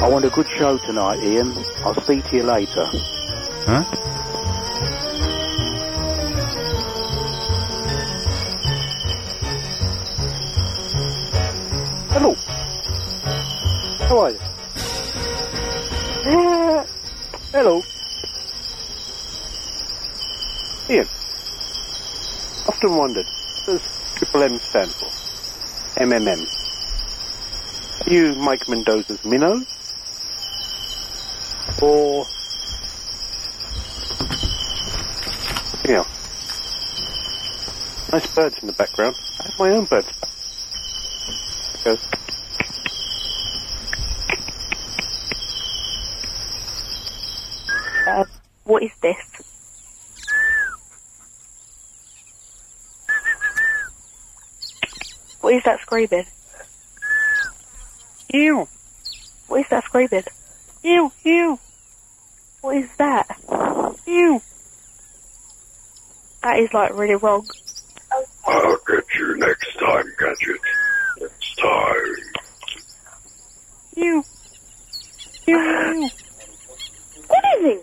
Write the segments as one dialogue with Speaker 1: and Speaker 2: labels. Speaker 1: I want a good show tonight, Ian. I'll speak to you later.
Speaker 2: Huh?
Speaker 1: Hello. How are you? Yeah. Hello. Ian, often wondered, what does Triple M stand for? MMM. Are you Mike Mendoza's minnow? Or... Yeah. Nice birds in the background. I have my own birds. Go.
Speaker 3: Uh, what is this? What is that screaming?
Speaker 1: Ew.
Speaker 3: What is that screaming?
Speaker 1: Ew, ew,
Speaker 3: What is that?
Speaker 1: ew.
Speaker 3: That is like really wrong.
Speaker 4: I'll get you next time, Gadget. Next time.
Speaker 1: You. You. you.
Speaker 5: Good evening.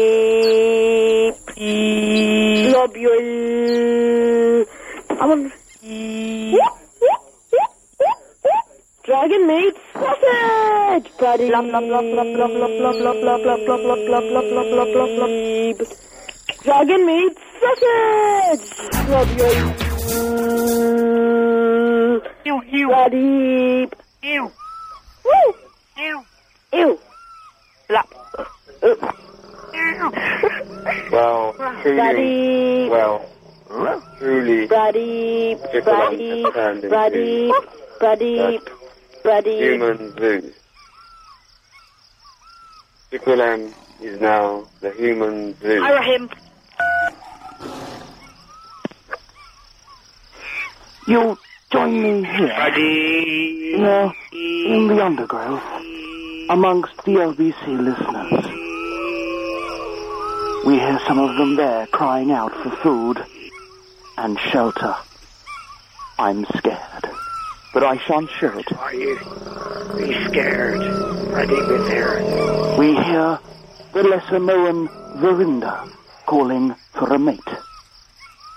Speaker 5: Bloody. Globule. I'm on. Dragon meat sausage, buddy. Blah blah blah blah blah blah blah blah blah blah blah blah blah blah blah blah blah blah. Dragon meat sausage. Globule.
Speaker 1: You. You.
Speaker 5: Bloody.
Speaker 1: You.
Speaker 5: Woo!
Speaker 1: You.
Speaker 5: Ew.
Speaker 3: Blah.
Speaker 6: Well, truly,
Speaker 5: Buddy.
Speaker 6: well, truly,
Speaker 5: Buddy.
Speaker 6: Triple M
Speaker 5: Buddy.
Speaker 6: has turned into
Speaker 5: Buddy. Buddy. Buddy.
Speaker 6: human zoo. Triple M is now the human zoo.
Speaker 5: Arahim.
Speaker 7: You'll join me here. No, in the undergrowth, amongst the LBC listeners. We hear some of them there crying out for food and shelter. I'm scared, but I shan't show it.
Speaker 8: Are you? Be scared. I think we're there.
Speaker 7: We hear the lesser known Verinda calling for a mate.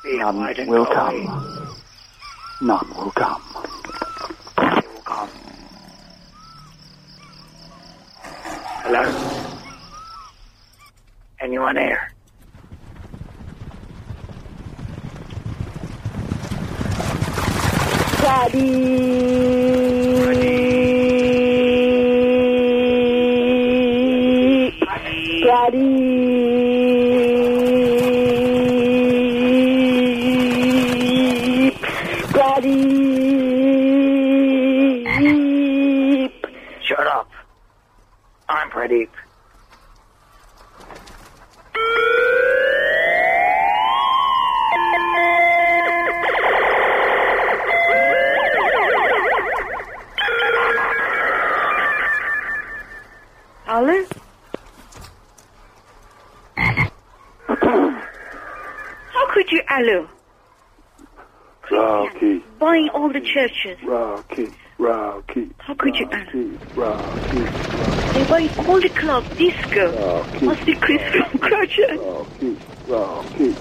Speaker 8: Be
Speaker 7: None
Speaker 8: quiet and
Speaker 7: will
Speaker 8: go away.
Speaker 7: come. None will come.
Speaker 8: They will come. Hello? Anyone there?
Speaker 5: Buddy. Buddy. Buddy.
Speaker 8: Shut up. I'm Pradeep.
Speaker 3: Hello? How could you, Alu?
Speaker 4: Rocky,
Speaker 3: Buying all the churches.
Speaker 4: Rocky, Rocky,
Speaker 3: How could you, Alu?
Speaker 4: Rocky,
Speaker 3: They buy all the club, disco.
Speaker 4: Rocky,
Speaker 3: Must be Chris from Crutcher.
Speaker 4: Rocky, Rocky,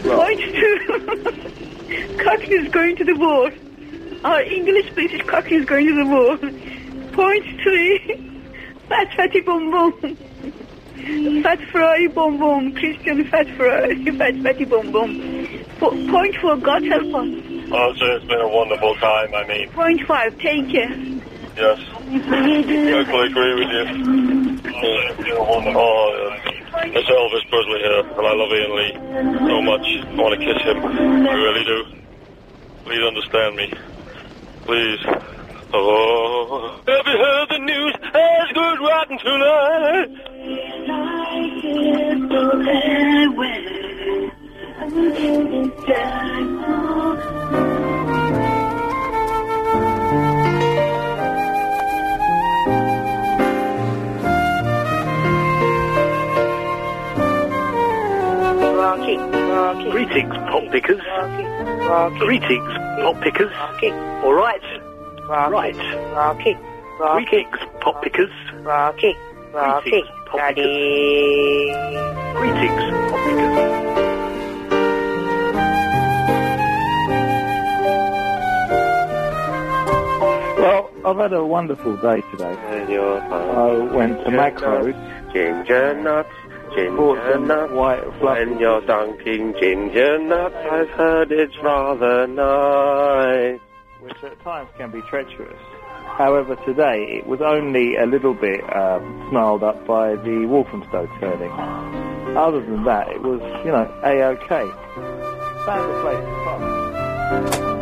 Speaker 4: Rocky,
Speaker 3: Point to. Cockney is going to the war. Our English British Cockney is going to the war. Point three. Fat fatty boom boom. Fat fry boom boom. Christian fat fry. Fat fatty boom boom. Po- point four. God help us.
Speaker 9: Oh, sir, it's been a wonderful time. I mean,
Speaker 3: Point five. Take care.
Speaker 9: yes, totally agree with you. Oh, it's been a wonderful- oh, yeah. it's Elvis Presley here, and I love Ian Lee so much. I want to kiss him. I really do. Please understand me. Please. Oh, have you heard the news? It's good rotten tonight.
Speaker 3: Rocky. Rocky.
Speaker 8: Greetings,
Speaker 5: pop pickers. Greetings, pop pickers. All right. Right. Greetings, pop pickers. Greetings, pop pickers. Greetings, pop pickers.
Speaker 9: Well, I've had a wonderful day today. I went to Macros.
Speaker 1: Ginger nuts, ginger nuts.
Speaker 9: White
Speaker 1: When you're dunking ginger nuts, I've heard it's rather nice.
Speaker 9: Which at times can be treacherous. However, today it was only a little bit um, snarled up by the Walthamstow turning. Other than that, it was, you know, A-OK. Found a place to park.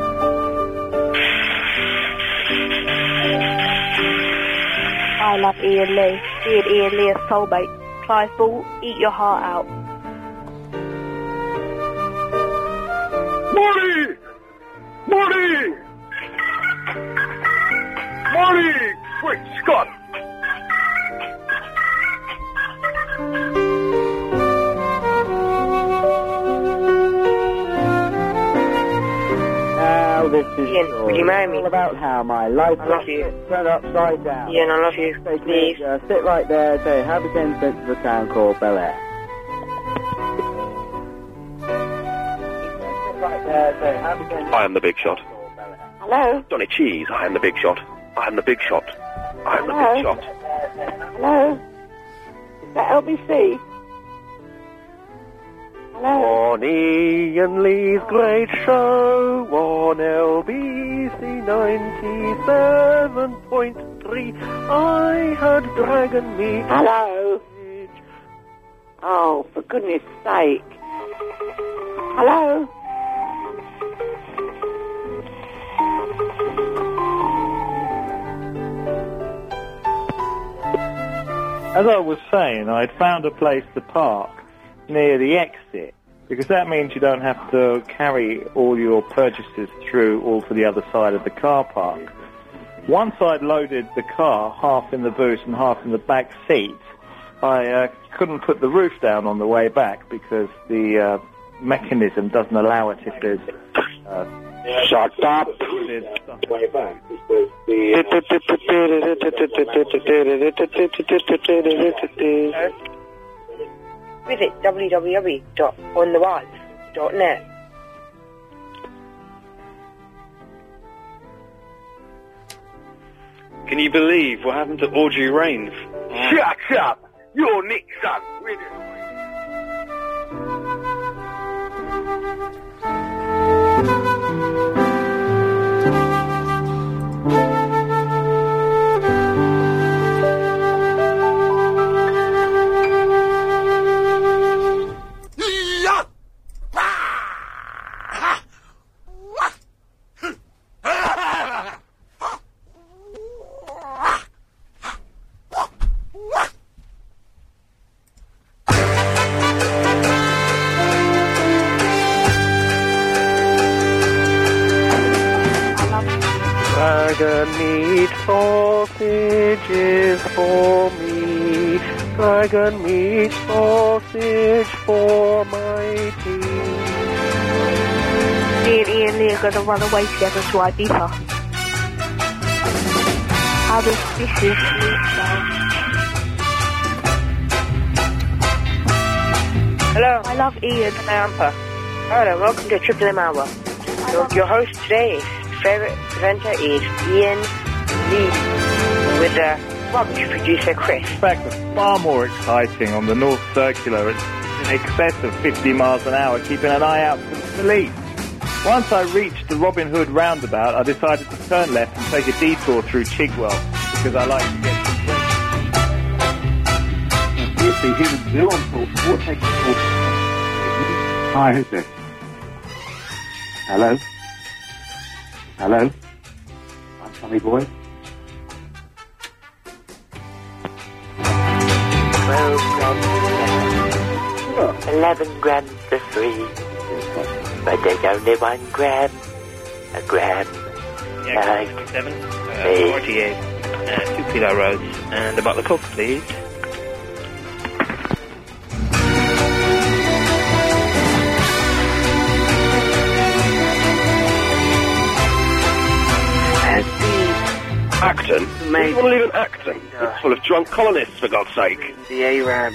Speaker 3: I love Ian Lee. He and Ian Lee are soulmate. Clive Ball, eat your heart out.
Speaker 7: Morty! Morty! Morty! Quick, Scott!
Speaker 10: Now this is
Speaker 11: Ian,
Speaker 10: all
Speaker 11: will you marry me?
Speaker 10: All about how my life
Speaker 11: I love
Speaker 10: was
Speaker 11: you.
Speaker 10: turned upside down.
Speaker 11: Ian, I love you.
Speaker 10: Say,
Speaker 11: Please.
Speaker 10: Uh, sit right there. Say, have a game sense of a town called Bel Air.
Speaker 12: I am the big shot.
Speaker 13: Hello?
Speaker 12: Johnny Cheese, I am the big shot. I am the big shot. I am the big
Speaker 13: Hello?
Speaker 12: shot.
Speaker 13: Hello? Is that LBC?
Speaker 1: On Ian Lee's great show on LBC 97.3, I had dragon meat.
Speaker 13: Hello? Oh, for goodness sake. Hello?
Speaker 9: As I was saying, I'd found a place to park near the exit because that means you don't have to carry all your purchases through all to the other side of the car park. Once I'd loaded the car half in the boot and half in the back seat, I uh, couldn't put the roof down on the way back because the uh, mechanism doesn't allow it if there's uh,
Speaker 7: Shut up!
Speaker 9: Way back.
Speaker 11: Visit www.onthewise.net.
Speaker 14: Can you believe what happened to Audrey Rain?
Speaker 7: Shut up! You're Nick son.
Speaker 1: Dragon meat sausage is for me. Dragon meat sausage for my
Speaker 3: Me and Ian Lee are going to run away together to Ibiza. How does this is
Speaker 11: Hello.
Speaker 3: I love Ian.
Speaker 11: Amper. Hello, welcome to Triple M Hour. Your, your host today is favorite presenter is Ian Lee with the rubbish producer Chris.
Speaker 9: back was far more exciting on the North Circular at in excess of 50 miles an hour, keeping an eye out for the police. Once I reached the Robin Hood roundabout, I decided to turn left and take a detour through Chigwell because I like to get to
Speaker 15: Hi, who's this? Hello? Hello? I'm Tommy Boy.
Speaker 11: Twelve grams for eleven grams for three. But there's only one gram. A gram. Nine.
Speaker 8: Seven, uh,
Speaker 11: Eight.
Speaker 8: 48, uh, two kilo roads, and a bottle of Coke, please.
Speaker 16: Acton?
Speaker 17: Mate.
Speaker 16: You want to live in Acton? It's full of drunk colonists, for God's sake.
Speaker 17: The Arab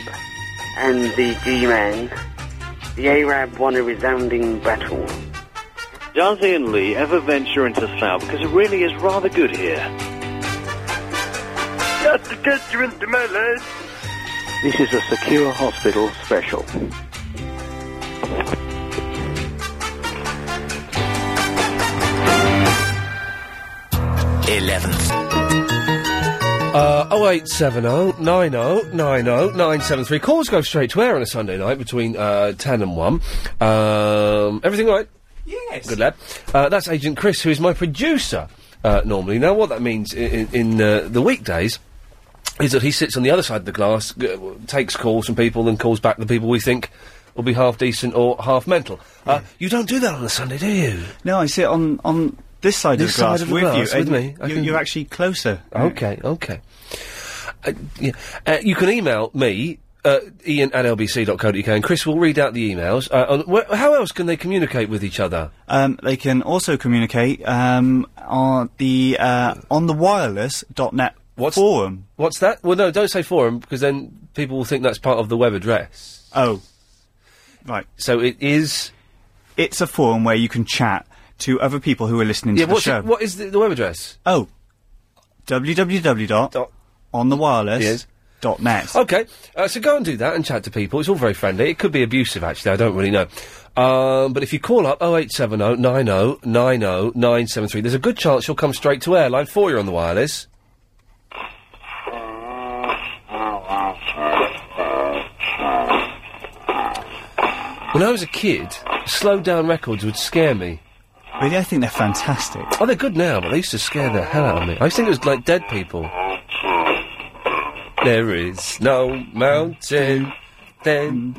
Speaker 17: and the G-Man. The Arab won a resounding battle.
Speaker 18: Does Ian Lee ever venture into Slough? Because it really is rather good here.
Speaker 5: That's the testament to my life.
Speaker 19: This is a secure hospital special.
Speaker 20: Eleventh. Uh, 0870 90 90 973. Calls go straight to air on a Sunday night between uh, 10 and 1. Um, everything all right? Yes. Good lad. Uh, that's Agent Chris, who is my producer uh, normally. Now, what that means in, in uh, the weekdays is that he sits on the other side of the glass, g- w- takes calls from people, and calls back the people we think will be half decent or half mental. Uh, You don't do that on a Sunday, do you?
Speaker 2: No, I sit on on this side
Speaker 20: This
Speaker 2: of the glass
Speaker 20: side of the
Speaker 2: with
Speaker 20: glass,
Speaker 2: you.
Speaker 20: with
Speaker 2: and
Speaker 20: me. I
Speaker 2: You,
Speaker 20: can- Oh,
Speaker 2: You're actually closer.
Speaker 20: Okay, okay. Uh, yeah. uh, you can email me, uh, ian at lbc.co.uk, and Chris will read out the emails. Uh, on, wh- how else can they communicate with each other?
Speaker 2: Um, they can also communicate um, on the uh, on the wireless.net forum.
Speaker 20: What's that? Well, no, don't say forum, because then people will think that's part of the web address.
Speaker 2: Oh. Right.
Speaker 20: So it is.
Speaker 2: It's a forum where you can chat to other people who are listening
Speaker 20: Yeah,
Speaker 2: to the
Speaker 20: what's
Speaker 2: show.
Speaker 20: it, what is the, the web address?
Speaker 2: Oh, www.onthewireless.net.
Speaker 20: Okay, uh, so go and do that and chat to people. It's all very friendly. It could be abusive, actually. I don't really know. Um, but if you call up 0870 90 90 973, there's a good chance you'll come straight to airline four. You're on the wireless. When I was a kid, slowed down records would scare me.
Speaker 2: Really, I think they're fantastic.
Speaker 20: Oh, they're good now, but they used to scare the hell out of me. I used to think it was like dead people. There is no mountain. Then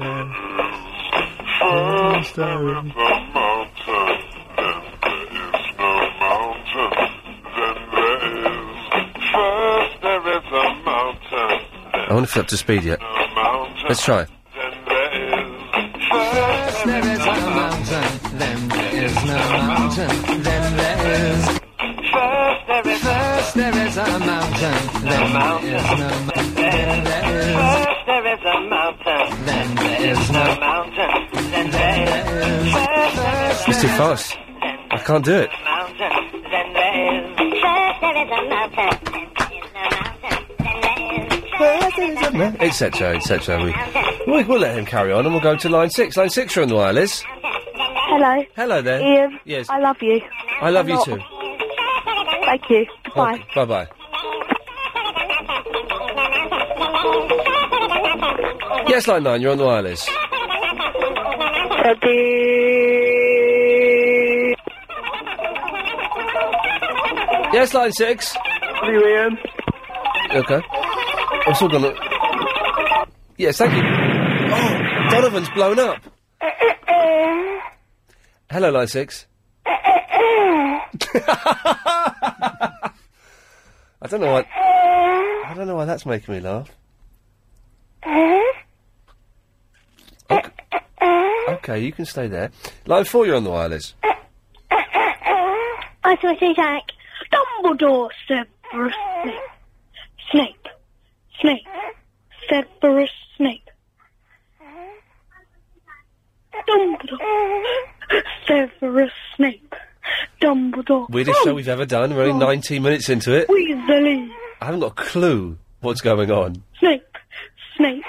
Speaker 20: I want to feel up to speed yet. Let's try. It's too fast. I can't do it. Etc. Etc. We, we, we'll let him carry on, and we'll go to line six. Line six, you're on the wireless.
Speaker 11: Hello.
Speaker 20: Hello there.
Speaker 11: Ian.
Speaker 20: Yes.
Speaker 11: I love you.
Speaker 20: I love you
Speaker 11: Not-
Speaker 20: too.
Speaker 11: Thank you. Goodbye.
Speaker 20: Bye bye. Yes, line nine, you're on the wireless. Yes, line six. Are you in? Okay. I'm still gonna. Yes, thank you. Oh, Donovan's blown up. Hello, line six. I don't know why. I don't know why that's making me laugh. Okay, you can stay there. Line four, you're on the wireless.
Speaker 21: I thought it was like Dumbledore said Bruce Snape. Snape. Snape. Said Bruce Snape. Dumbledore. Said Bruce Snape. Dumbledore.
Speaker 20: Weirdest show we've ever done. We're only 19 minutes into it.
Speaker 21: Weasley.
Speaker 20: I haven't got a clue what's going on.
Speaker 21: Snape. Snape.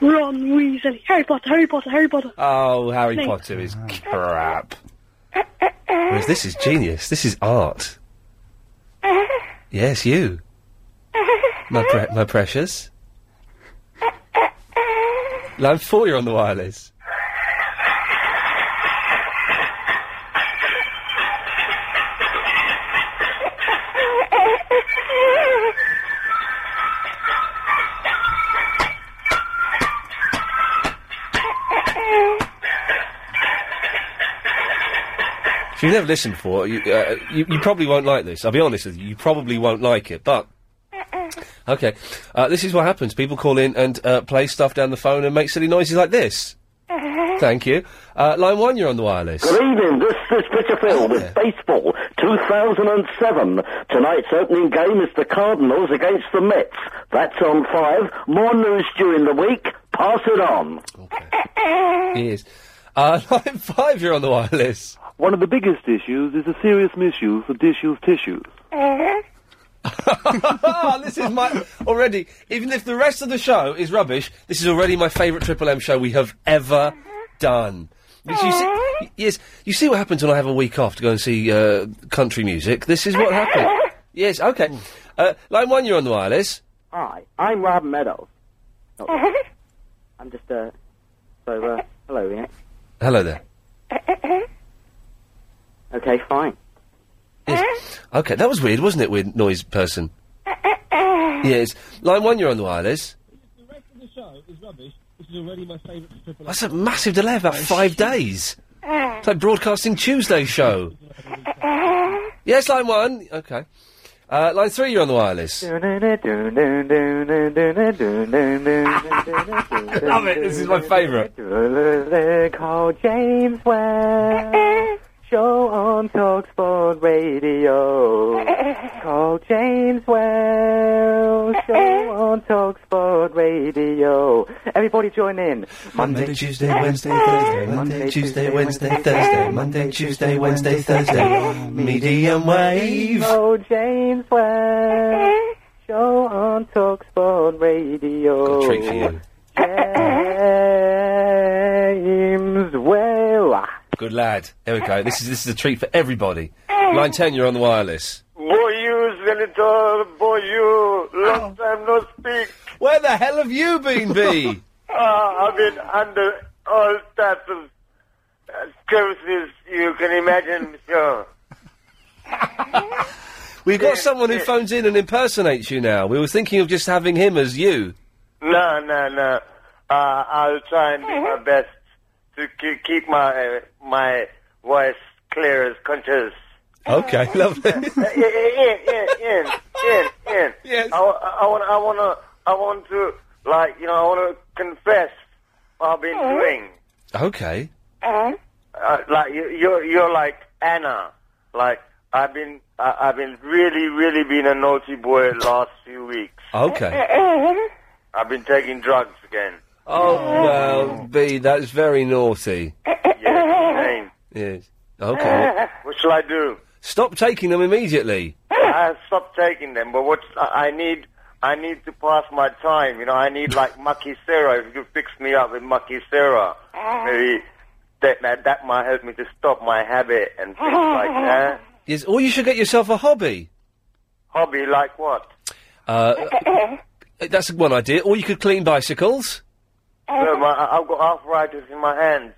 Speaker 21: Ron Weasley. Harry Potter. Harry Potter. Harry Potter.
Speaker 20: Oh, Harry
Speaker 21: Snape.
Speaker 20: Potter is crap. Whereas this is genius. This is art. Yes, you. My pre- my precious. Line four, you're on the wireless. If you've never listened before, you, uh, you, you probably won't like this. I'll be honest with you, you probably won't like it, but. Okay, uh, this is what happens. People call in and uh, play stuff down the phone and make silly noises like this. Thank you. Uh, line one, you're on the wireless.
Speaker 22: Good evening. This is Peter Phil with Baseball 2007. Tonight's opening game is the Cardinals against the Mets. That's on five. More news during the week. Pass it on.
Speaker 20: Yes. Uh, line five, you're on the wireless.
Speaker 23: One of the biggest issues is the serious misuse of disused tissues.
Speaker 20: this is my already. Even if the rest of the show is rubbish, this is already my favourite Triple M show we have ever done. Because you see, yes, you see what happens when I have a week off to go and see uh, country music. This is what happens. yes, okay. Uh, line one, you're on the wireless.
Speaker 3: Hi, I'm Rob Meadows. Oh, I'm just, uh, so, uh, hello, Ian.
Speaker 20: Hello there.
Speaker 3: Okay, fine.
Speaker 20: Yes.
Speaker 23: Uh-huh.
Speaker 20: Okay, that was weird, wasn't it? Weird noise person. yes. Line one, you're on the wireless.
Speaker 6: The show is rubbish. This is already my favourite triple
Speaker 20: That's a massive delay, about five days. It's like broadcasting Tuesday show. yes, line one. Okay. Uh, line three, you're on the wireless.
Speaker 3: Love
Speaker 20: Love it. This is my favourite.
Speaker 3: Call James Webb. Show on Talksport Radio. Call James Well. Show on Talksport Radio. Everybody join in.
Speaker 24: Monday, Tuesday, Wednesday, Thursday. Monday, Tuesday, Wednesday, Thursday. Monday, Tuesday, Wednesday, Thursday. Medium wave.
Speaker 3: Oh, James Webb. Show on Talksport Radio.
Speaker 20: Got a treat for you.
Speaker 3: James Well.
Speaker 20: Good lad. There we go. This is this is a treat for everybody. Line ten, you're on the wireless.
Speaker 6: Boy, you, senator, boy, you. Long time no speak.
Speaker 20: Where the hell have you been, B?
Speaker 6: Ah, I've been under all types of uh, curses you can imagine, sure.
Speaker 20: We've got someone who phones in and impersonates you now. We were thinking of just having him as you.
Speaker 6: No, no, no. Uh, I'll try and do my best to ke- keep my uh, my voice clear as conscious.
Speaker 20: Okay, lovely.
Speaker 6: Uh, Ian, Ian, Ian, Ian, Ian. Yes. I, I want, I want to, I want to, like, you know, I want to confess what I've been doing.
Speaker 20: okay.
Speaker 6: Uh, like, you, you're, you're like Anna. Like, I've been, I, I've been really, really been a naughty boy last few weeks.
Speaker 20: Okay.
Speaker 6: I've been taking drugs again.
Speaker 20: Oh well, B, that's very naughty.
Speaker 6: Yeah, name.
Speaker 20: Yes. Okay.
Speaker 6: What shall I do?
Speaker 20: Stop taking them immediately.
Speaker 6: I stopped taking them, but what I I need, I need to pass my time. You know, I need like Mucky Sarah. If you could fix me up with Mucky Sarah, maybe that, that that might help me to stop my habit and things like that.
Speaker 20: Yes. Or you should get yourself a hobby.
Speaker 6: Hobby like what?
Speaker 20: Uh, that's one idea. Or you could clean bicycles.
Speaker 6: No, my, I- I've got arthritis in my hands.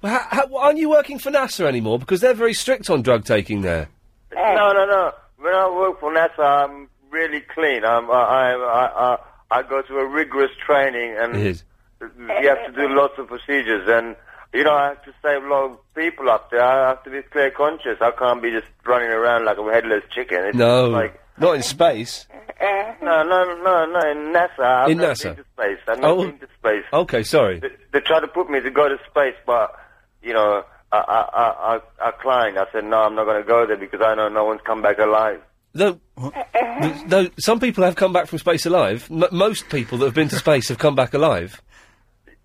Speaker 20: Well, ha ha aren't you working for NASA anymore? Because they're very strict on drug taking there.
Speaker 6: No, no, no. When I work for NASA, I'm really clean. I'm, I, I, I, I- I go to a rigorous training, and
Speaker 20: Yes.
Speaker 6: you have to do lots of procedures. And you know, I have to save a lot of people up there. I have to be clear conscious. I can't be just running around like a headless chicken. It's
Speaker 20: No,
Speaker 6: like
Speaker 20: not in space.
Speaker 6: Eh? no, no, no, no. In NASA, I've
Speaker 20: In
Speaker 6: not
Speaker 20: NASA?
Speaker 6: been to space. I've not
Speaker 20: Oh.
Speaker 6: been to space.
Speaker 20: Okay, sorry.
Speaker 6: They, they tried to put me to go to space, but you know, I, I, I, I declined. I said, no, I'm not going to go there because I know no one's come back alive.
Speaker 20: Though, th- though some people have come back from space alive. M- most people that have been to space have come back alive.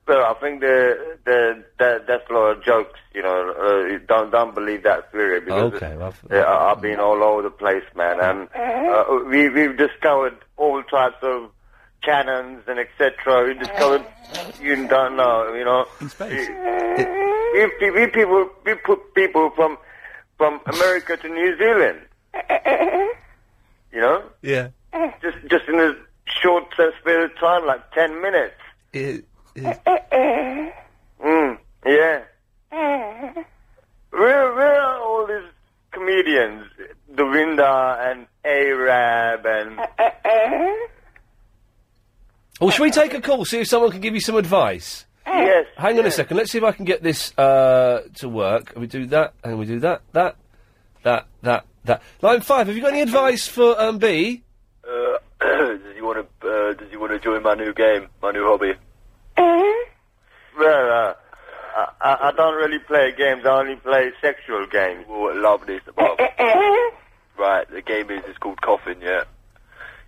Speaker 6: So I think the the, the that's a lot of jokes, you know. Uh, you don't don't believe that theory because
Speaker 20: Okay, well,
Speaker 6: uh, I- I've been all over the place, man, and uh, we we've discovered all types of cannons and etc. We discovered you don't know, you know. In space, we, we, we people we put people from from America to New Zealand, you know,
Speaker 20: Yeah.
Speaker 6: just just in a short uh, space of time, like ten minutes. Mm, yeah. Where, where are
Speaker 3: Oh,
Speaker 6: all these comedians? Dorinda and Arab and.
Speaker 20: Well, should we take a call, see if someone can give you some advice?
Speaker 6: Yes.
Speaker 20: Hang on a second. Let's see if I can get this uh, to work. We do that, and we do that, that, that, that, that. Line five. Have you got any advice for um, B?
Speaker 25: Uh, does he want to? Uh, does he want to join my new game? My new hobby?
Speaker 6: Well, uh, I, I, I don't really play games. I only play sexual games.
Speaker 25: Well, love is the problem.
Speaker 5: Uh,
Speaker 25: right, the game is it's called Coffin. Yeah,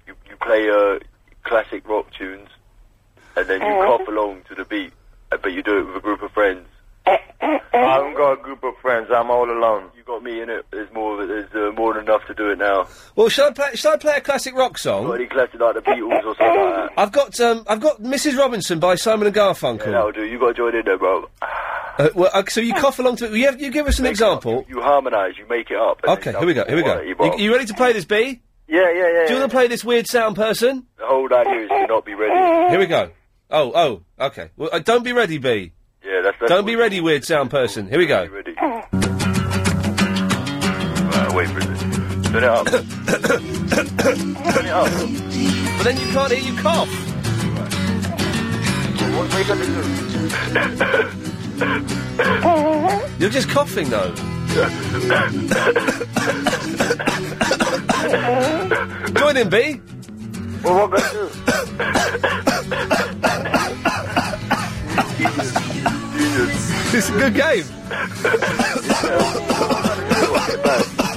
Speaker 25: you you play uh, classic rock tunes, and then you
Speaker 20: Uh-huh.
Speaker 25: cough along to the beat, uh, but you do it with a group of friends.
Speaker 6: I haven't got a group of friends. I'm all alone.
Speaker 25: You got me in it. There's more. of it- There's uh, more than enough to do it now.
Speaker 20: Well, shall I play? Shall I play a classic rock song?
Speaker 25: Got any classic like the Beatles or something like that?
Speaker 20: I've got um, I've got Mrs. Robinson by Simon and Garfunkel.
Speaker 25: Yeah, that'll do. You got to join in there, bro.
Speaker 20: Uh, well, uh, so you cough along to it. You, have, you give us an example.
Speaker 25: You harmonise. You make it up. and
Speaker 20: Okay,
Speaker 25: it's
Speaker 20: here we go. Here we go.
Speaker 25: quality, bro.
Speaker 20: You, you ready to play this, B?
Speaker 25: Yeah, yeah, yeah.
Speaker 20: Do you want to play this weird sound person?
Speaker 25: The whole idea is to not be ready.
Speaker 20: Here we go. Oh, oh, okay. Well, uh, don't be ready, B.
Speaker 25: Yeah, that's. that's
Speaker 20: don't be ready, weird sound person. Here we go.
Speaker 25: Uh, wait for this. Turn it up. Turn it up.
Speaker 20: But then you can't hear you cough.
Speaker 25: What are we gonna do?
Speaker 20: You're just coughing though. Join in, B.
Speaker 6: Well, what gonna do?
Speaker 20: It's a good game.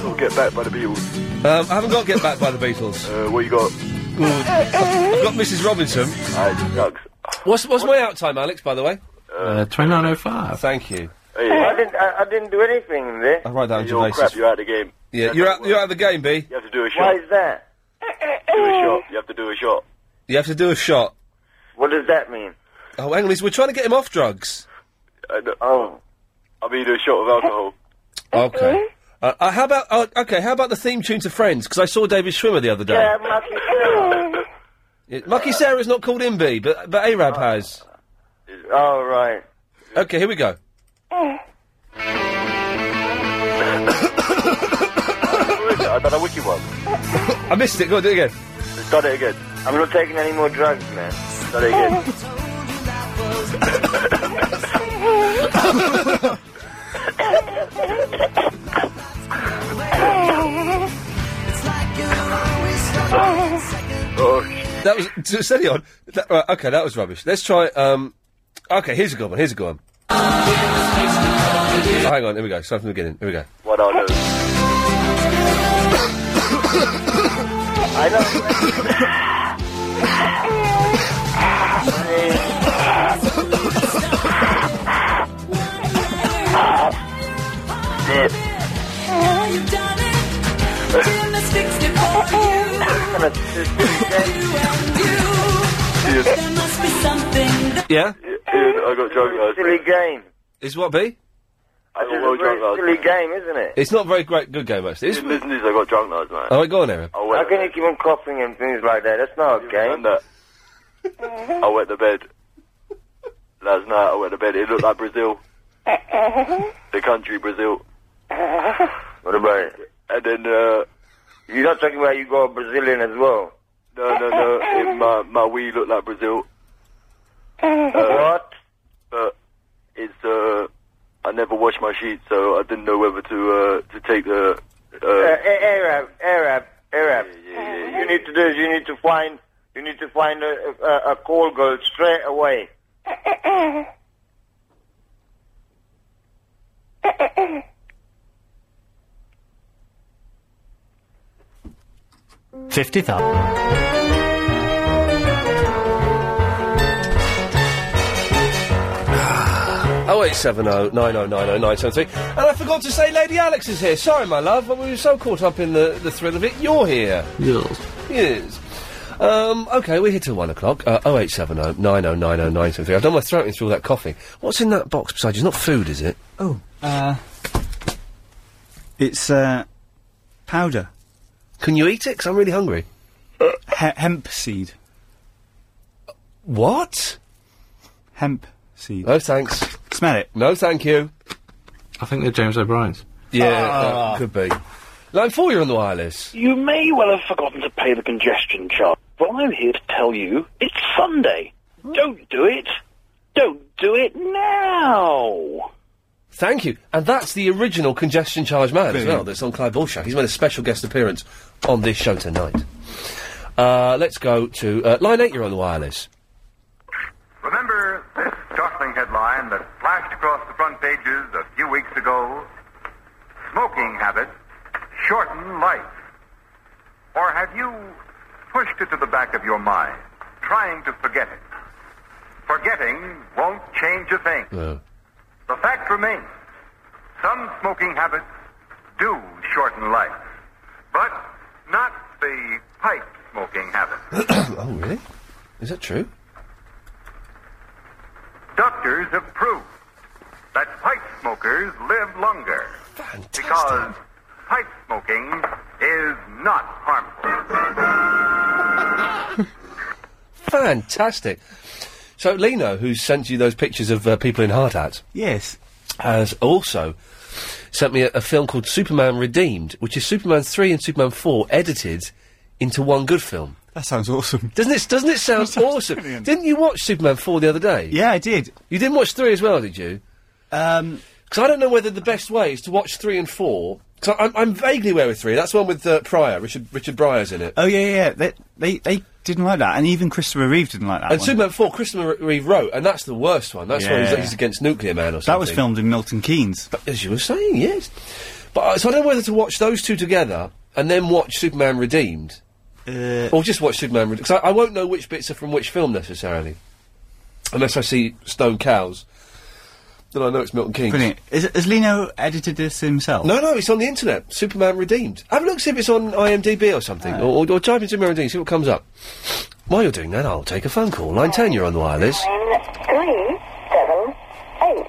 Speaker 25: We'll get back by the Beatles.
Speaker 20: Um, I haven't got Get Back by the Beatles.
Speaker 25: Uh, what you got?
Speaker 20: I've got Mrs. Robinson. What's what's my out time, Alex? By the way.
Speaker 26: Uh, 2905.
Speaker 20: Thank you.
Speaker 6: I didn't. I, I didn't do anything in there.
Speaker 20: I write that on
Speaker 25: You're all
Speaker 20: Gervais.
Speaker 25: crap. You're out of the game.
Speaker 20: Ah, Yeah, you're out. You're out of the game, B.
Speaker 25: You have to do a shot.
Speaker 6: Why is that?
Speaker 25: Do a shot. You have to do a shot.
Speaker 20: You have to do a shot.
Speaker 6: What does that mean?
Speaker 20: Oh, hang on, he's- we're trying to get him off drugs.
Speaker 25: I know. Oh. I mean, do a shot of alcohol.
Speaker 6: Mm-hmm.
Speaker 20: Okay. Uh, uh, how about uh, okay? How about the theme tune to Friends? Because I saw David Schwimmer the other day.
Speaker 6: Yeah, Marky Sarah.
Speaker 20: Yeah, Lucky Sarah's not called in B, but but Arab has.
Speaker 6: Oh right.
Speaker 20: Okay, here we go.
Speaker 25: I done a wiki one.
Speaker 20: I missed it. Go on, do it again.
Speaker 6: Done it again. I'm not taking any more drugs, man.
Speaker 25: Done it again.
Speaker 20: Oh. That was so steady on. That, right, okay, that was rubbish. Let's try. Um, okay, here's a good one. Here's a good one. Oh, hang on, here we go. Start from the beginning. Here we go.
Speaker 25: What I know.
Speaker 6: I
Speaker 20: Yeah.
Speaker 25: I got drunk last
Speaker 6: Silly game.
Speaker 20: Is what B?
Speaker 25: I got well
Speaker 6: It's a
Speaker 25: drunk
Speaker 6: very
Speaker 25: last
Speaker 6: silly
Speaker 25: night.
Speaker 6: game, isn't it?
Speaker 20: It's not very great. Good game actually. It's,
Speaker 25: Didn't listen to this. I got drunk last night.
Speaker 20: all right, go on, Aaron.
Speaker 25: I
Speaker 6: How
Speaker 25: went.
Speaker 6: can you keep on coughing and things like that? That's not a game.
Speaker 25: I went to bed. Last night I went to bed. It looked like Brazil, the country Brazil.
Speaker 6: What about it?
Speaker 25: And then uh,
Speaker 6: You're not talking about you go Brazilian as well.
Speaker 25: no, no, no. It, my my wee looked like Brazil.
Speaker 6: What?
Speaker 25: But it's uh, I never wash my sheets, so I didn't know whether to uh, to take the.
Speaker 6: Uh,
Speaker 25: Uh,
Speaker 6: A- Arab, Arab, Arab. You need to do is you need to find you need to find a, a, a call girl straight away.
Speaker 26: Fifty thousand.
Speaker 20: Oh eight seven oh nine oh nine oh nine seven three. And I forgot to say, Lady Alex is here. Sorry, my love, but we were so caught up in the, the thrill of it. You're here.
Speaker 26: Yes.
Speaker 20: Yes. Um, okay, we're here till one o'clock. Uh, 0870 9090973. I've done my throating through all that coughing. What's in that box besides? It's not food, is it?
Speaker 2: Oh. Uh, it's uh, powder.
Speaker 20: Can you eat it? Because I'm really hungry.
Speaker 2: hemp seed.
Speaker 20: What?
Speaker 2: Hemp seed.
Speaker 20: No thanks.
Speaker 2: Smell it.
Speaker 20: No, thank you.
Speaker 26: I think they're James O'Brien's.
Speaker 20: Yeah,
Speaker 26: Ah.
Speaker 20: that could be. Line four, you're on the wireless.
Speaker 27: You may well have forgotten to pay the congestion charge, but I'm here to tell you it's Sunday. Don't do it. Don't do it now.
Speaker 20: Thank you. And that's the original congestion charge man as
Speaker 27: Brilliant.
Speaker 20: well. That's on Clive Bolshak. He's made a special guest appearance on this show tonight. Uh, let's go to uh, line eight. You're on the wireless.
Speaker 7: Remember this startling headline
Speaker 28: headline that flashed across the front pages a few weeks ago Smoking Habits Shorten Life? Or have you pushed it to the back of your mind, trying to forget it? Forgetting won't change a thing. The fact remains some smoking habits do shorten life, but not the pipe smoking habit.
Speaker 20: oh, really? Is that true?
Speaker 28: Doctors have proved that pipe smokers live longer because pipe smoking is not harmful.
Speaker 20: Fantastic. So Lino, who sent you those pictures of uh, people in hard hats,
Speaker 2: yes,
Speaker 20: has also sent me a, a film called Superman Redeemed, which is Superman three and Superman four edited into one good film.
Speaker 2: That sounds awesome.
Speaker 20: Doesn't it? Doesn't it sound awesome? Didn't you watch Superman four the other day?
Speaker 2: Yeah, I did.
Speaker 20: You didn't watch three as well, did you?
Speaker 2: Um,
Speaker 20: because I don't know whether the best way is to watch three and four. Because I'm, I'm vaguely aware of three. That's the one with uh, Pryor, Richard Richard Pryor's in it.
Speaker 2: Oh yeah, yeah, yeah. They, they they didn't like that, and even Christopher Reeve didn't like that.
Speaker 20: and
Speaker 2: one.
Speaker 20: Superman four, Christopher Reeve wrote, and that's the worst one. That's one he's,
Speaker 2: Yeah.
Speaker 20: he's against Nuclear Man or something.
Speaker 2: that was filmed in Milton Keynes.
Speaker 20: But as you were saying, yes. But uh, so I don't know whether to watch those two together and then watch Superman Redeemed,
Speaker 2: Uh,
Speaker 20: or just watch Superman Redeemed. Because I, I won't know which bits are from which film necessarily, unless I see Stone Cows. Then I know it's Milton Keynes.
Speaker 2: Brilliant. Is, has Lino edited this himself?
Speaker 20: No, no, it's on the internet. Superman Redeemed. Have a look, see if it's on IMDb or something,
Speaker 2: Oh.
Speaker 20: or, or, or type in Superman Redeemed, see what comes up. While you're doing that, I'll take a phone call. Line 10, you're on the wireless.
Speaker 5: Three, seven, eight.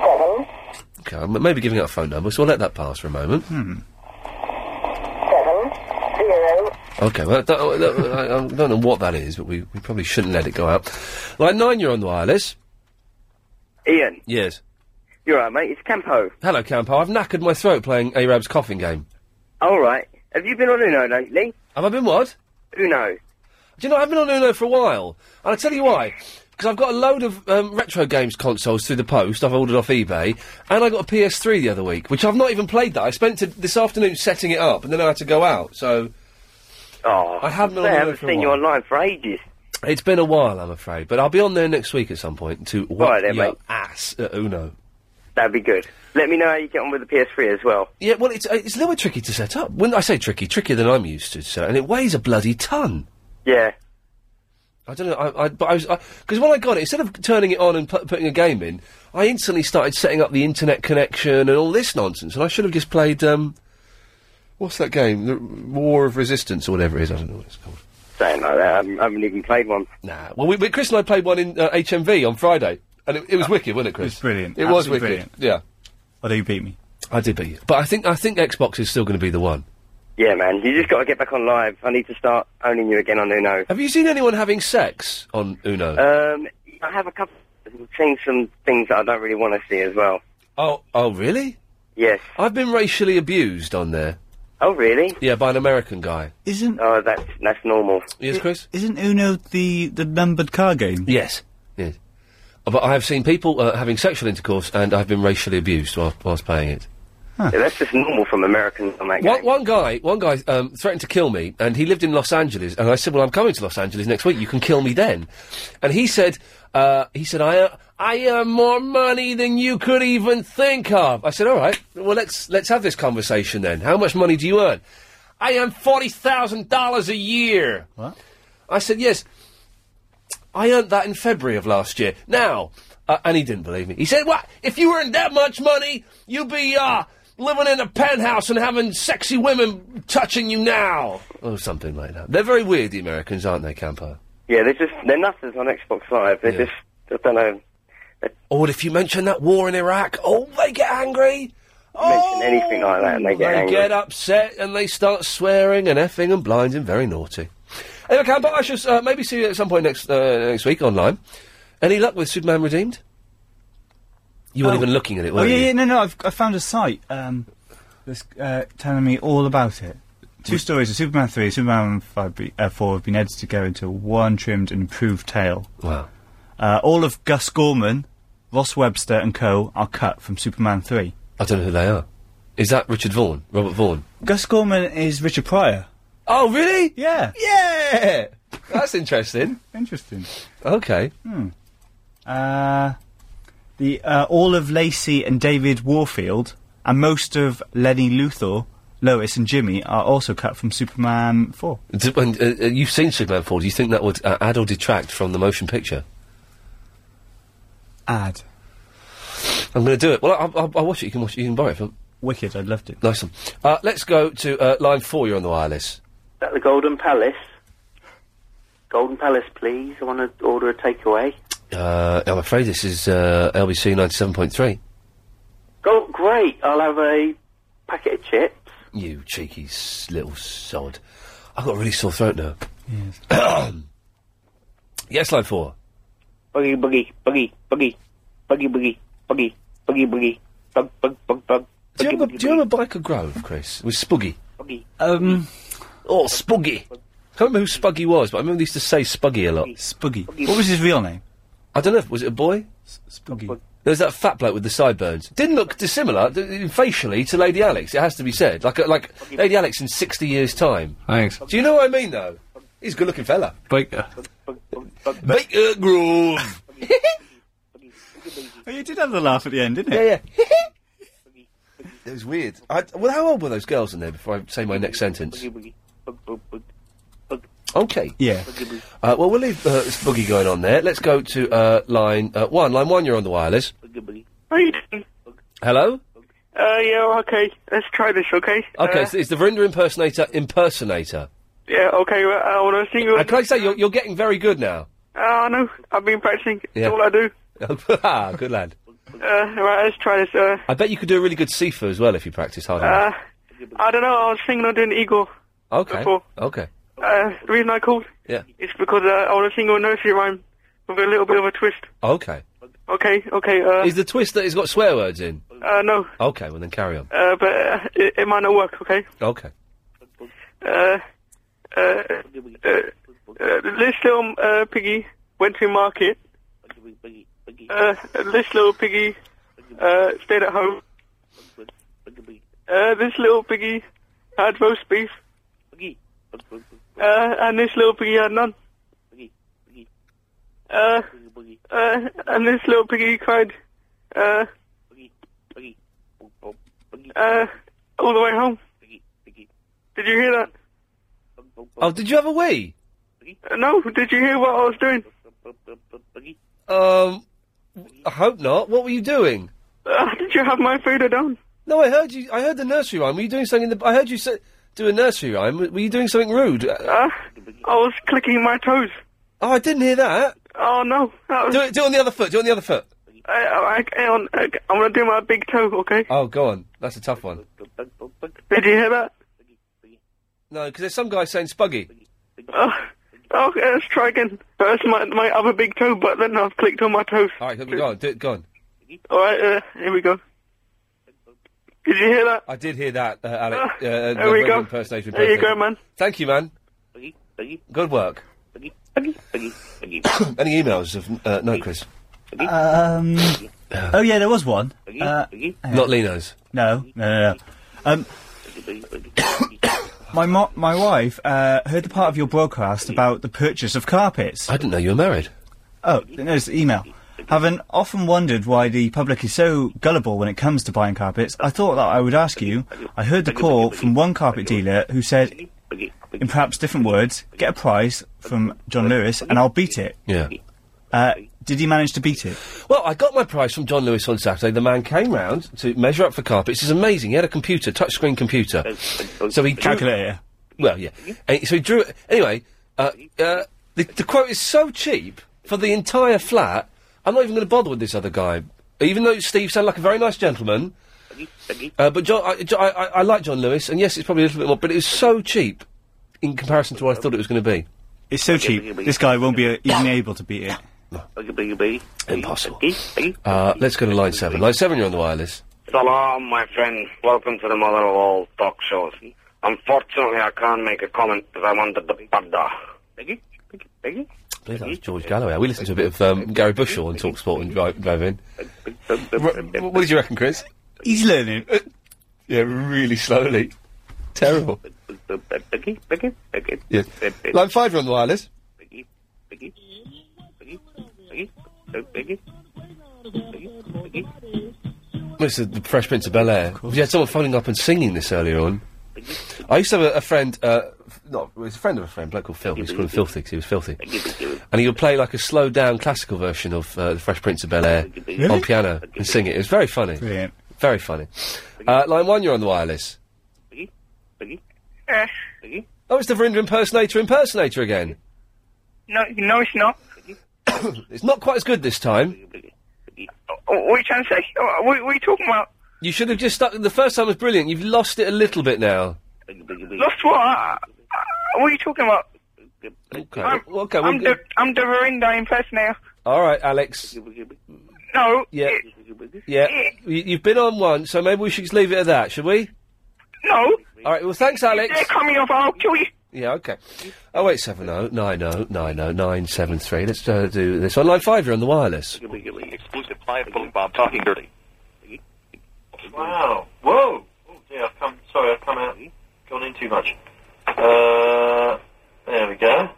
Speaker 5: Seven,
Speaker 20: Okay, I'm maybe giving out a phone number, so I'll let that pass for a moment. Hmm.
Speaker 5: seven, zero.
Speaker 20: Okay, well, I don't, I don't- I don't- I don't know what that is, but we, we probably shouldn't let it go out. Line 9, you're on the wireless.
Speaker 1: Ian,
Speaker 20: Yes.
Speaker 1: you're right, mate. It's Campo.
Speaker 20: Hello, Campo. I've knackered my throat playing Arab's coughing game.
Speaker 1: All right. Have you been on Uno lately?
Speaker 20: Have I been what?
Speaker 1: Uno.
Speaker 20: Do you know, I've been on Uno for a while. And I'll tell you why. Because I've got a load of um, retro games consoles through the post I've ordered off eBay, and I got a PS3 the other week, which I've not even played that. I spent t- this afternoon setting it up, and then I had to go out, so.
Speaker 1: Oh,
Speaker 20: I haven't been
Speaker 1: I
Speaker 20: on
Speaker 1: haven't
Speaker 20: Uno for a
Speaker 1: seen you
Speaker 20: while.
Speaker 1: online for ages.
Speaker 20: It's been a while, I'm afraid, but I'll be on there next week at some point to whack
Speaker 1: Right then,
Speaker 20: your
Speaker 1: mate.
Speaker 20: ass at Uno.
Speaker 1: That'd be good. Let me know how you get on with the PS3 as well.
Speaker 20: Yeah, well, it's uh, it's a little bit tricky to set up. When I say tricky, trickier than I'm used to, so and it weighs a bloody ton.
Speaker 1: Yeah.
Speaker 20: I don't know, I, I, but I was because when I got it, instead of turning it on and pu- putting a game in, I instantly started setting up the internet connection and all this nonsense, and I should have just played um, what's that game, the War of Resistance or whatever it is. I don't know what it's called.
Speaker 1: Saying like that, I haven't, I haven't even played one.
Speaker 20: Nah. Well, we, we, Chris and I played one in uh, HMV on Friday, and it, it was wicked, wasn't it, Chris? It was
Speaker 2: Ah, brilliant.
Speaker 20: It was
Speaker 2: Absolutely
Speaker 20: wicked.
Speaker 2: brilliant.
Speaker 20: Yeah.
Speaker 2: Although you beat me.
Speaker 20: I did beat you, but I think I think Xbox is still going to be the one.
Speaker 1: Yeah, man. You just got to get back on live. I need to start owning you again on Uno.
Speaker 20: Have you seen anyone having sex on Uno?
Speaker 1: Um, I have a couple. I've seen some things that I don't really want to see as well.
Speaker 20: Oh, oh, really?
Speaker 1: Yes.
Speaker 20: I've been racially abused on there.
Speaker 1: Oh, really?
Speaker 20: Yeah, by an American guy.
Speaker 2: Isn't
Speaker 1: Oh, that's that's normal.
Speaker 20: Yes, Chris.
Speaker 2: isn't Uno the, the numbered car game?
Speaker 20: Yes. Yes. Uh, But I have seen people uh, having sexual intercourse, and I've been racially abused whilst, whilst playing it.
Speaker 1: Yeah, that's just normal from Americans on that game.
Speaker 20: One, one guy, one guy um, threatened to kill me, and he lived in Los Angeles. And I said, "Well, I'm coming to Los Angeles next week. You can kill me then." And he said, uh, "He said I, uh, I earn more money than you could even think of." I said, "All right, well let's let's have this conversation then. How much money do you earn?" I earn forty thousand dollars a year. What? I said, "Yes." I earned that in February of last year. Now, uh, and he didn't believe me. He said, "What? If you earned that much money, you'd be uh, living in a penthouse and having sexy women touching you now." Or something like that. They're very weird, the Americans, aren't they, Campo?
Speaker 1: Yeah, they're just they're nutters on Xbox Live. They're just I don't know.
Speaker 20: Or Oh, if you mention that war in Iraq, oh, they get angry. Oh,
Speaker 1: Mention anything like that, and they get
Speaker 20: they
Speaker 1: angry.
Speaker 20: get upset and they start swearing and effing and blinding, very naughty. Anyway, Campo, I shall uh, maybe see you at some point next uh, next week online. Any luck with Superman Redeemed? You weren't
Speaker 2: Oh.
Speaker 20: even looking at it, were
Speaker 2: Oh yeah,
Speaker 20: you?
Speaker 2: yeah, no, no. I've I found a site um, that's uh, telling me all about it. Two stories of Superman three, Superman five, be, uh, four have been edited together into one trimmed and improved tale.
Speaker 20: Wow.
Speaker 2: Uh, all of Gus Gorman, Ross Webster, and co are cut from Superman three.
Speaker 20: I don't know who they are. Is that Richard Vaughan? Robert Vaughan?
Speaker 2: Gus Gorman is Richard Pryor.
Speaker 20: Oh, really?
Speaker 2: Yeah.
Speaker 20: Yeah. That's interesting.
Speaker 2: Interesting.
Speaker 20: Okay.
Speaker 2: Hmm. Uh, the uh, all of Lacey and David Warfield and most of Lenny Luthor, Lois and Jimmy are also cut from Superman Four.
Speaker 20: D- And, uh, uh, you've seen Superman 4. Do you think that would uh, add or detract from the motion picture?
Speaker 2: Add.
Speaker 20: I'm going to do it. Well, I- I'll, I'll, I'll watch it. You can watch it. You can borrow it. From...
Speaker 2: Wicked. I'd love to.
Speaker 20: Nice one. Uh, let's go to uh, line four. You're on the wireless.
Speaker 29: that the Golden Palace? Golden Palace, please. I want to order a takeaway.
Speaker 20: Uh, I'm afraid this is uh, LBC 97.3.
Speaker 29: Go, great. I'll have a packet of chips.
Speaker 20: You cheeky s- little sod. I've got a really sore throat now. yes, line four.
Speaker 8: Boogie, boogie, boogie, boogie, boogie, boogie, boogie, boogie, boogie, bug, bug, bug, bug.
Speaker 20: Do you, remember, do you remember Biker Grove, Chris? It was Spuggy.
Speaker 8: Spuggy.
Speaker 20: Um. Oh, Spuggy. I can't remember who Spuggy was, but I remember they used to say Spuggy a lot.
Speaker 2: Spuggy.
Speaker 20: What was his real name? I don't know. Was it a boy?
Speaker 2: Spuggy.
Speaker 20: There was that fat bloke with the sideburns. Didn't look dissimilar d- facially to Lady Alex. It has to be said. Like a, like Lady Alex in sixty years' time.
Speaker 26: Thanks.
Speaker 20: Do you know what I mean, though? He's a good-looking fella.
Speaker 26: Baker.
Speaker 20: Baker Grove.
Speaker 2: Oh, you did have the laugh at the end, didn't
Speaker 20: you? Yeah, yeah. It was weird. I, well, how old were those girls in there before I say my next sentence? Okay.
Speaker 2: Yeah.
Speaker 20: Uh, well, we'll leave uh, this boogie going on there. Let's go to uh, line uh, one. Line one, you're on the wireless.
Speaker 1: How you doing?
Speaker 20: Hello?
Speaker 1: Uh, yeah, okay. Let's try this, okay?
Speaker 20: Okay,
Speaker 1: Uh,
Speaker 20: so it's the Verinder impersonator impersonator.
Speaker 1: yeah, okay. Well, I want to sing you.
Speaker 20: And Uh, can I say, you're, you're getting very good now.
Speaker 1: Uh, I know. I've been practicing. It's
Speaker 20: Yeah.
Speaker 1: all I do.
Speaker 20: ah, good lad.
Speaker 1: Uh, right, let's try this. Uh,
Speaker 20: I bet you could do a really good Sifu as well if you practice hard
Speaker 1: uh,
Speaker 20: enough.
Speaker 1: I don't know. I was thinking of doing Eagle.
Speaker 20: Okay.
Speaker 1: before.
Speaker 20: Okay.
Speaker 1: Uh, the reason I called
Speaker 20: Yeah.
Speaker 1: is because uh, I want to sing you a nursery rhyme with a little bit of a twist.
Speaker 20: Okay.
Speaker 1: Okay, okay. Uh,
Speaker 20: Is the twist that it's got swear words in?
Speaker 1: uh no.
Speaker 20: Okay, well then carry on.
Speaker 1: Uh, but uh, it, it might not work, okay?
Speaker 20: Okay.
Speaker 1: uh, uh, uh, uh, this little uh, piggy went to market. Uh, this little piggy uh, stayed at home. Uh, this little piggy had roast beef. Uh, and this little piggy had none. Uh, uh, and this little piggy cried. Uh, uh, all the way home. Did you hear that?
Speaker 20: Oh, did you have a wee?
Speaker 1: Uh, No, did you hear what I was doing?
Speaker 20: Um, I hope not. What were you doing?
Speaker 1: Uh, did you have my food down?
Speaker 20: No, I heard you. I heard the nursery rhyme. Were you doing something? In the, I heard you say, do a nursery rhyme. Were you doing something rude? Uh,
Speaker 1: I was clicking my toes.
Speaker 20: Oh, I didn't hear that.
Speaker 1: Oh no! That was,
Speaker 20: Do it. Do it on the other foot. Do it on the other foot.
Speaker 1: I, I, I, on, I, I'm gonna do my big toe, okay?
Speaker 20: Oh, go on. That's a tough one.
Speaker 1: Did you hear that?
Speaker 20: No, because there's some guy saying spuggy.
Speaker 1: Uh, okay, let's try again. First, my my other big toe, but then I've clicked on my toes.
Speaker 20: All right, go on. Do it. Go on.
Speaker 1: All right, uh, here we go. Did you hear that?
Speaker 20: I did hear that, uh, Alec.
Speaker 1: Ah,
Speaker 20: Uh, the
Speaker 1: there we
Speaker 20: Reverend
Speaker 1: go.
Speaker 20: impersonator
Speaker 1: There you
Speaker 20: impersonator.
Speaker 1: go, man.
Speaker 20: Thank you, man. Good work. Any emails of uh, no, Chris?
Speaker 2: Um. oh yeah, there was one. Uh, hang
Speaker 20: Not
Speaker 2: on.
Speaker 20: Lino's.
Speaker 2: No, no, no, no. Um, my mo- my wife uh, heard the part of your broadcast about the purchase of carpets. I
Speaker 20: didn't know you were married.
Speaker 2: Oh, no, it's email. Having often wondered why the public is so gullible when it comes to buying carpets, I thought that I would ask you. I heard the call from one carpet dealer who said, in perhaps different words, get a price from John Lewis and I'll beat it.
Speaker 20: Yeah.
Speaker 2: Uh, did he manage to beat it?
Speaker 20: Well, I got my price from John Lewis on Saturday. The man came round to measure up for carpets. It's amazing. He had a computer, touchscreen computer. So he drew,
Speaker 2: calculator.
Speaker 20: Well, yeah. And so he drew. Anyway, uh, uh, the, the quote is so cheap for the entire flat. I'm not even going to bother with this other guy, even though Steve sounded like a very nice gentleman. Uh, but John, I, Jo- I, I, I like John Lewis, and yes, it's probably a little bit more, but it was so cheap in comparison to what I thought it was going to be.
Speaker 2: It's so cheap. This guy won't be uh, even able to beat it.
Speaker 20: Impossible. Uh, let's go to line seven. Line seven, you're on the wireless.
Speaker 30: Salam, my friend. Welcome to the mother of all talk shows. Unfortunately, I can't make a comment because I wanted the panda.
Speaker 20: I believe that was George Galloway. We listened to a bit of um, Gary Bushell and Talk Sport and Dri- Drive In. R- what did you reckon, Chris? Uh,
Speaker 2: He's learning.
Speaker 20: yeah, really slowly. Terrible. yeah. Line five, you're on the wireless. It's the, the Fresh Prince of Bel Air. You had someone phoning up and singing this earlier on. I used to have a, a friend, uh, f- not, it was a friend of a friend, a bloke called Phil. We used to call him Filthy 'cause he was filthy. And he would play like a slowed down classical version of uh, The Fresh Prince of Bel Air on piano and sing it. It was very funny. Brilliant. Very funny. Uh, line one, you're on the wireless.
Speaker 5: Eh,
Speaker 20: Oh, it's the Verinder impersonator impersonator again.
Speaker 5: No, no, it's not.
Speaker 20: It's not quite as good this time.
Speaker 5: What are you trying to say? Oh, What, what are you talking about?
Speaker 20: You should have just stuck. The first time was brilliant. You've lost it a little bit now.
Speaker 5: Lost what? Uh, What are you talking about?
Speaker 20: Okay.
Speaker 5: I'm,
Speaker 20: okay.
Speaker 5: I'm,
Speaker 20: well,
Speaker 5: the, I'm the Verinda impersonator.
Speaker 20: all right, Alex.
Speaker 5: No.
Speaker 20: Yeah. Yeah. You, you've been on one, so maybe we should just leave it at that, should we?
Speaker 5: No.
Speaker 20: All right. Well, thanks, Alex.
Speaker 5: They're coming off. I'll kill you.
Speaker 20: Yeah, okay. Oh wait, seven oh nine oh nine oh nine seven three. Let's uh, do this on line five. You're on the wireless.
Speaker 16: Exclusive client, Bully Bob, talking dirty.
Speaker 9: Wow. Whoa. Oh dear, I've come. Sorry, I've come out. Gone in too much. Uh, there we go.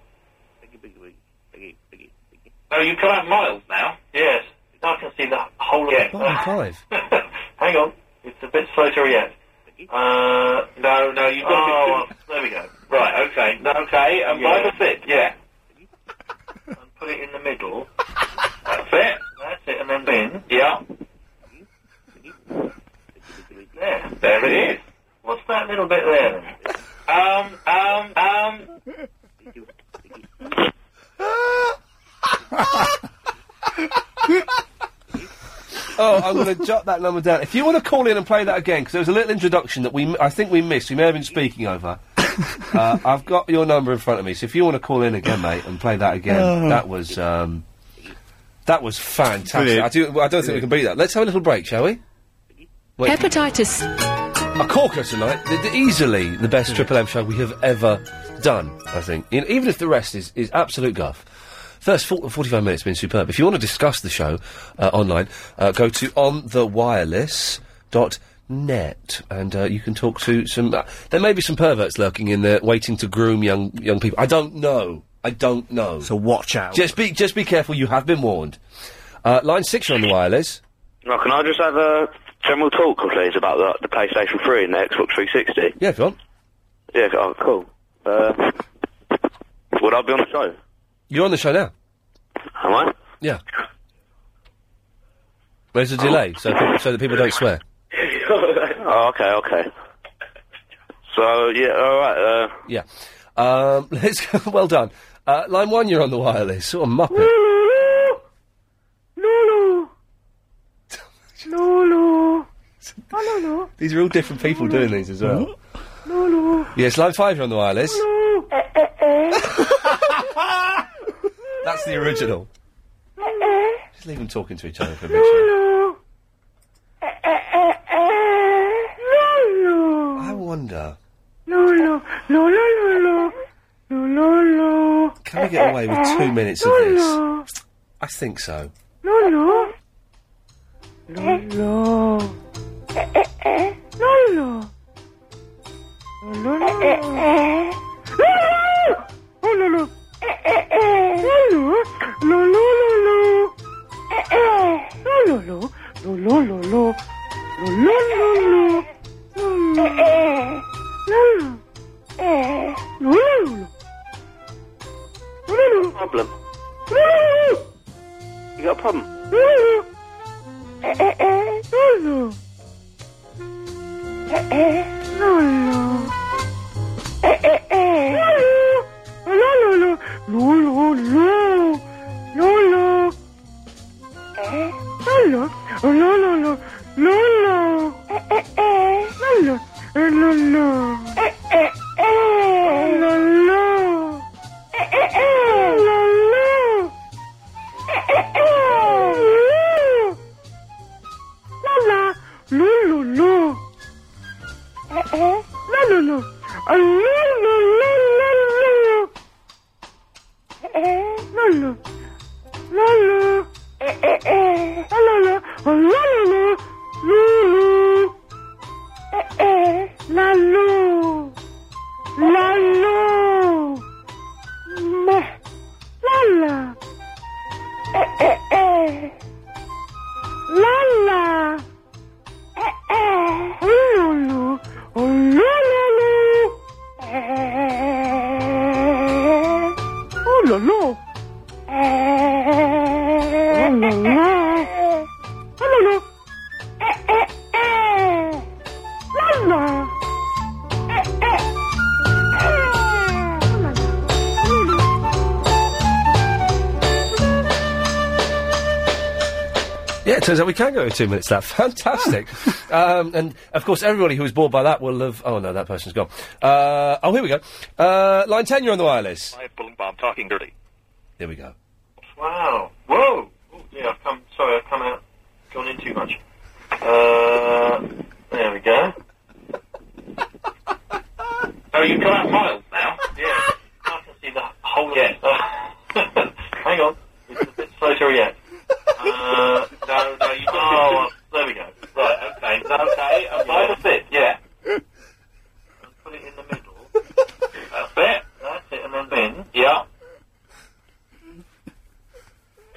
Speaker 9: Oh, you come out miles now. Yes. I can see the whole of it.
Speaker 20: Line five.
Speaker 9: Hang on. It's a bit slow to react. Uh, no, no, you've got oh, There we go. Right, okay. Okay, and by the fit. Yeah. and put it in the middle. That's it. That's it, and then bin. Yeah. There. There it is. What's that little bit there then? Um, um, um.
Speaker 20: Oh, I'm going to jot that number down. If you want to call in and play that again, because there was a little introduction that we, m- I think we missed. We may have been speaking over. uh, I've got your number in front of me, so if you want to call in again, mate, and play that again,
Speaker 31: Oh.
Speaker 20: that was um, that was fantastic.
Speaker 31: Brilliant.
Speaker 20: I, do, I don't think we can beat that. Let's have a little break, shall we? Wait.
Speaker 18: Hepatitis.
Speaker 20: A corker tonight. The, the- easily the best Triple M show we have ever done, I think. You know, even if the rest is, is absolute guff. First four, 45 minutes has been superb. If you want to discuss the show uh, online, uh, go to onthewireless.net and uh, you can talk to some. Uh, there may be some perverts lurking in there waiting to groom young young people. I don't know. I don't know. So watch out. Just be just be careful. You have been warned. Uh, line six, you're on the wireless.
Speaker 17: Well, can I just have a general talk, please, about the, the PlayStation 3 and the Xbox 360?
Speaker 20: Yeah, if you want.
Speaker 17: Yeah, oh, cool. Uh, would I be on the show?
Speaker 20: You're on the show now.
Speaker 17: Am I?
Speaker 20: Yeah. There's a delay, so so that people don't swear.
Speaker 17: oh, okay, okay. So, yeah, alright, uh...
Speaker 20: Yeah. Um, let's go. Well done. Uh, line one, you're on the wireless. Sort of muppet.
Speaker 7: Lulu. Lulu. Oh, Lulu.
Speaker 20: These are all different people doing these as well.
Speaker 7: Lulu. Eh,
Speaker 20: Yes, line five, you're on the wireless. That's the original.
Speaker 7: Eh,
Speaker 20: Just leave them talking to each other for a bit.
Speaker 7: Eh,
Speaker 20: I wonder. Can we get away
Speaker 7: Eh,
Speaker 20: with two minutes of this? I think so.
Speaker 7: Lulu. Lulu. Lulu. Lulu. Oh, Lulu. Lulu. Lulu, Lulu. Lulu, Lulu. Lulu, Lulu. Lulu, Lulu. Lulu. Lulu. Lulu. Lulu.
Speaker 17: Problem.
Speaker 7: Lulu.
Speaker 17: You got a problem?
Speaker 7: La la, lu lu lu. Eh eh, la lu lu, a lu lu lu lu lu. Eh eh, la lu, la lu. Eh eh eh, la la la, a la lu lu, lu lu. Eh eh, la lu, la lu. Meh, la la. Eh eh eh.
Speaker 20: Turns out we can go to two minutes left. Fantastic. um, and of course, everybody who was bored by that will have. Oh no, that person's gone. Uh, oh, here we go. Uh, line ten, you're on the wireless.
Speaker 16: Quiet bully Bob talking dirty.
Speaker 20: There we go.
Speaker 9: Wow. Whoa. Oh, yeah, I've come. Sorry, I've come out. Gone in too much. Uh, there we go. oh, you've got that miles now. Yeah. I can see the whole. Yeah. Uh, hang on. It's a bit slower yet. Uh, no, no, you've got. Oh, there we go. Right. Okay. Okay. And by the bit. Yeah. And put it in the middle. That's it. That's it. And then bin. Yeah.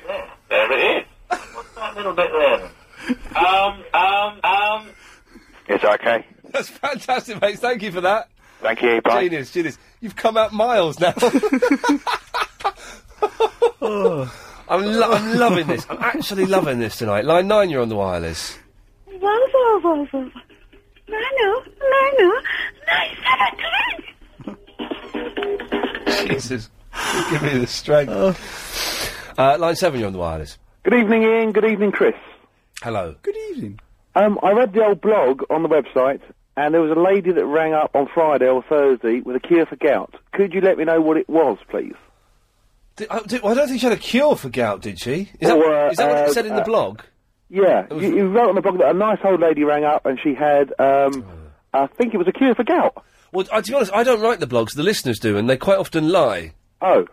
Speaker 9: There. There it is. What's that little bit there? then? Um, um, um.
Speaker 20: It's okay. That's fantastic, mate. Thank you for that.
Speaker 17: Thank you. Bye.
Speaker 20: Genius, genius. You've come out miles now. I'm, lo- I'm loving this. I'm actually loving this tonight. Line nine, you're on the wireless.
Speaker 7: Wow, wow, wow, wow. Nano, nano, nine, seven, ten.
Speaker 20: Jesus, give me the strength. Uh, line seven, you're on the wireless.
Speaker 23: Good evening, Ian. Good evening, Chris.
Speaker 20: Hello.
Speaker 23: Good evening. Um, I read the old blog on the website, and there was a lady that rang up on Friday or Thursday with a cure for gout. Could you let me know what it was, please?
Speaker 20: Did, I, did- oh, I don't think she had a cure for gout, did she? Is that,
Speaker 23: Or,
Speaker 20: is that what
Speaker 23: uh,
Speaker 20: it said in the
Speaker 23: uh,
Speaker 20: blog?
Speaker 23: Yeah, you, you wrote on the blog that a nice old lady rang up, and she had, um, I think it was a cure for gout.
Speaker 20: Well, uh, to be honest, I don't write the blogs. The listeners do, and they quite often lie.
Speaker 23: Oh.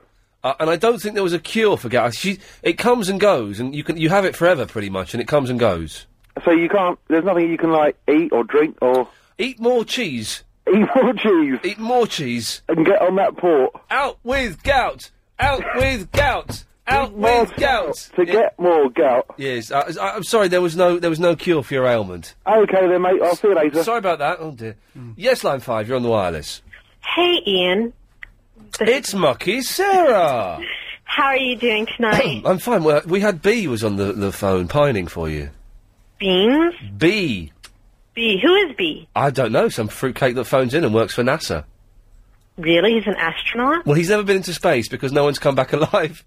Speaker 20: Uh, and I don't think there was a cure for gout. She, it comes and goes, and you can you have it forever, pretty much, and it comes and goes.
Speaker 23: So you can't. There's nothing you can like eat or drink or
Speaker 20: eat more cheese.
Speaker 23: Eat more cheese.
Speaker 20: Eat more cheese.
Speaker 23: And get on that port.
Speaker 20: Out with gout. Out with gout. Out with gout.
Speaker 23: To get more gout.
Speaker 20: Yes, uh, I, I'm sorry. There was no there was no cure for your ailment.
Speaker 23: Okay then, mate. I'll see you later.
Speaker 20: Sorry about that. Oh dear. Yes, line five. You're on the wireless.
Speaker 19: Hey, Ian.
Speaker 20: it's Mucky Sarah.
Speaker 19: How are you doing tonight?
Speaker 20: I'm fine. Well, we had B was on the, the phone pining for you.
Speaker 19: Beans?
Speaker 20: B.
Speaker 19: B. Who is B?
Speaker 20: I don't know. Some fruitcake that phones in and works for NASA.
Speaker 19: Really? He's an astronaut?
Speaker 20: Well, he's never been into space because no one's come back alive.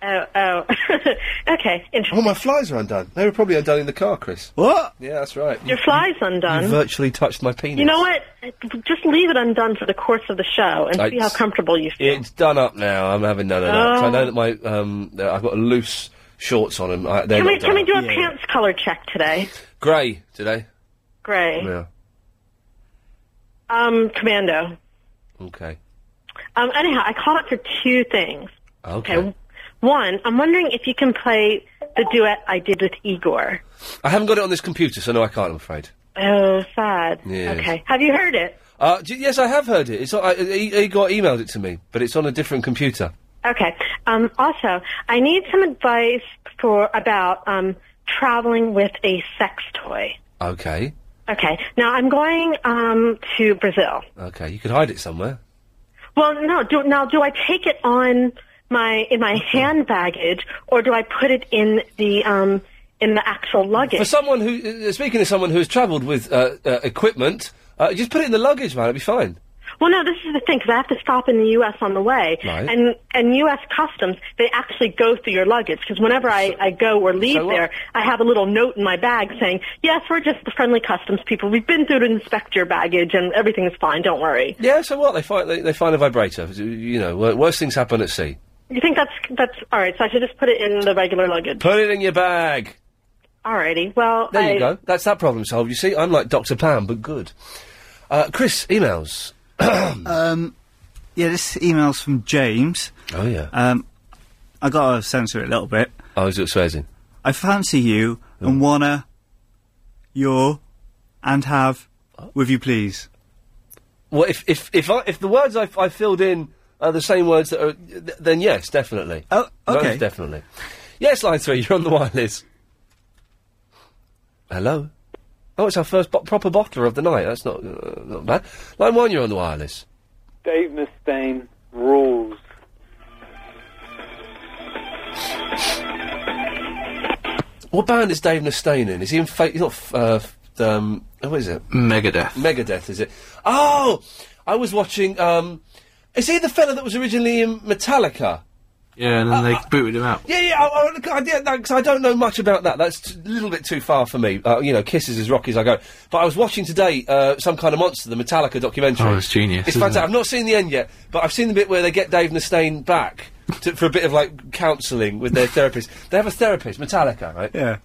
Speaker 19: Oh, oh. okay. Interesting.
Speaker 20: Oh, my flies are undone. They were probably undone in the car, Chris. What? Yeah, that's right.
Speaker 19: Your fly's
Speaker 20: You
Speaker 19: undone.
Speaker 20: virtually touched my penis.
Speaker 19: You know what? Just leave it undone for the course of the show and see how
Speaker 20: It's-
Speaker 19: comfortable you feel.
Speaker 20: It's done up now. I'm having none of that. 'cause I
Speaker 19: Oh.
Speaker 20: know that my um, uh, I've got loose shorts on and I, they're
Speaker 19: Can we,
Speaker 20: not done
Speaker 19: can we
Speaker 20: up.
Speaker 19: do a pants color check today?
Speaker 20: grey today?
Speaker 19: Gray.
Speaker 20: Yeah.
Speaker 19: Um, commando.
Speaker 20: Okay.
Speaker 19: Um, anyhow, I called up for two things.
Speaker 20: Okay.
Speaker 19: One, I'm wondering if you can play the duet I did with Igor.
Speaker 20: I haven't got it on this computer, so no, I can't. I'm afraid.
Speaker 19: Oh, sad.
Speaker 20: Yes.
Speaker 19: Okay. Have you heard it?
Speaker 20: Uh, d- yes, I have heard it. It's on, I, he, he got emailed it to me, but it's on a different computer.
Speaker 19: Okay. Um, also, I need some advice for about um, traveling with a sex toy.
Speaker 20: Okay.
Speaker 19: Okay. Now I'm going um, to Brazil.
Speaker 20: Okay. You could hide it somewhere.
Speaker 19: Well, no. Do, now, do I take it on my in my hand baggage, or do I put it in the um, in the actual luggage?
Speaker 20: For someone who, uh, speaking to someone who has travelled with uh, uh, equipment, uh, just put it in the luggage, man. It'll be fine.
Speaker 19: Well, no, this is the thing because I have to stop in the U.S. on the way,
Speaker 20: Right.
Speaker 19: and and U.S. customs they actually go through your luggage because whenever I, I go or leave
Speaker 11: so what?
Speaker 19: there, I have a little note in my bag saying, "Yes, we're just the friendly customs people. We've been through to inspect your baggage, and everything's fine. Don't worry."
Speaker 20: Yeah. So what? They find they, they find a vibrator. You know, wor- worst things happen at sea.
Speaker 19: You think that's that's all right? So I should just put it in the regular luggage.
Speaker 20: Put it in your bag.
Speaker 19: Alrighty. Well,
Speaker 20: There
Speaker 19: I,
Speaker 20: you go. That's that problem solved. You see, I'm like Dr. Pam, but good. Uh, Chris, emails.
Speaker 2: um, yeah, this email's from James.
Speaker 20: Oh yeah.
Speaker 2: Um, I gotta censor it a little bit.
Speaker 20: Oh, is it swears in? Oh.
Speaker 2: I fancy you and wanna your and have
Speaker 20: Oh.
Speaker 2: with you, please.
Speaker 20: Well, if if if I, if the words I, I filled in are the same words that are, th- then yes, definitely. Oh,
Speaker 2: okay.
Speaker 20: Those definitely. Yes, line three. You're on the wireless. Hello. Oh, it's our first bo- proper bottler of the night. That's not uh, not bad. Line one. You're on the wireless.
Speaker 31: Dave Mustaine rules.
Speaker 20: What band is Dave Mustaine in? Is he in? Fa- he's not. F- uh, f- um, who is it?
Speaker 26: Megadeth.
Speaker 20: Megadeth, is it? Oh, I was watching. Um, is he the fella that was originally in Metallica?
Speaker 26: Yeah, and then they booted him out.
Speaker 20: Yeah, yeah, I, I, look, I, yeah, because I don't know much about that. That's t- a little bit too far for me. Uh, you know, Kisses is rock as I go. But I was watching today uh, some kind of monster, the Metallica documentary.
Speaker 26: Oh, it's genius,
Speaker 20: It's
Speaker 26: isn't
Speaker 20: fantastic.
Speaker 26: it?
Speaker 20: I've not seen the end yet, but I've seen the bit where they get Dave Mustaine back to, for a bit of like counselling with their therapist. They have a therapist, Metallica, right?
Speaker 2: Yeah.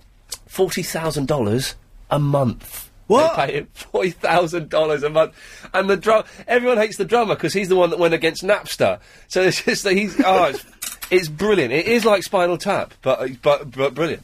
Speaker 20: Forty thousand dollars a month. What? They pay him forty thousand dollars a month, and the drum. Everyone hates the drummer because he's the one that went against Napster. So it's just that he's oh, it's, it's brilliant. It is like Spinal Tap, but but but brilliant.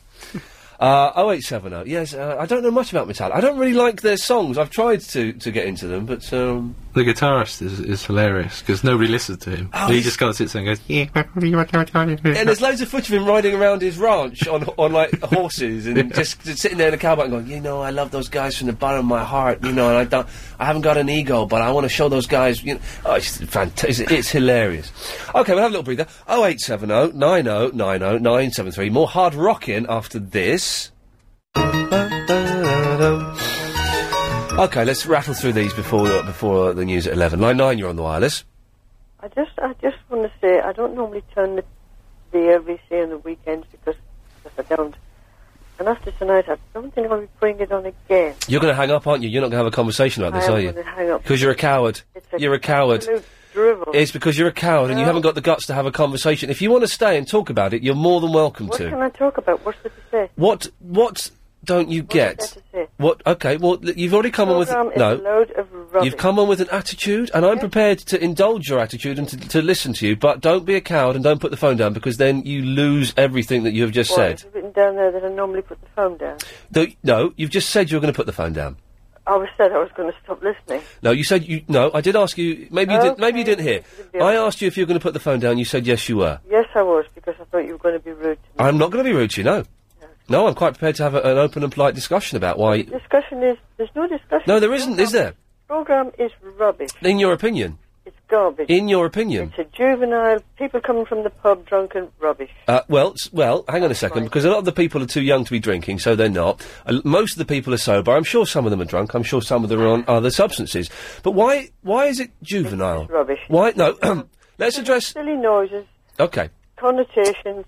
Speaker 20: Uh, 0870. Yes, uh, I don't know much about Metallica. I don't really like their songs. I've tried to, to get into them, but um,
Speaker 26: The guitarist is, is hilarious because nobody listens to him.
Speaker 20: Oh,
Speaker 26: he
Speaker 20: he's-
Speaker 26: just kind of sits there and goes, yeah.
Speaker 20: and there's loads of footage of him riding around his ranch on on like horses and just, just sitting there in a cowboy and going, you know, I love those guys from the bottom of my heart, you know, and I don't, I haven't got an ego, but I want to show those guys, you know, oh, it's fantastic, it's hilarious. Okay, we'll have a little breather. Oh eight seven oh nine oh nine oh nine seven three. More hard rocking after this. Okay, let's rattle through these before the, before the news at eleven. Line nine, you're on the wireless.
Speaker 11: I just, I just want to say, I don't normally turn the the ABC on the weekends because if I don't. And after tonight, I don't think I'll be putting it on again.
Speaker 20: You're going to hang up, aren't you? You're not going to have a conversation like this,
Speaker 11: I
Speaker 20: are
Speaker 11: am
Speaker 20: you?
Speaker 11: gonna hang up.
Speaker 20: Because you're a coward. you're a coward.
Speaker 11: Absolute drivel.
Speaker 20: It's because you're a coward and you haven't got the guts to have a conversation. If you want to stay and talk about it, you're more than welcome
Speaker 11: What
Speaker 20: to.
Speaker 11: can I talk about? What's there to say?
Speaker 20: What what don't you get?
Speaker 11: say?
Speaker 20: What okay? Well, l- you've already come on with
Speaker 11: Program is
Speaker 20: no.
Speaker 11: a load of rubbish.
Speaker 20: You've come on with an attitude, and I'm prepared to indulge your attitude and to, to listen to you. But don't be a coward and don't put the phone down because then you lose everything that you have just
Speaker 11: Well,
Speaker 20: said.
Speaker 11: It's written down there that I normally put the phone down.
Speaker 20: Though- No, you've just said you were going to put the phone down.
Speaker 11: I was said I was going to stop listening.
Speaker 20: No, you said you. No, I did ask you. Maybe you did. Maybe you didn't hear. I asked you if you were going to put the phone down. You said yes, you were.
Speaker 11: Yes, I was because I thought you were going to be rude.
Speaker 20: I'm not going to be rude to you. No, no, I'm quite prepared to have a, an open and polite discussion about why.
Speaker 11: Discussion is there's no discussion.
Speaker 20: No, there isn't, is there?
Speaker 11: Program is rubbish.
Speaker 20: In your opinion.
Speaker 11: It's garbage.
Speaker 20: In your opinion.
Speaker 11: It's a juvenile, people coming from the pub drunken rubbish.
Speaker 20: Uh, well, s- well, hang on a second, because a lot of the people are too young to be drinking, so they're not. Uh, most of the people are sober. I'm sure some of them are drunk. I'm sure some of them are on other substances. But why? Why is it juvenile?
Speaker 11: rubbish.
Speaker 20: Why? No. let's address.
Speaker 11: Silly noises,
Speaker 20: Okay.
Speaker 11: connotations,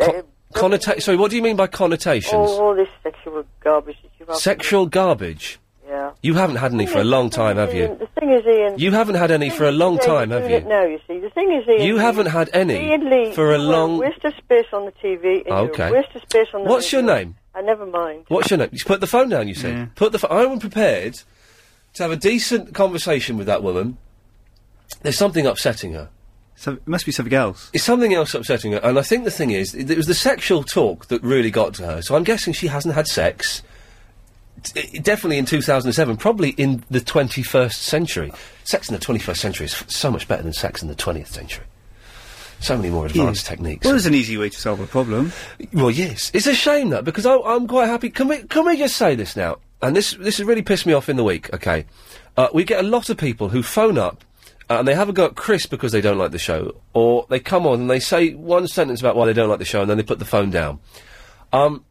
Speaker 11: uh,
Speaker 20: Connota- Sorry, what do you mean by connotations?
Speaker 11: all, all this sexual garbage that you have.
Speaker 20: Sexual garbage.
Speaker 11: Yeah.
Speaker 20: You haven't had any for a long time, have
Speaker 11: Ian,
Speaker 20: you?
Speaker 11: The thing is, Ian.
Speaker 20: You haven't had any for a long
Speaker 11: Yeah,
Speaker 20: time,
Speaker 11: you're
Speaker 20: have
Speaker 11: doing It
Speaker 20: you?
Speaker 11: now, you see. The thing is, Ian.
Speaker 20: You haven't had any
Speaker 11: Ian Lee,
Speaker 20: for a
Speaker 11: you
Speaker 20: long-
Speaker 11: Were a waste of space on the TV. And you were
Speaker 20: Okay.
Speaker 11: a waste of space on the.
Speaker 20: What's your
Speaker 11: radio.
Speaker 20: name?
Speaker 11: I never mind.
Speaker 20: What's your name? Just put the phone down, you said. Put the pho- I am prepared to have a decent conversation with that woman. There's something upsetting her.
Speaker 2: So it must be something else.
Speaker 20: It's something else upsetting her, and I think the thing is, it, it was the sexual talk that really got to her. So I'm guessing she hasn't had sex, t- i- definitely in 2007, probably in the 21st century. Sex in the 21st century is f- so much better than sex in the 20th century. So many more advanced techniques.
Speaker 2: Well, there's an easy way to solve a problem.
Speaker 20: Well, yes, it's a shame that because I, I'm quite happy. Can we can we just say this now? And this this has really pissed me off in the week. Okay, uh, we get a lot of people who phone up uh, and they have a go at Chris because they don't like the show, or they come on and they say one sentence about why they don't like the show, and then they put the phone down. Um,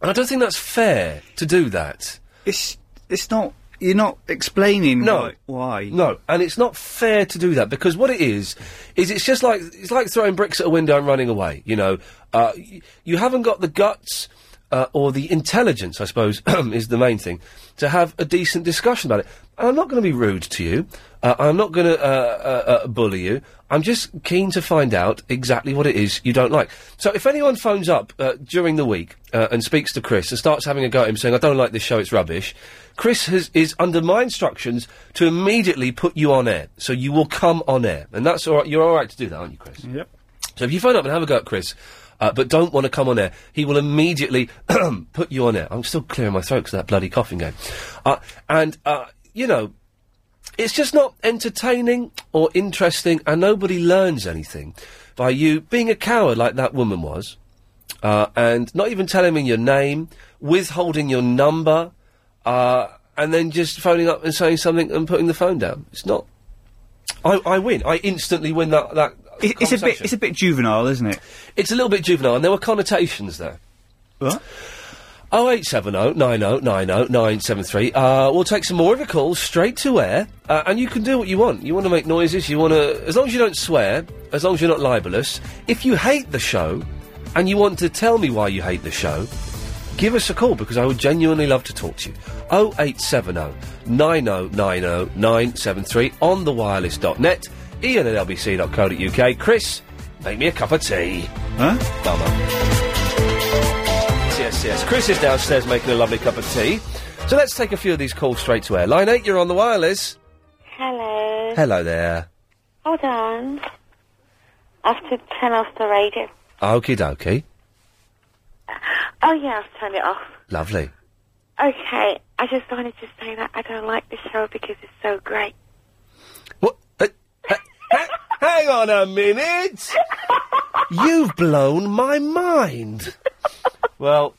Speaker 20: and I don't think that's fair to do that.
Speaker 2: It's it's not. You're not explaining
Speaker 20: No.
Speaker 2: why. why.
Speaker 20: No, and it's not fair to do that because what it is is it's just like it's like throwing bricks at a window and running away. You know, uh, y- you haven't got the guts uh, or the intelligence, I suppose, is the main thing to have a decent discussion about it. And I'm not going to be rude to you. Uh, I'm not going to uh, uh, uh, bully you. I'm just keen to find out exactly what it is you don't like. So if anyone phones up uh, during the week uh, and speaks to Chris and starts having a go at him saying, I don't like this show, it's rubbish, Chris has, is under my instructions to immediately put you on air. So you will come on air. And that's all right. You're all right to do that, aren't you, Chris?
Speaker 2: Yep.
Speaker 20: So if you phone up and have a go at Chris, uh, but don't want to come on air, he will immediately put you on air. I'm still clearing my throat because of that bloody coughing game. Uh, and, uh, you know, it's just not entertaining or interesting, and nobody learns anything by you being a coward like that woman was, uh, and not even telling me your name, withholding your number, uh, and then just phoning up and saying something and putting the phone down. It's not. I, I win. I instantly win that. that
Speaker 2: it's a bit. It's a bit juvenile, isn't it?
Speaker 20: It's a little bit juvenile, and there were connotations there.
Speaker 2: What?
Speaker 20: Oh eight seven oh nine oh nine oh nine seven three. Uh, we'll take some more of your calls straight to air, uh, and you can do what you want. You want to make noises. You want to, as long as you don't swear, as long as you're not libelous. If you hate the show, and you want to tell me why you hate the show, give us a call because I would genuinely love to talk to you. Oh eight seven oh nine oh nine oh nine seven three on the wireless.net, Ian at lbc.co.uk. Chris, make me a cup of tea. Huh? Yes, yes. Chris is downstairs making a lovely cup of tea. So let's take a few of these calls straight to air. Line 8, you're on the wireless.
Speaker 3: Hello.
Speaker 20: Hello there.
Speaker 3: Hold on. I have to turn off the radio.
Speaker 20: Okie dokie.
Speaker 3: Oh, yeah, I've turned it off.
Speaker 20: Lovely.
Speaker 3: Okay, I just wanted to say that I don't like the show because it's so great.
Speaker 20: Hang on a minute! You've blown my mind. well,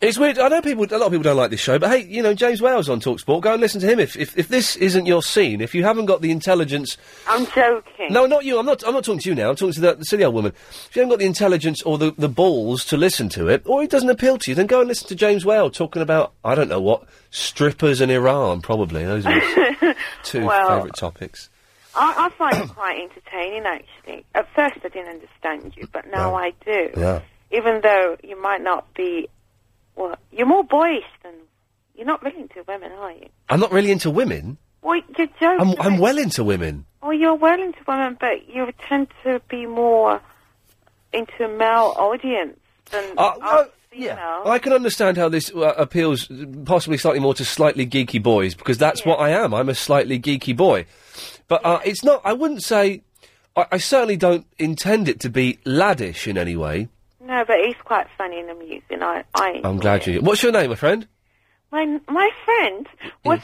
Speaker 20: it's weird. I know people. A lot of people don't like this show, but hey, you know James Wales on Talksport. Go and listen to him. If if, if this isn't your scene, if you haven't got the intelligence,
Speaker 3: I'm joking.
Speaker 20: no, not you. I'm not. I'm not talking to you now. I'm talking to that the silly old woman. If you haven't got the intelligence or the, the balls to listen to it, or it doesn't appeal to you, then go and listen to James Whale talking about I don't know what strippers in Iran. Probably those are his two
Speaker 3: Well-
Speaker 20: favourite topics.
Speaker 3: I, I find it quite entertaining, actually. At first, I didn't understand you, but now I do.
Speaker 20: Yeah.
Speaker 3: Even though you might not be, well, you're more boyish than you're not really into women, are you?
Speaker 20: I'm not really into women.
Speaker 3: Well, you're joking.
Speaker 20: I'm I'm well into women.
Speaker 3: Well, you're well into women, but you tend to be more into a male audience than
Speaker 20: Uh,
Speaker 3: us female.
Speaker 20: I can understand how this uh, appeals uh, possibly slightly more to slightly geeky boys because that's what I am. I'm a slightly geeky boy, but uh, it's not. I wouldn't say. I, I certainly don't intend it to be laddish in any way.
Speaker 3: No, but it's quite funny and amusing. I, I
Speaker 20: I'm glad you. What's your name, my friend?
Speaker 3: my my friend was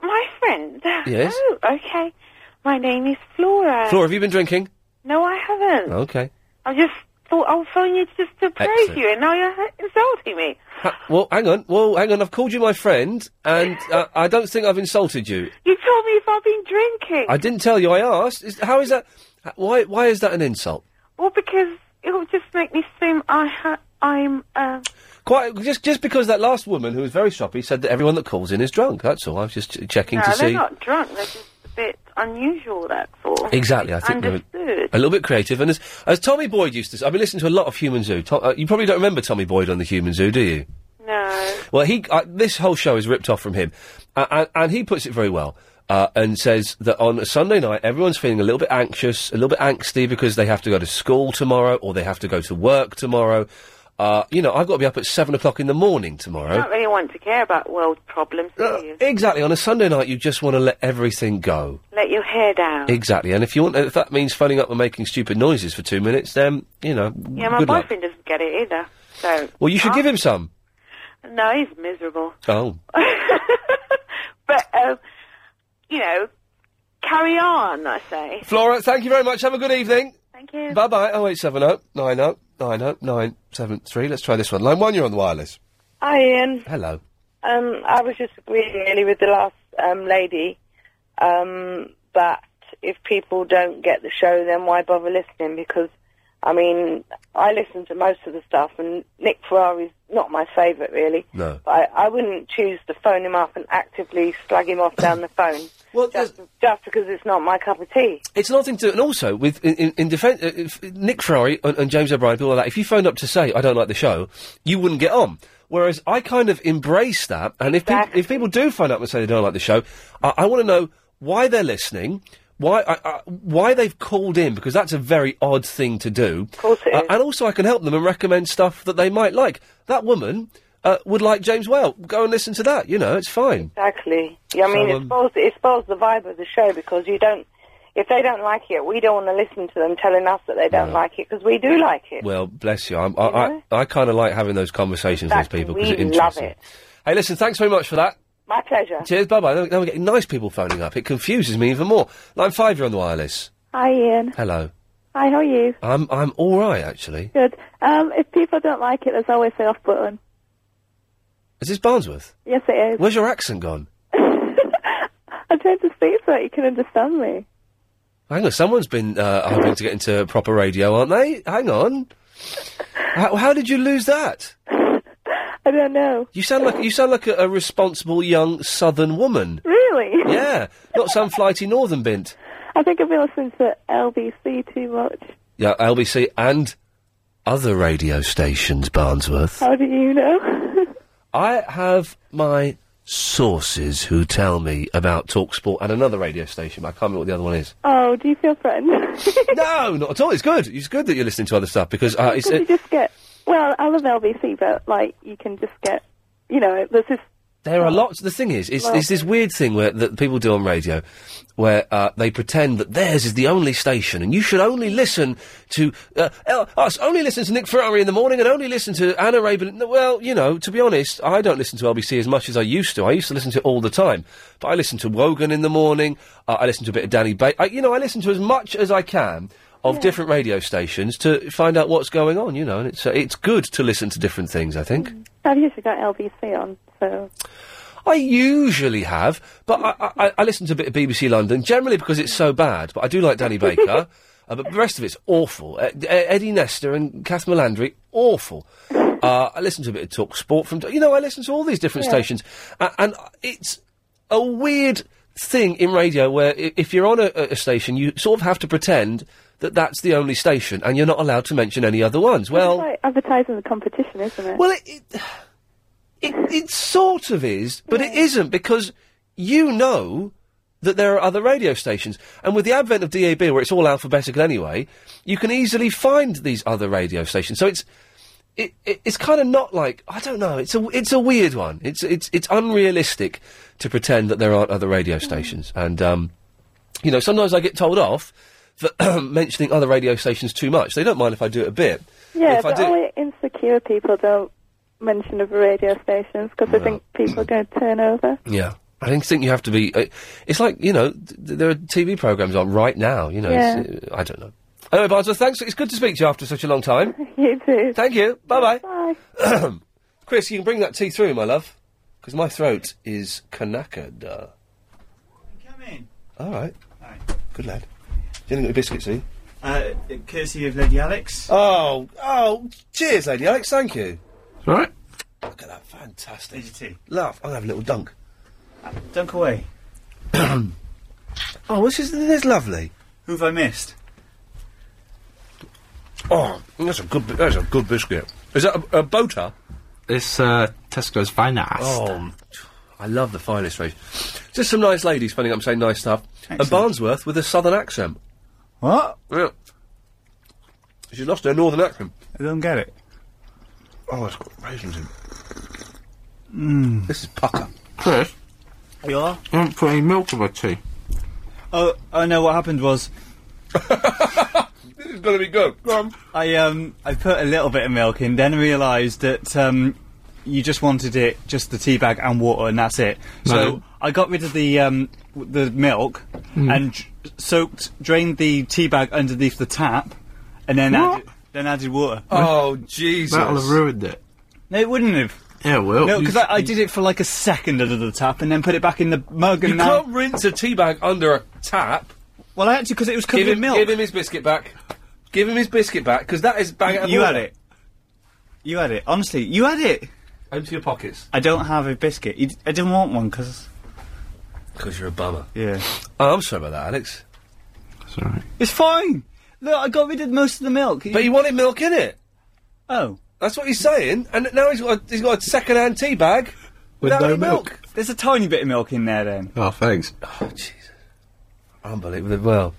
Speaker 3: my friend.
Speaker 20: Yes.
Speaker 3: Oh, okay. My name is Flora.
Speaker 20: Flora, have you been drinking?
Speaker 3: No, I haven't.
Speaker 20: Okay.
Speaker 3: I just thought oh, I'll phone you just to praise
Speaker 20: Excellent.
Speaker 3: you, and now you're insulting me.
Speaker 20: Ha- well, hang on. Well, hang on. I've called you my friend, and uh, I don't think I've insulted you.
Speaker 3: You told me if I've been drinking.
Speaker 20: I didn't tell you. I asked. Is, how is that? h- Why? Why is that an insult?
Speaker 3: Well, because it would just make me seem I ha- I'm. Uh,
Speaker 20: Quite just just because that last woman who was very stroppy said that everyone that calls in is drunk. That's all. I was just ch- checking
Speaker 3: no,
Speaker 20: to
Speaker 3: they're
Speaker 20: see Oh.
Speaker 3: not drunk. They're just a bit unusual. That's all.
Speaker 20: exactly. I think we're
Speaker 3: Understood.
Speaker 20: a little bit creative. And as, as Tommy Boyd used to, s- I've been listening to a lot of Human Zoo. To, uh, you probably don't remember Tommy Boyd on the Human Zoo, do you?
Speaker 3: No.
Speaker 20: Well, he uh, this whole show is ripped off from him, uh, and, and he puts it very well. Uh, and says that on a Sunday night, everyone's feeling a little bit anxious, a little bit angsty because they have to go to school tomorrow or they have to go to work tomorrow. Uh, you know, I've got to be up at seven o'clock in the morning tomorrow.
Speaker 3: You don't really want to care about world problems, do
Speaker 20: Uh.
Speaker 3: you?
Speaker 20: Exactly. On a Sunday night, you just want to let everything go.
Speaker 3: Let your hair down.
Speaker 20: Exactly. And if you want, if that means phoning up and making stupid noises for two minutes, then you know,
Speaker 3: yeah, my
Speaker 20: good luck.
Speaker 3: boyfriend doesn't get it either. So
Speaker 20: Well, you should give him some.
Speaker 3: no, he's miserable.
Speaker 20: Oh,
Speaker 3: But um, you know, carry on. I say.
Speaker 20: Flora, thank you very much. Have a good evening.
Speaker 3: Thank you.
Speaker 20: Bye bye. Oh eight seven oh nine oh nine oh nine seven three. Let's try this one. Line one. You're on the wireless.
Speaker 5: Hi, Ian.
Speaker 20: Hello.
Speaker 5: Um, I was just agreeing really with the last um, lady um, that if people don't get the show, then why bother listening? Because, I mean, I listen to most of the stuff, and Nick Ferrari's not my favourite, really.
Speaker 20: No.
Speaker 5: But I, I wouldn't choose to phone him up and actively slag him off down the phone
Speaker 20: well,
Speaker 5: just, just because it's not my cup of tea.
Speaker 20: It's nothing to, and also with in, in, in defence, uh, if Nick Ferrari and, and James O'Brien, people like that. If you phoned up to say I don't like the show, you wouldn't get on. Whereas I kind of embrace that, and if people, if people do phone up and say they don't like the show, I, I want to know why they're listening, why I, I, why they've called in because that's a very odd thing to do. Of course it is. and also, I can help them and recommend stuff that they might like. That woman uh, would like James Well. Go and listen to that. You know, it's fine.
Speaker 5: Exactly. Yeah, I mean,
Speaker 20: So,
Speaker 5: it,
Speaker 20: um,
Speaker 5: spoils, it spoils the vibe of the show because you don't. If they don't like it, we don't want to listen to them telling us that they don't like it because we do like it.
Speaker 20: Well, bless you. I'm, I, I, I kind of like having those conversations
Speaker 5: Exactly.
Speaker 20: with people because
Speaker 5: We
Speaker 20: it
Speaker 5: love
Speaker 20: interests me.
Speaker 5: it. Uh-huh.
Speaker 20: Hey, listen, thanks very much for that.
Speaker 5: My pleasure.
Speaker 20: Cheers, bye bye. Now, now we're getting nice people phoning up. It confuses me even more. Line five, you're on the wireless.
Speaker 32: Hi, Ian.
Speaker 20: Hello.
Speaker 32: Hi, how are you?
Speaker 20: I'm I'm all right actually.
Speaker 32: Good. Um, if people don't like it, there's always the off button.
Speaker 20: Is this Barnsworth?
Speaker 32: Yes, it is.
Speaker 20: Where's your accent gone?
Speaker 32: I'm trying to speak so that you can understand me.
Speaker 20: Hang on, someone's been uh, hoping to get into proper radio, aren't they? Hang on. How, how did you lose that?
Speaker 32: I
Speaker 3: I don't know.
Speaker 20: You sound like you sound like a, a responsible young Southern woman.
Speaker 3: Really?
Speaker 20: Yeah, not some flighty Northern bint.
Speaker 3: I think I've been listening to LBC too much.
Speaker 20: Yeah, LBC and other radio stations, Barnsworth.
Speaker 3: How do you know?
Speaker 20: I have my sources who tell me about Talksport and another radio station. but I can't remember what the other one is.
Speaker 3: oh, do you feel threatened?
Speaker 20: no, not at all. It's good. It's good that you're listening to other stuff because uh, it's.
Speaker 3: Because you
Speaker 20: It,
Speaker 3: just get. Well, I love LBC, but like you can just get. You know, there's this.
Speaker 20: There are lots. The thing is, it's,
Speaker 3: Well-
Speaker 20: it's this weird thing where that people do on radio, where uh, they pretend that theirs is the only station, and you should only listen to uh, El- us. Only listen to Nick Ferrari in the morning, and only listen to Anna Rabel. No, Well, you know, to be honest, I don't listen to LBC as much as I used to. I used to listen to it all the time, but I listen to Wogan in the morning. Uh, I listen to a bit of Danny Ba I, you know, I listen to as much as I can of different radio stations to find out what's going on. You know, and it's uh, it's good to listen to different things. I think.
Speaker 3: I've usually got LBC on, so.
Speaker 20: I usually have, but I, I, I listen to a bit of BBC London generally because it's so bad. But I do like Danny Baker, uh, but the rest of it's awful. Uh, E- Eddie Nestor and Kath Melandry, awful. Uh, I listen to a bit of Talk Sport from you know I listen to all these different
Speaker 26: Yeah.
Speaker 20: stations, uh, and it's a weird thing in radio where i- if you're on a, a station, you sort of have to pretend that that's the only station, and you're not allowed to mention any other ones. Well.
Speaker 3: It's like advertising the competition, isn't it?
Speaker 20: Well, it, It, it sort of is, but it isn't because you know that there are other radio stations. And with the advent of DAB, where it's all alphabetical anyway, you can easily find these other radio stations. So it's. It, it, it's kind of not like I don't know. It's a it's a weird one. It's it's it's unrealistic to pretend that there aren't other radio stations. And um, you know, sometimes I get told off for mentioning other radio stations too much. They don't mind if I do it a bit.
Speaker 3: yeah,
Speaker 20: if I
Speaker 3: but
Speaker 20: do-
Speaker 3: only insecure people don't mention other radio stations because they think people are going to turn over.
Speaker 20: Yeah. I don't think you have to be. Uh, it's like, you know, th- there are TV programmes on right now, you know. It's, uh, I don't know. Anyway, Barnes, thanks. It's good to speak to you after such a long time.
Speaker 3: You too.
Speaker 20: Thank you. Bye
Speaker 3: bye.
Speaker 20: Bye. Chris, you can bring that tea through, my love, because my throat is kanakaed. Come in. All right. Good lad. Do you think your biscuits, see?
Speaker 2: Uh, courtesy of Lady Alex.
Speaker 20: Oh, oh, cheers, Lady Alex. Thank you. All right. Look at that. Fantastic.
Speaker 2: Lady T.
Speaker 20: Love. I'll have a little dunk.
Speaker 2: Uh, Dunk away.
Speaker 20: Oh, this is, this is lovely.
Speaker 2: Who have I missed?
Speaker 20: Oh, that's a good. bi- That's a good biscuit. Is that a, a boater?
Speaker 8: It's uh, Tesco's finest.
Speaker 20: Oh, I love the finest range. Just some nice ladies phoning up and saying nice stuff. And Barnsworth with a southern accent.
Speaker 2: What?
Speaker 20: Yeah. She's lost her northern accent.
Speaker 2: I don't get it.
Speaker 20: Oh, it's got raisins in.
Speaker 2: Mm.
Speaker 20: This is pucker.
Speaker 8: Chris,
Speaker 2: You are?
Speaker 8: you haven't put any milk in my tea.
Speaker 2: Oh, oh no! What happened was
Speaker 20: This is going to be good.
Speaker 2: I um I put a little bit of milk in, then realised that um you just wanted it just the tea bag and water, and that's it. So
Speaker 8: No.
Speaker 2: I got rid of the um w- the milk
Speaker 8: Mm.
Speaker 2: and dr- soaked, drained the tea bag underneath the tap, and then
Speaker 8: What?
Speaker 2: added, then added water.
Speaker 20: Oh, Jesus.
Speaker 8: That'll have ruined it.
Speaker 2: No, it wouldn't have.
Speaker 8: Yeah, well.
Speaker 2: no, because I, I did it for like a second under the tap, and then put it back in the mug, and
Speaker 20: You
Speaker 2: now
Speaker 20: can't rinse a tea bag under a tap.
Speaker 2: well, I actually because it was covered
Speaker 20: Give
Speaker 2: in
Speaker 20: him,
Speaker 2: milk.
Speaker 20: give him his biscuit back. Give him his biscuit back, because that is bang out of
Speaker 2: you had
Speaker 20: order.
Speaker 2: it. You had it. Honestly, you had it.
Speaker 20: Empty your pockets.
Speaker 2: I don't have a biscuit. You d- I didn't want one because.
Speaker 20: Because you're a bummer.
Speaker 2: Yeah.
Speaker 20: Oh, I'm sorry about that, Alex.
Speaker 8: Sorry.
Speaker 2: It's fine. Look, I got rid of most of the milk.
Speaker 20: But you wanted milk in it.
Speaker 2: Oh.
Speaker 20: That's what he's saying, and now he's got a, he's got a second-hand tea bag without any milk.
Speaker 2: There's a tiny bit of milk in there then.
Speaker 8: Oh, thanks.
Speaker 20: Oh, Jesus. Unbelievable. Well,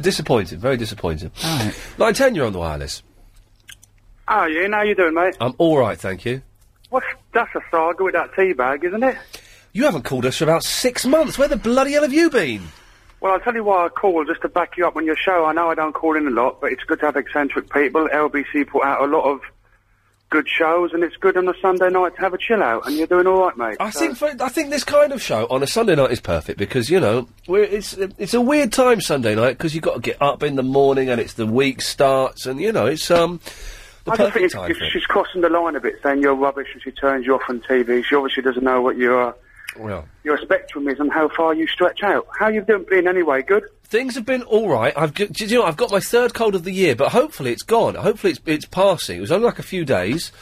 Speaker 20: disappointed. Very disappointed. Nine ten, you're on the wireless.
Speaker 27: Oh, yeah, how you doing, mate?
Speaker 20: I'm all right, thank you.
Speaker 27: What's that's a saga with that tea bag, isn't it?
Speaker 20: You haven't called us for about six months. Where the bloody hell have you been?
Speaker 27: Well, I'll tell you why I called, just to back you up on your show. I know I don't call in a lot, but it's good to have eccentric people. LBC put out a lot of good shows, and it's good on a Sunday night to have a chill out, and you're doing all right, mate.
Speaker 20: I think for, I think this kind of show on a Sunday night is perfect because you know we're, it's it's a weird time Sunday night because you've got to get up in the morning and it's the week starts and you know it's um the
Speaker 27: I just think
Speaker 20: perfect
Speaker 27: it's,
Speaker 20: time. For
Speaker 27: it's-
Speaker 20: it.
Speaker 27: she's crossing the line a bit, saying you're rubbish, and she turns you off on TV. She obviously doesn't know what your
Speaker 20: Well,
Speaker 27: your spectrum is and how far you stretch out. How you doing, being anyway? Good.
Speaker 20: Things have been all right. I've ju- do you know what? I've got my third cold of the year, but hopefully it's gone. Hopefully it's it's passing. It was only like a few days,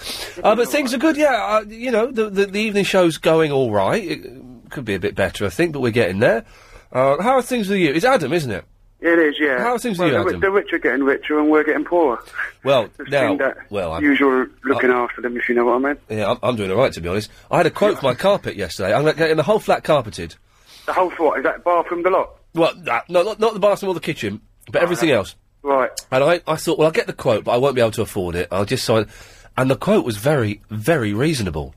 Speaker 20: uh, but things are good. Yeah, uh, you know the, the the evening show's going all right. It uh, could be a bit better, I think, but we're getting there. Uh, how are things with you? It's Adam, isn't it?
Speaker 27: It is, yeah.
Speaker 20: How are things
Speaker 27: well,
Speaker 20: with you,
Speaker 27: the,
Speaker 20: Adam?
Speaker 27: the rich are getting richer and we're getting poorer.
Speaker 20: Well,
Speaker 27: Just
Speaker 20: now,
Speaker 27: think that
Speaker 20: well, I'm, Oh.
Speaker 27: usual looking after them, if you know what I mean.
Speaker 20: yeah, I'm, I'm doing all right to be honest. I had a quote for my carpet yesterday. I'm getting the whole flat carpeted.
Speaker 27: The whole flat, is that bathroom the lot?
Speaker 20: Well, nah, no, not, not the bathroom or the kitchen, but everything else.
Speaker 27: Right.
Speaker 20: And I, I thought, well, I'll get the quote, but I won't be able to afford it. I'll just sign. And the quote was very, very reasonable.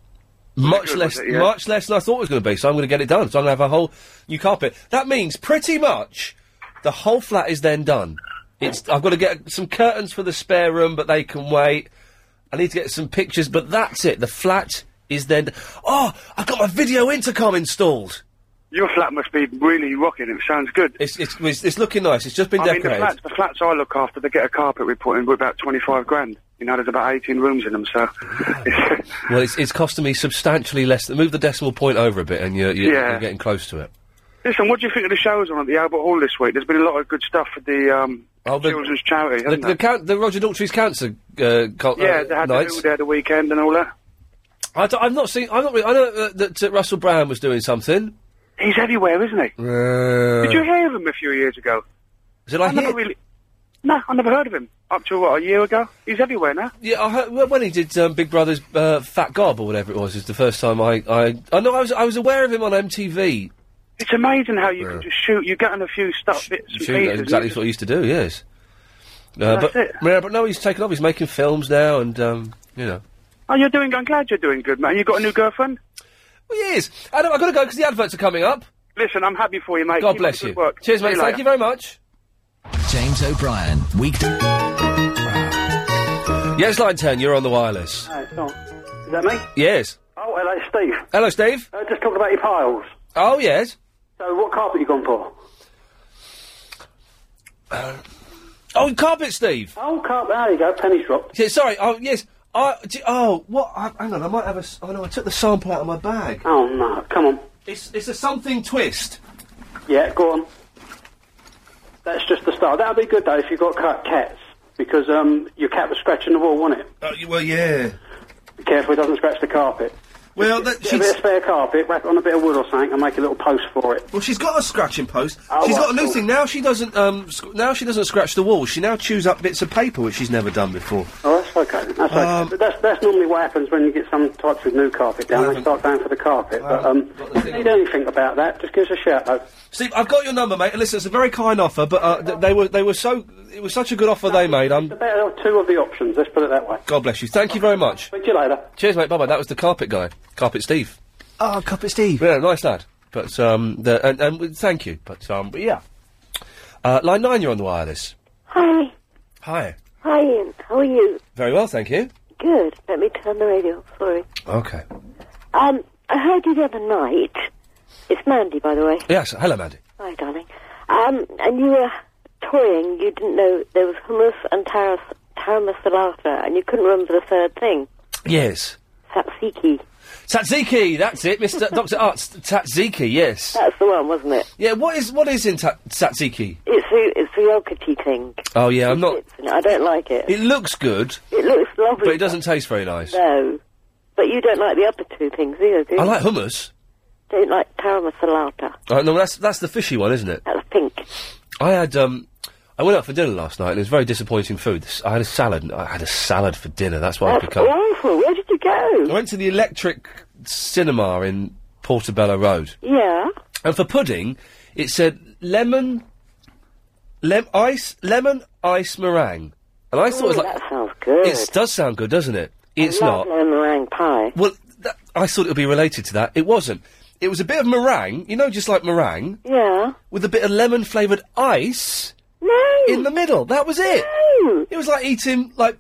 Speaker 20: Much
Speaker 1: good,
Speaker 20: less,
Speaker 1: was it, yeah?
Speaker 20: much less than I thought it was going to be. So I'm going to get it done. So I'm going to have a whole new carpet. That means pretty much the whole flat is then done. It's I've got to get some curtains for the spare room, but they can wait. I need to get some pictures, but that's it. The flat is then. Oh, I've got my video intercom installed.
Speaker 27: Your flat must be really rocking. It sounds good.
Speaker 20: It's it's it's, it's looking nice. It's just been
Speaker 27: I mean,
Speaker 20: decorated.
Speaker 27: the flats, the flats I look after, they get a carpet reporting with about 25 grand. You know, there's about 18 rooms in them, so...
Speaker 20: Well, it's, it's costing me substantially less. Than, move the decimal point over a bit, and you're, you're,
Speaker 27: Yeah.
Speaker 20: you're getting close to it.
Speaker 27: Listen, what do you think of the shows on at the Albert Hall this week? There's been a lot of good stuff for the, um, children's charity,
Speaker 20: Oh, The,
Speaker 27: hasn't
Speaker 20: the,
Speaker 27: there?
Speaker 20: coun the Roger Daltrey's cancer uh, col-
Speaker 27: yeah,
Speaker 20: uh,
Speaker 27: they had
Speaker 20: nights.
Speaker 27: the, they had the weekend and all that.
Speaker 20: I don't, I've not seen. I'm not. Really, I know uh, that uh, Russell Brand was doing something.
Speaker 27: He's everywhere, isn't he?
Speaker 20: Uh,
Speaker 27: Did you hear of him a few years ago?
Speaker 20: Is it like
Speaker 27: I never
Speaker 20: here?
Speaker 27: really... No, I never heard of him. Up to, what, a year ago? He's everywhere now.
Speaker 20: Yeah, I heard, well, when he did um, Big Brother's uh, Fat Gob or whatever it was, is the first time I, I. I know I was I was aware of him on MTV.
Speaker 27: It's amazing how you
Speaker 20: Yeah.
Speaker 27: can just shoot. You get on a few stuff bits and
Speaker 20: Sure,
Speaker 27: pieces.
Speaker 20: that's exactly
Speaker 27: and
Speaker 20: what I used to do. Yes. Uh,
Speaker 27: That's
Speaker 20: but
Speaker 27: it.
Speaker 20: yeah, but no, he's taken off. He's making films now, and um, you know.
Speaker 27: Oh, you're doing. I'm glad you're doing good, man. You got a new girlfriend?
Speaker 20: Well, yes. Adam, I've got to go because the adverts are coming up.
Speaker 27: Listen, I'm happy for you, mate.
Speaker 20: God
Speaker 27: Keep up
Speaker 20: bless
Speaker 27: the
Speaker 20: you.
Speaker 27: good Work.
Speaker 20: Cheers,
Speaker 27: See
Speaker 20: mate. Thank
Speaker 27: later.
Speaker 20: you very much.
Speaker 33: James O'Brien, weekday.
Speaker 20: Yes, line ten. You're on the wireless.
Speaker 1: No, it's not. Is that me?
Speaker 20: Yes.
Speaker 1: Oh, hello, Steve.
Speaker 20: Hello, Steve.
Speaker 1: Uh, just talking about your piles.
Speaker 20: Oh yes.
Speaker 1: So, what carpet you gone for?
Speaker 20: Uh, Oh, carpet, Steve.
Speaker 1: Oh, carpet. There you go. Pennies dropped.
Speaker 20: Yeah, sorry. Oh yes. I d- oh what? I, hang on. I might have a. s- Oh no, I took the sample out of my bag.
Speaker 1: Oh no! Come on.
Speaker 20: It's it's a something twist.
Speaker 1: Yeah, go on. That's just the start. That'll be good though if you've got cat cats because um, your cat was scratching the wall, wasn't it?
Speaker 20: Oh, y- well, yeah.
Speaker 1: Be careful it doesn't scratch the carpet.
Speaker 20: Well, that,
Speaker 1: Get a bit of spare carpet, wrap it on a bit of wood or something, and make a little post for it.
Speaker 20: Well, she's got a scratching post.
Speaker 1: Oh,
Speaker 20: she's
Speaker 1: well,
Speaker 20: got a new thing now. She doesn't um sc- now she doesn't scratch the wall. She now chews up bits of paper which she's never done before.
Speaker 1: Oh, that's okay. That's
Speaker 20: Um,
Speaker 1: okay. But that's that's normally what happens when you get some types of new carpet down. They start going for the carpet. But um, if you need anything about that, just give us a shout. Though.
Speaker 20: Steve, I've got your number, mate. And Listen, it's a very kind offer, but uh, th- they were they were so it was such a good offer they made. I'm
Speaker 1: The better of two of the options. Let's put it that way.
Speaker 20: God bless you. Thank you very much.
Speaker 1: Speak to you later.
Speaker 20: Cheers, mate. Bye bye. That was the carpet guy, carpet Steve.
Speaker 34: Oh, carpet Steve.
Speaker 20: Yeah, nice lad. But um, the, and, and w- thank you. But um, but yeah. Uh, line nine, you're on the wireless.
Speaker 3: Hi.
Speaker 20: Hi.
Speaker 3: Hi, Ian. How are you?
Speaker 20: Very well, thank you.
Speaker 3: Good. Let me turn the radio. off, Sorry.
Speaker 20: Okay.
Speaker 3: Um, I heard you the other night. It's Mandy, by the way.
Speaker 20: Yes. Hello, Mandy.
Speaker 3: Hi, darling. Um, and you were toying. You didn't know there was hummus and taras, taramasalata, and you couldn't remember the third thing.
Speaker 20: Yes.
Speaker 3: Satsiki.
Speaker 20: Tatziki, that's it, Mister Doctor Arts. Tatziki, yes.
Speaker 3: That's the one, wasn't it?
Speaker 20: Yeah. What is what is in ta- Tatziki?
Speaker 3: It's the, it's the yogurty thing.
Speaker 20: Oh yeah, I'm not.
Speaker 3: And I don't like it.
Speaker 20: It looks good,
Speaker 3: It looks lovely.
Speaker 20: but it doesn't taste very nice.
Speaker 3: No. But you don't like the upper two things either, do you?
Speaker 20: I like hummus.
Speaker 3: don't like taramasalata.
Speaker 20: Uh, no, that's that's the fishy one, isn't it?
Speaker 3: That's pink.
Speaker 20: I had um, I went out for dinner last night and it was very disappointing food. This- I had a salad. and I had a salad for dinner. That's why I
Speaker 3: That's
Speaker 20: could come.
Speaker 3: awful. Where did you go?
Speaker 20: I went to the Electric Cinema in Portobello Road,
Speaker 3: Yeah.
Speaker 20: and for pudding, it said lemon, lem ice, lemon ice meringue, and I thought it was
Speaker 3: Ooh,
Speaker 20: like
Speaker 3: that sounds good.
Speaker 20: It does sound good, doesn't it? It's
Speaker 3: I
Speaker 20: not.
Speaker 3: love lemon meringue pie.
Speaker 20: Well, that, I thought it would be related to that. It wasn't. It was a bit of meringue, you know, just like meringue,
Speaker 3: Yeah.
Speaker 20: with a bit of lemon flavoured ice in the middle. That was it. It was like eating like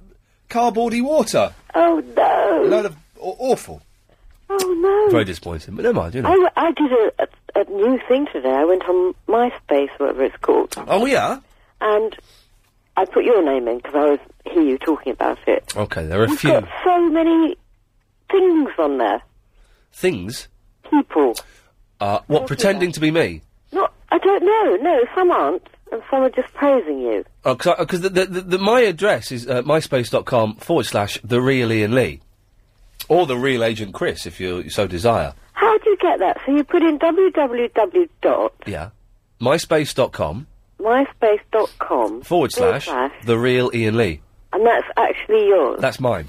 Speaker 20: cardboardy water.
Speaker 3: Oh no!
Speaker 20: A load of aw- awful.
Speaker 3: Oh no.
Speaker 20: Very disappointing, but never mind. You
Speaker 3: I,
Speaker 20: know.
Speaker 3: w- I did a, a, a new thing today. I went on MySpace, whatever it's called,
Speaker 20: oh yeah.
Speaker 3: and I put your name in because I was hear you talking about it.
Speaker 20: Okay, there are a
Speaker 3: You've
Speaker 20: few
Speaker 3: got so many things on there.
Speaker 20: things.
Speaker 3: People.
Speaker 20: Uh, what pretending to be me?
Speaker 3: Not. I don't know. No, some aren't. and some are just praising you.
Speaker 20: Oh, because the, the, the, the, my address is uh, myspace.com forward slash the real Ian Lee. Or the real agent Chris, if you so desire.
Speaker 3: How do you get that? So you put in www dot
Speaker 20: Yeah. Myspace.com
Speaker 3: myspace.com
Speaker 20: forward slash the real Ian Lee.
Speaker 3: and that's actually yours.
Speaker 20: That's mine.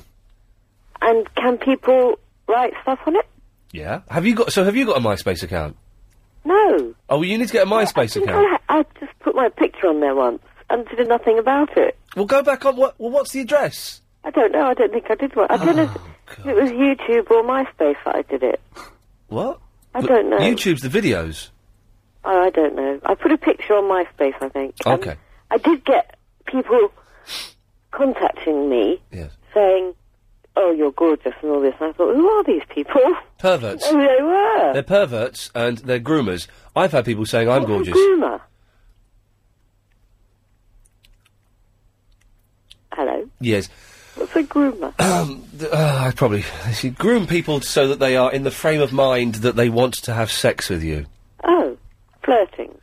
Speaker 3: And can people write stuff on it?
Speaker 20: Yeah. Have you got, so have you got a MySpace account?
Speaker 3: No.
Speaker 20: Oh, well, you need to get a MySpace account.
Speaker 3: I, I just put my picture on there once and did nothing about it.
Speaker 20: Well, go back on. What, well, what's the address? Oh,
Speaker 3: I don't know. I don't think I did one. I don't know if it was YouTube or MySpace that I did it.
Speaker 20: What?
Speaker 3: I don't know.
Speaker 20: YouTube's the videos.
Speaker 3: Oh, I don't know. I put a picture on MySpace, I think.
Speaker 20: Okay.
Speaker 3: I did get people contacting me
Speaker 20: Yes.
Speaker 3: saying, oh, you're gorgeous and all this. And I thought, who are these people?
Speaker 20: Perverts.
Speaker 3: Oh, they were.
Speaker 20: They're perverts and they're groomers. I've had people saying I'm gorgeous.
Speaker 3: Groomer. Hello.
Speaker 20: Yes.
Speaker 3: What's a groomer?
Speaker 20: Um, th- uh, I probably I see, groom people so that they are in the frame of mind that they want to have sex with you.
Speaker 3: Oh, flirting.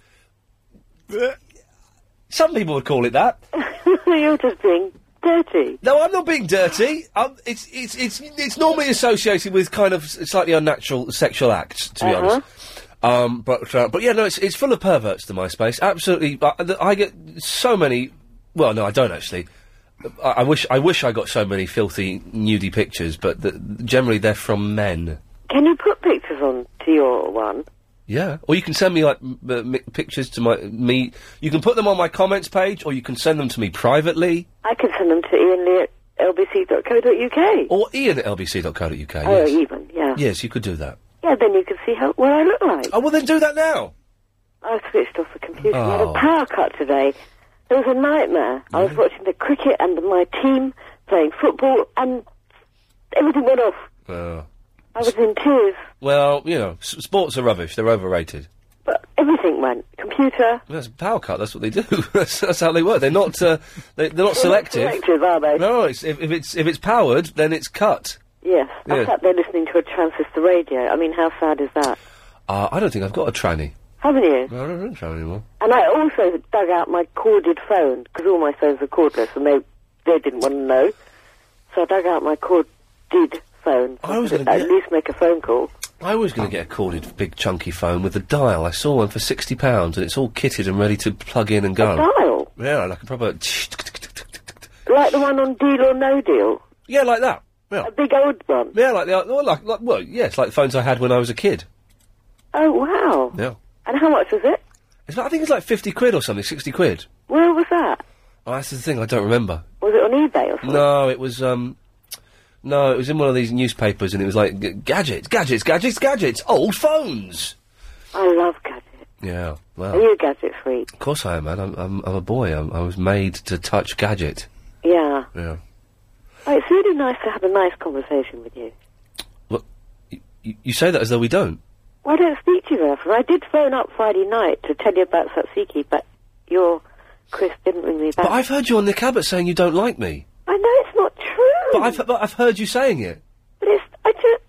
Speaker 20: Some people would call it that.
Speaker 3: You're just being dirty.
Speaker 20: No, I'm not being dirty. i it's it's it's it's normally associated with kind of s- slightly unnatural sexual acts, to be
Speaker 3: Uh-huh.
Speaker 20: honest. Um, but uh, but yeah, no, it's it's full of perverts. The MySpace, absolutely. But th- I get so many. Well, no, I don't actually. I, I wish I wish I got so many filthy nudie pictures, but th generally they're from men.
Speaker 3: Can you put pictures on to your one?
Speaker 20: Yeah, or you can send me like m- uh, mi pictures to my me. You can put them on my comments page, or you can send them to me privately
Speaker 3: I can send them to Ian Lee at lbc.co.uk.
Speaker 20: or Ian at lbc.co.uk.
Speaker 3: oh,
Speaker 20: Oh, yes.
Speaker 3: even, yeah.
Speaker 20: Yes, you could do that.
Speaker 3: Yeah, then you can see how what I look like.
Speaker 20: Oh, well, then do that now.
Speaker 3: I switched off the computer. I had
Speaker 20: Oh.
Speaker 3: a power cut today. It was a nightmare. I was watching the cricket and my team playing football, and everything went off.
Speaker 20: Oh.
Speaker 3: I was in tears.
Speaker 20: Well, you know, s- sports are rubbish. They're overrated.
Speaker 3: Everything went. Computer.
Speaker 20: That's a power cut. That's what they do. that's, that's how they work. They're not. Uh, they, they're not selective.
Speaker 3: selective, are they?
Speaker 20: No, it's, if, if it's if it's powered, then it's cut.
Speaker 3: Yes.
Speaker 20: Yeah.
Speaker 3: I sat there listening to a transistor radio. I mean, how sad is that?
Speaker 20: Uh, I don't think I've got a tranny.
Speaker 3: Haven't you?
Speaker 20: No, I don't have a tranny anymore.
Speaker 3: And I also dug out my corded phone because all my phones are cordless, and they they didn't want to know. So I dug out my corded phone. So I
Speaker 20: was
Speaker 3: could
Speaker 20: gonna
Speaker 3: at
Speaker 20: get-
Speaker 3: least make a phone call.
Speaker 20: I was
Speaker 3: Oh.
Speaker 20: going to get a corded, big, chunky phone with a dial. I saw one for sixty pounds, and it's all kitted and ready to plug in and go.
Speaker 3: dial?
Speaker 20: Yeah, like a proper.
Speaker 3: Like the one on Deal or No Deal.
Speaker 20: Yeah, like that.
Speaker 3: A big old one.
Speaker 20: Yeah, like the well, like, like well, yes, like the phones I had when I was a kid.
Speaker 3: Oh wow!
Speaker 20: Yeah,
Speaker 3: And how much was it?
Speaker 20: it's like, I think it's like fifty quid or something, sixty quid.
Speaker 3: Where was that?
Speaker 20: Oh, that's the thing. I don't remember.
Speaker 3: Was it on eBay or something?
Speaker 20: No, it was um, no, it was in one of these newspapers, and it was like g- gadgets, gadgets, gadgets, gadgets, old phones.
Speaker 3: I love gadgets.
Speaker 20: Yeah,
Speaker 3: Are
Speaker 20: well,
Speaker 3: you a gadget freak?
Speaker 20: of course I am, man. I'm I'm, I'm a boy. I'm, I was made to touch gadget.
Speaker 3: Yeah.
Speaker 20: Yeah.
Speaker 3: Oh, it's really nice to have a nice conversation with you.
Speaker 20: You, you say that as though we don't.
Speaker 3: Well, I don't speak to you very often. I did phone up Friday night to tell you about Satsiki, but your Chris didn't ring me back.
Speaker 20: But I've heard you on Nick Abbott saying you don't like me.
Speaker 3: I know it's not true.
Speaker 20: But I've but I've heard you saying it.
Speaker 3: But it's, I don't,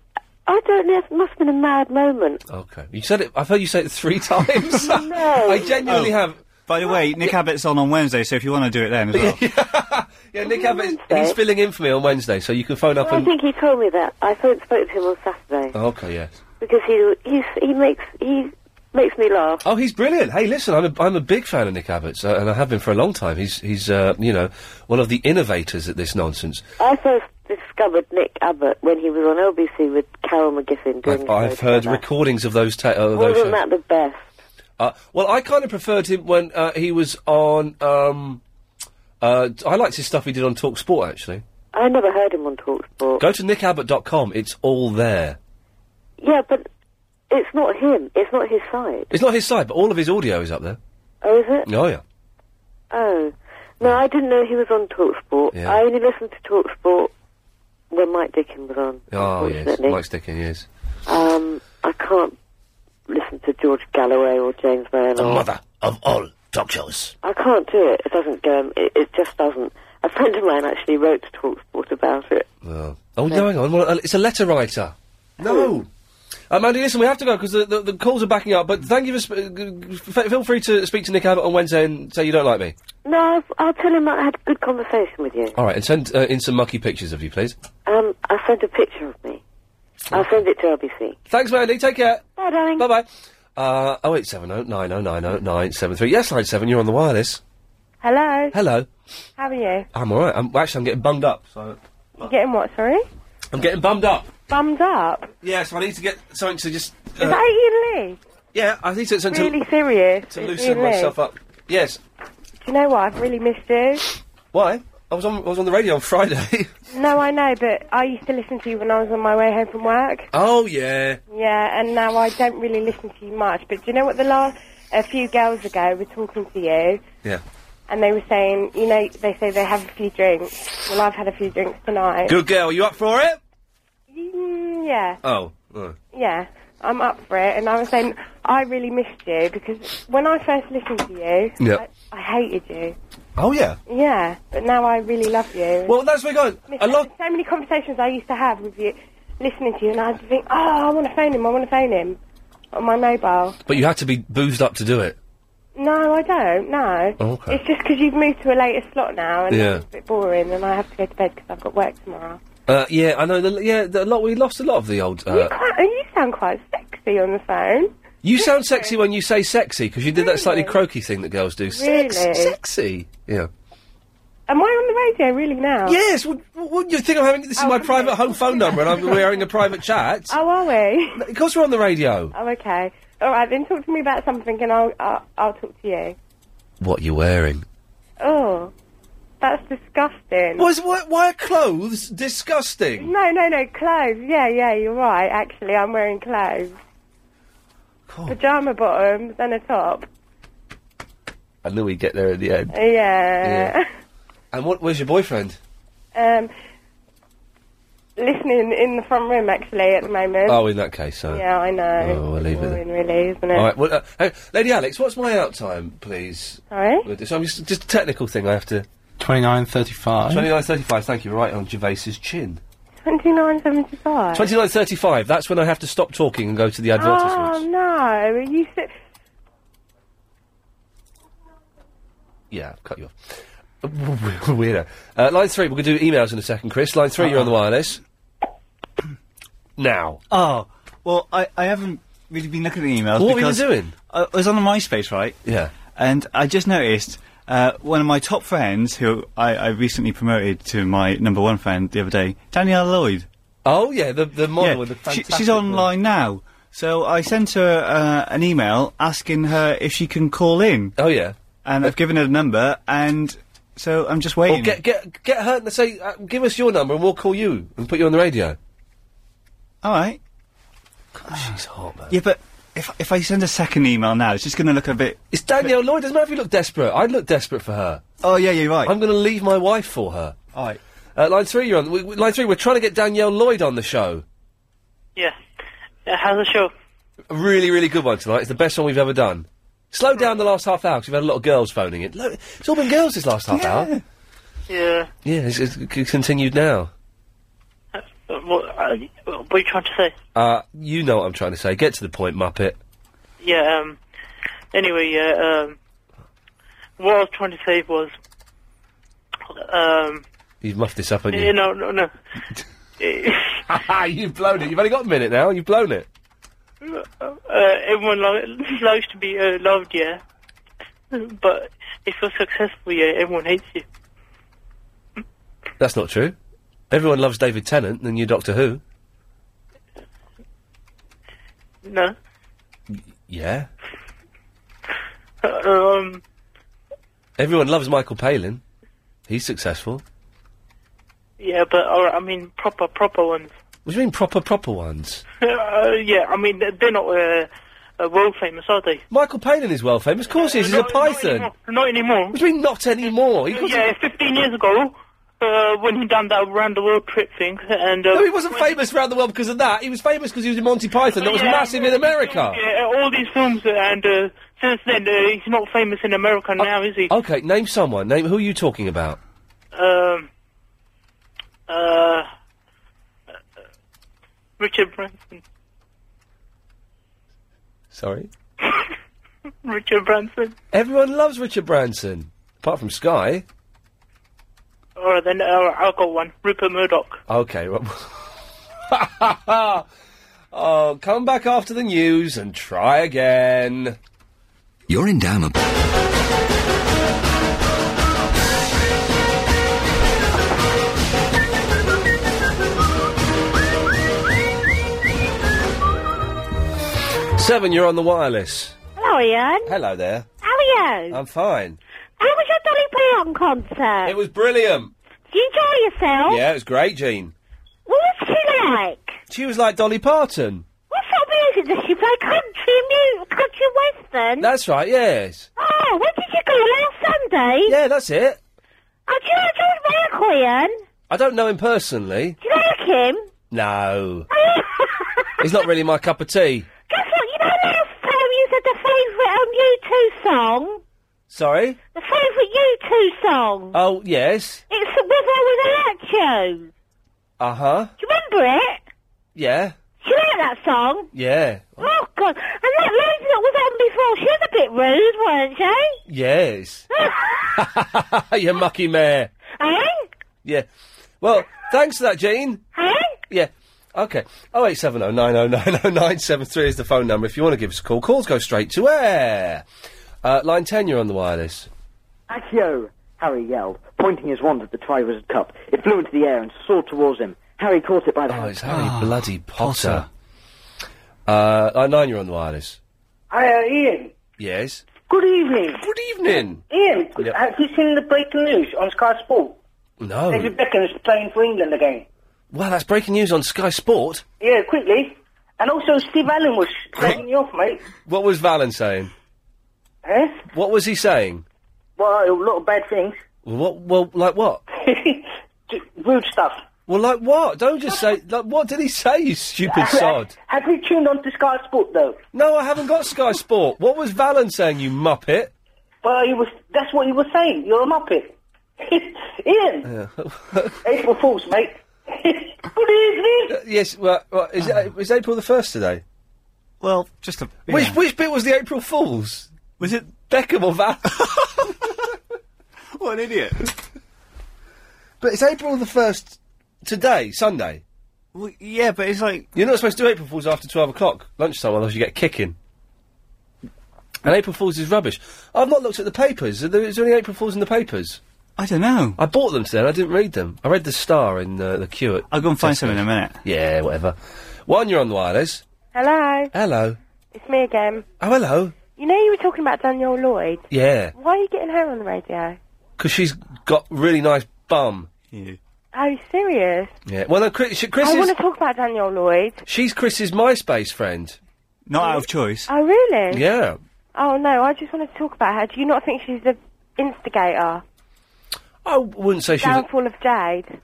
Speaker 3: I don't know, it must have been a mad moment.
Speaker 20: Okay, you said it. I've heard you say it three times. I genuinely
Speaker 2: Oh,
Speaker 20: have.
Speaker 2: By the way, Nick Abbott's on on Wednesday, so if you want to do it then as well.
Speaker 20: Yeah, Nick Abbott. He's filling in for me on Wednesday, so you can phone up
Speaker 3: Well, I
Speaker 20: and.
Speaker 3: think he told me that. I phoned, spoke to him on Saturday
Speaker 20: Oh, okay, yes.
Speaker 3: because he he's, he makes he makes me laugh.
Speaker 20: Oh, he's brilliant. Hey, listen, I'm a, I'm a big fan of Nick Abbott, uh, and I have been for a long time. He's he's uh, you know one of the innovators at this nonsense.
Speaker 3: I first discovered Nick Abbott when he was on LBC with Carol McGiffin doing.
Speaker 20: I've,
Speaker 3: a
Speaker 20: I've
Speaker 3: show
Speaker 20: heard
Speaker 3: together.
Speaker 20: recordings of those. Ta- of those
Speaker 3: Wasn't
Speaker 20: shows.
Speaker 3: that the best?
Speaker 20: Uh, well, I kind of preferred him when uh, he was on. Um, uh, I liked his stuff he did on Talk Sport. Actually,
Speaker 3: I never heard him on Talksport.
Speaker 20: go to nickabbott.com. It's all there.
Speaker 3: Yeah, but it's not him. It's not his side.
Speaker 20: It's not his side, but all of his audio is up there.
Speaker 3: Oh, is it?
Speaker 20: Oh yeah.
Speaker 3: Oh. No, I didn't know he was on Talksport.
Speaker 20: Yeah.
Speaker 3: I only listened to Talksport when Mike Dickin was on.
Speaker 20: Oh yes.
Speaker 3: Unfortunately.
Speaker 20: Mike Sticking. Yes.
Speaker 3: Um, I can't listen to George Galloway or James Maynard.
Speaker 20: The mother of all talk shows.
Speaker 3: I can't do it. It doesn't go. um, It, it just doesn't. A friend of mine actually wrote to Talksport about it.
Speaker 20: Oh, oh no, hang on. Well, uh, it's a letter writer. No. Um, Andy, listen, we have to go because the, the, the calls are backing up. But thank you for sp- g- g- f- feel free to speak to Nick Abbott on Wednesday and say you don't like me.
Speaker 3: No, I'll, I'll tell him I had a good conversation with you.
Speaker 20: All right, and send uh, in some mucky pictures of you, please.
Speaker 3: Um, I'll send a picture of me.
Speaker 20: Oh.
Speaker 3: I'll send it to LBC.
Speaker 20: Thanks, Mandy. Take care.
Speaker 3: Bye, darling. Bye
Speaker 20: bye. Uh, oh eight seven oh nine oh nine oh nine seven three. Yes, line seven. You're on the wireless.
Speaker 29: Hello.
Speaker 20: Hello.
Speaker 29: How are you?
Speaker 20: I'm all right. I'm actually I'm getting bunged up. So
Speaker 29: You getting what? Sorry.
Speaker 20: I'm getting bummed up.
Speaker 29: Bummed up.
Speaker 20: Yeah, so I need to get something to just. uh,
Speaker 29: Is that Ian Lee?
Speaker 20: Yeah, I need to something
Speaker 29: Really
Speaker 20: to,
Speaker 29: serious.
Speaker 20: to
Speaker 29: It's
Speaker 20: loosen
Speaker 29: Ian Lee.
Speaker 20: myself up. Yes.
Speaker 29: Do you know what? I've really missed you.
Speaker 20: Why? I was on I was on the radio on Friday.
Speaker 29: No, I know, but I used to listen to you when I was on my way home from work.
Speaker 20: oh yeah.
Speaker 29: Yeah, and now I don't really listen to you much. But do you know what? The last a few girls ago were talking to you,
Speaker 20: Yeah.
Speaker 29: and they were saying, you know, they say they have a few drinks. Well, I've had a few drinks tonight.
Speaker 20: Good girl. You up for it?
Speaker 29: Mm, yeah.
Speaker 20: Oh. oh.
Speaker 29: Yeah, I'm up for it. And I was saying, I really missed you because when I first listened to you,
Speaker 20: Yeah.
Speaker 29: I, I hated you.
Speaker 20: Oh yeah.
Speaker 29: Yeah, but now I really love you.
Speaker 20: Well, that's where going.
Speaker 29: A lot. So many conversations I used to have with you, listening to you, and I'd think, oh, I want to phone him. I want to phone him on my mobile.
Speaker 20: But you had to be boozed up to do it.
Speaker 29: No, I don't. No.
Speaker 20: Oh, Okay.
Speaker 29: It's just because you've moved to a later slot now, and
Speaker 20: Yeah.
Speaker 29: it's a bit boring, and I have to go to bed because I've got work tomorrow.
Speaker 20: Uh, yeah, I know. The, yeah, the, a lot. We lost a lot of the old.
Speaker 29: you
Speaker 20: Uh,
Speaker 29: quite, Oh, you sound quite sexy on the phone.
Speaker 20: you sound sexy when you say sexy because you did that slightly croaky thing that girls do. Sex-
Speaker 29: Really?
Speaker 20: sexy. Yeah.
Speaker 29: Am I on the radio really now?
Speaker 20: Yes. What, what do you think I'm having? This is my private home phone number, and I'm, we're having a private chat.
Speaker 29: Oh, are we?
Speaker 20: Of course, we're on the radio.
Speaker 29: Oh, okay. All right, then talk to me about something, and I'll I'll, I'll talk to you.
Speaker 20: What are you wearing?
Speaker 29: Oh, that's disgusting.
Speaker 20: Was why, why are clothes disgusting?
Speaker 29: No, no, no, clothes. Yeah, yeah, you're right. Actually, I'm wearing clothes. Pajama bottoms and a top.
Speaker 20: I knew we'd get there in the end.
Speaker 29: Uh, Yeah.
Speaker 20: And what? Where's your boyfriend?
Speaker 29: um, listening in the front room actually at the moment.
Speaker 20: Oh, in that case, so.
Speaker 29: Uh, yeah, I know.
Speaker 20: Oh, we'll leave it.
Speaker 29: Boring, really, isn't it?
Speaker 20: All right. Well, uh, hey, Lady Alex, what's my out time, please?
Speaker 29: Sorry?
Speaker 20: With this, I'm just just a technical thing. I have to.
Speaker 26: Twenty nine thirty five.
Speaker 20: Twenty nine thirty five. Thank you. Right on Gervais's chin.
Speaker 29: Twenty nine seventy five.
Speaker 20: Twenty nine thirty five. That's when I have to stop talking and go to the advertisement.
Speaker 29: Oh no! Are you si- Ah.
Speaker 20: Yeah, I've cut you off. Weirdo. Uh, line three. We're gonna do emails in a second, Chris. Line 3 you you're on the wireless. now.
Speaker 2: Oh, well, I, I haven't really been looking at the emails.
Speaker 20: What were you
Speaker 2: because
Speaker 20: doing?
Speaker 2: I, I was on the MySpace, right?
Speaker 20: Yeah.
Speaker 2: And I just noticed uh, one of my top friends, who I, I recently promoted to my number one friend the other day, Danielle Lloyd.
Speaker 20: Oh yeah, the the model
Speaker 2: Yeah,
Speaker 20: with the
Speaker 2: she-
Speaker 20: fantastic
Speaker 2: she's online now. So I sent her uh, an email asking her if she can call in.
Speaker 20: Oh yeah.
Speaker 2: And I've given her the number, and so I'm just waiting.
Speaker 20: Or get get get her and say, uh, give us your number and we'll call you and put you on the radio.
Speaker 2: All right.
Speaker 20: she's hot, man.
Speaker 2: Yeah, but if if I send a second email now, it's just going to look a bit.
Speaker 20: It's Danielle Lloyd. Doesn't matter if you look desperate. I'd look desperate for her.
Speaker 2: Oh yeah, you're right.
Speaker 20: I'm going to leave my wife for her.
Speaker 2: All right.
Speaker 20: Uh, line three, you're on. We, we- line three, we're trying to get Danielle Lloyd on the show.
Speaker 8: Yeah. Uh, how's the show?
Speaker 20: A really, really good one tonight. It's the best one we've ever done. Slow down the last half hour because we've had a lot of girls phoning in. Look, it's all been girls this last half hour.
Speaker 8: Yeah.
Speaker 20: Yeah, it's, it's c- continued now.
Speaker 8: Uh, what, uh, what are you trying to say?
Speaker 20: Uh, you know what I'm trying to say. Get to the point, Muppet.
Speaker 8: Yeah, um... Anyway, yeah, um... What I was trying to say was... Um...
Speaker 20: You've muffed this up, haven't you?
Speaker 8: You know, no, no.
Speaker 20: you've blown it. You've only got a minute now. and You've blown it.
Speaker 8: Uh, everyone li- likes to be uh, loved, yeah. But if you're successful, yeah, everyone hates you.
Speaker 20: That's not true. Everyone loves David Tennant, and you Doctor Who.
Speaker 8: No?
Speaker 20: Yeah.
Speaker 8: Uh, um...
Speaker 20: Everyone loves Michael Palin. He's successful.
Speaker 8: Yeah, but, alright, I mean, proper, proper ones.
Speaker 20: What do you mean proper, proper ones?
Speaker 8: uh, yeah, I mean, they're- they're not uh, uh, world famous, are they?
Speaker 20: Michael Palin is well famous. Of course he is. He's a python.
Speaker 8: Not anymore.
Speaker 20: What do you mean not anymore? He wasn't-
Speaker 8: yeah, 15 years ago, uh, when he done that round the world trip thing, and uh,
Speaker 20: No, he wasn't famous around the world because of that. He was famous because he was in Monty Python. That was
Speaker 8: Yeah.
Speaker 20: massive in America.
Speaker 8: yeah, all these films, uh, and uh, since then uh, he's not famous in America now, is he?
Speaker 20: Okay, name someone. Name who are you talking about?
Speaker 8: Um, uh, Richard Branson.
Speaker 20: Sorry.
Speaker 8: Richard Branson.
Speaker 20: Everyone loves Richard Branson, apart from Sky.
Speaker 8: Or then uh, I'll go one. Rupert Murdoch.
Speaker 20: Okay. Well, oh, come back after the news and try again.
Speaker 28: You're endowment.
Speaker 20: Seven, you're on the wireless.
Speaker 5: Hello, Ian.
Speaker 20: Hello there.
Speaker 5: How are you?
Speaker 20: I'm fine.
Speaker 5: How was your Dolly Parton concert?
Speaker 20: It was brilliant.
Speaker 5: Did you enjoy yourself?
Speaker 20: Yeah, it was great, Jean.
Speaker 5: What was she like?
Speaker 20: She was like Dolly Parton.
Speaker 5: What sort of music does she play? Country music, country western?
Speaker 20: That's right, yes.
Speaker 5: Oh, where did you go? Last Sunday?
Speaker 20: Yeah, that's it.
Speaker 5: Oh, do you like George Michael, Ian?
Speaker 20: I don't know him personally.
Speaker 5: Do you like him?
Speaker 20: No. He's not really my cup of tea.
Speaker 5: Guess what? You know last time you said the favourite on U2 song?
Speaker 20: Sorry?
Speaker 5: The favourite U2 song?
Speaker 20: Oh, yes.
Speaker 5: It's With or Without You.
Speaker 20: Uh huh.
Speaker 5: Do you remember it?
Speaker 20: Yeah.
Speaker 5: Do you like that song?
Speaker 20: Yeah.
Speaker 5: Oh, God. And that lady that was on before, she was a bit rude, weren't she?
Speaker 20: Yes. you mucky mare.
Speaker 5: Eh?
Speaker 20: Yeah. Well, thanks for that, Jean.
Speaker 5: Eh?
Speaker 20: Yeah. Okay. Oh, 0870 9090973 is the phone number if you want to give us a call. Calls go straight to air. Uh, line 10, you're on the wireless.
Speaker 1: Accio! Harry yelled, pointing his wand at the Triwizard Cup. It flew into the air and soared towards him. Harry caught it by the
Speaker 20: Oh, it's Harry bloody Potter. Uh, line 9, you're on the wireless.
Speaker 30: Hi, uh, Ian.
Speaker 20: Yes.
Speaker 30: Good evening.
Speaker 20: Good evening.
Speaker 30: Ian, could-
Speaker 20: Yep.
Speaker 30: have you seen the breaking news on Sky Sport?
Speaker 20: No.
Speaker 30: David Beckham is playing for England again.
Speaker 20: Wow, that's breaking news on Sky Sport.
Speaker 30: Yeah, quickly. And also, Steve Allen was taking you off, mate.
Speaker 20: What was Valen saying?
Speaker 30: Eh?
Speaker 20: What was he saying?
Speaker 30: Well, a lot of bad things.
Speaker 20: What? Well, like what?
Speaker 30: Rude stuff.
Speaker 20: Well, like what? Don't just say. Like, what did he say? You stupid sod.
Speaker 30: Have you tuned on to Sky Sport, though?
Speaker 20: No, I haven't got Sky Sport. What was Valen saying? You muppet.
Speaker 30: Well, he was. that's what he was saying. You're a muppet. Ian,
Speaker 20: Yeah.
Speaker 30: April Fool's, mate. Good evening.
Speaker 20: Uh, yes. Well, well is, it, is April the first today?
Speaker 2: Uh-huh. Well, just a.
Speaker 20: Which which bit was the April Fools?
Speaker 2: Was it
Speaker 20: Beckham or Val?
Speaker 26: What an idiot.
Speaker 20: but it's April the first today, Sunday.
Speaker 2: Well, yeah, but it's like
Speaker 20: you're not supposed to do April Fools after twelve o'clock lunchtime, otherwise you get kicking. And April Fools is rubbish. I've not looked at the papers. Are there, is there any April Fools in the papers?
Speaker 2: I don't know.
Speaker 20: I bought them today. and I didn't read them. I read the Star in uh, the queue. At
Speaker 2: I'll go and find some in a minute.
Speaker 20: Yeah, whatever. One, you're on the wireless.
Speaker 29: Hello,
Speaker 20: Hello.
Speaker 29: it's me again.
Speaker 20: Oh, hello.
Speaker 29: You know you were talking about Daniel Lloyd.
Speaker 20: Yeah,
Speaker 29: Why are you getting her on the radio?
Speaker 20: because she's got really nice bum. Yeah.
Speaker 29: Are you serious?
Speaker 20: Yeah. Well, no, Chris, she- Chris
Speaker 29: I
Speaker 20: is,
Speaker 29: want to talk about Daniel Lloyd.
Speaker 20: she's Chris's MySpace friend.
Speaker 2: Not out of choice.
Speaker 29: Oh, really?
Speaker 20: Yeah.
Speaker 29: Oh, no, I just want to talk about her. Do you not think she's the instigator?
Speaker 20: I wouldn't say she was.
Speaker 29: Downfall of Jade.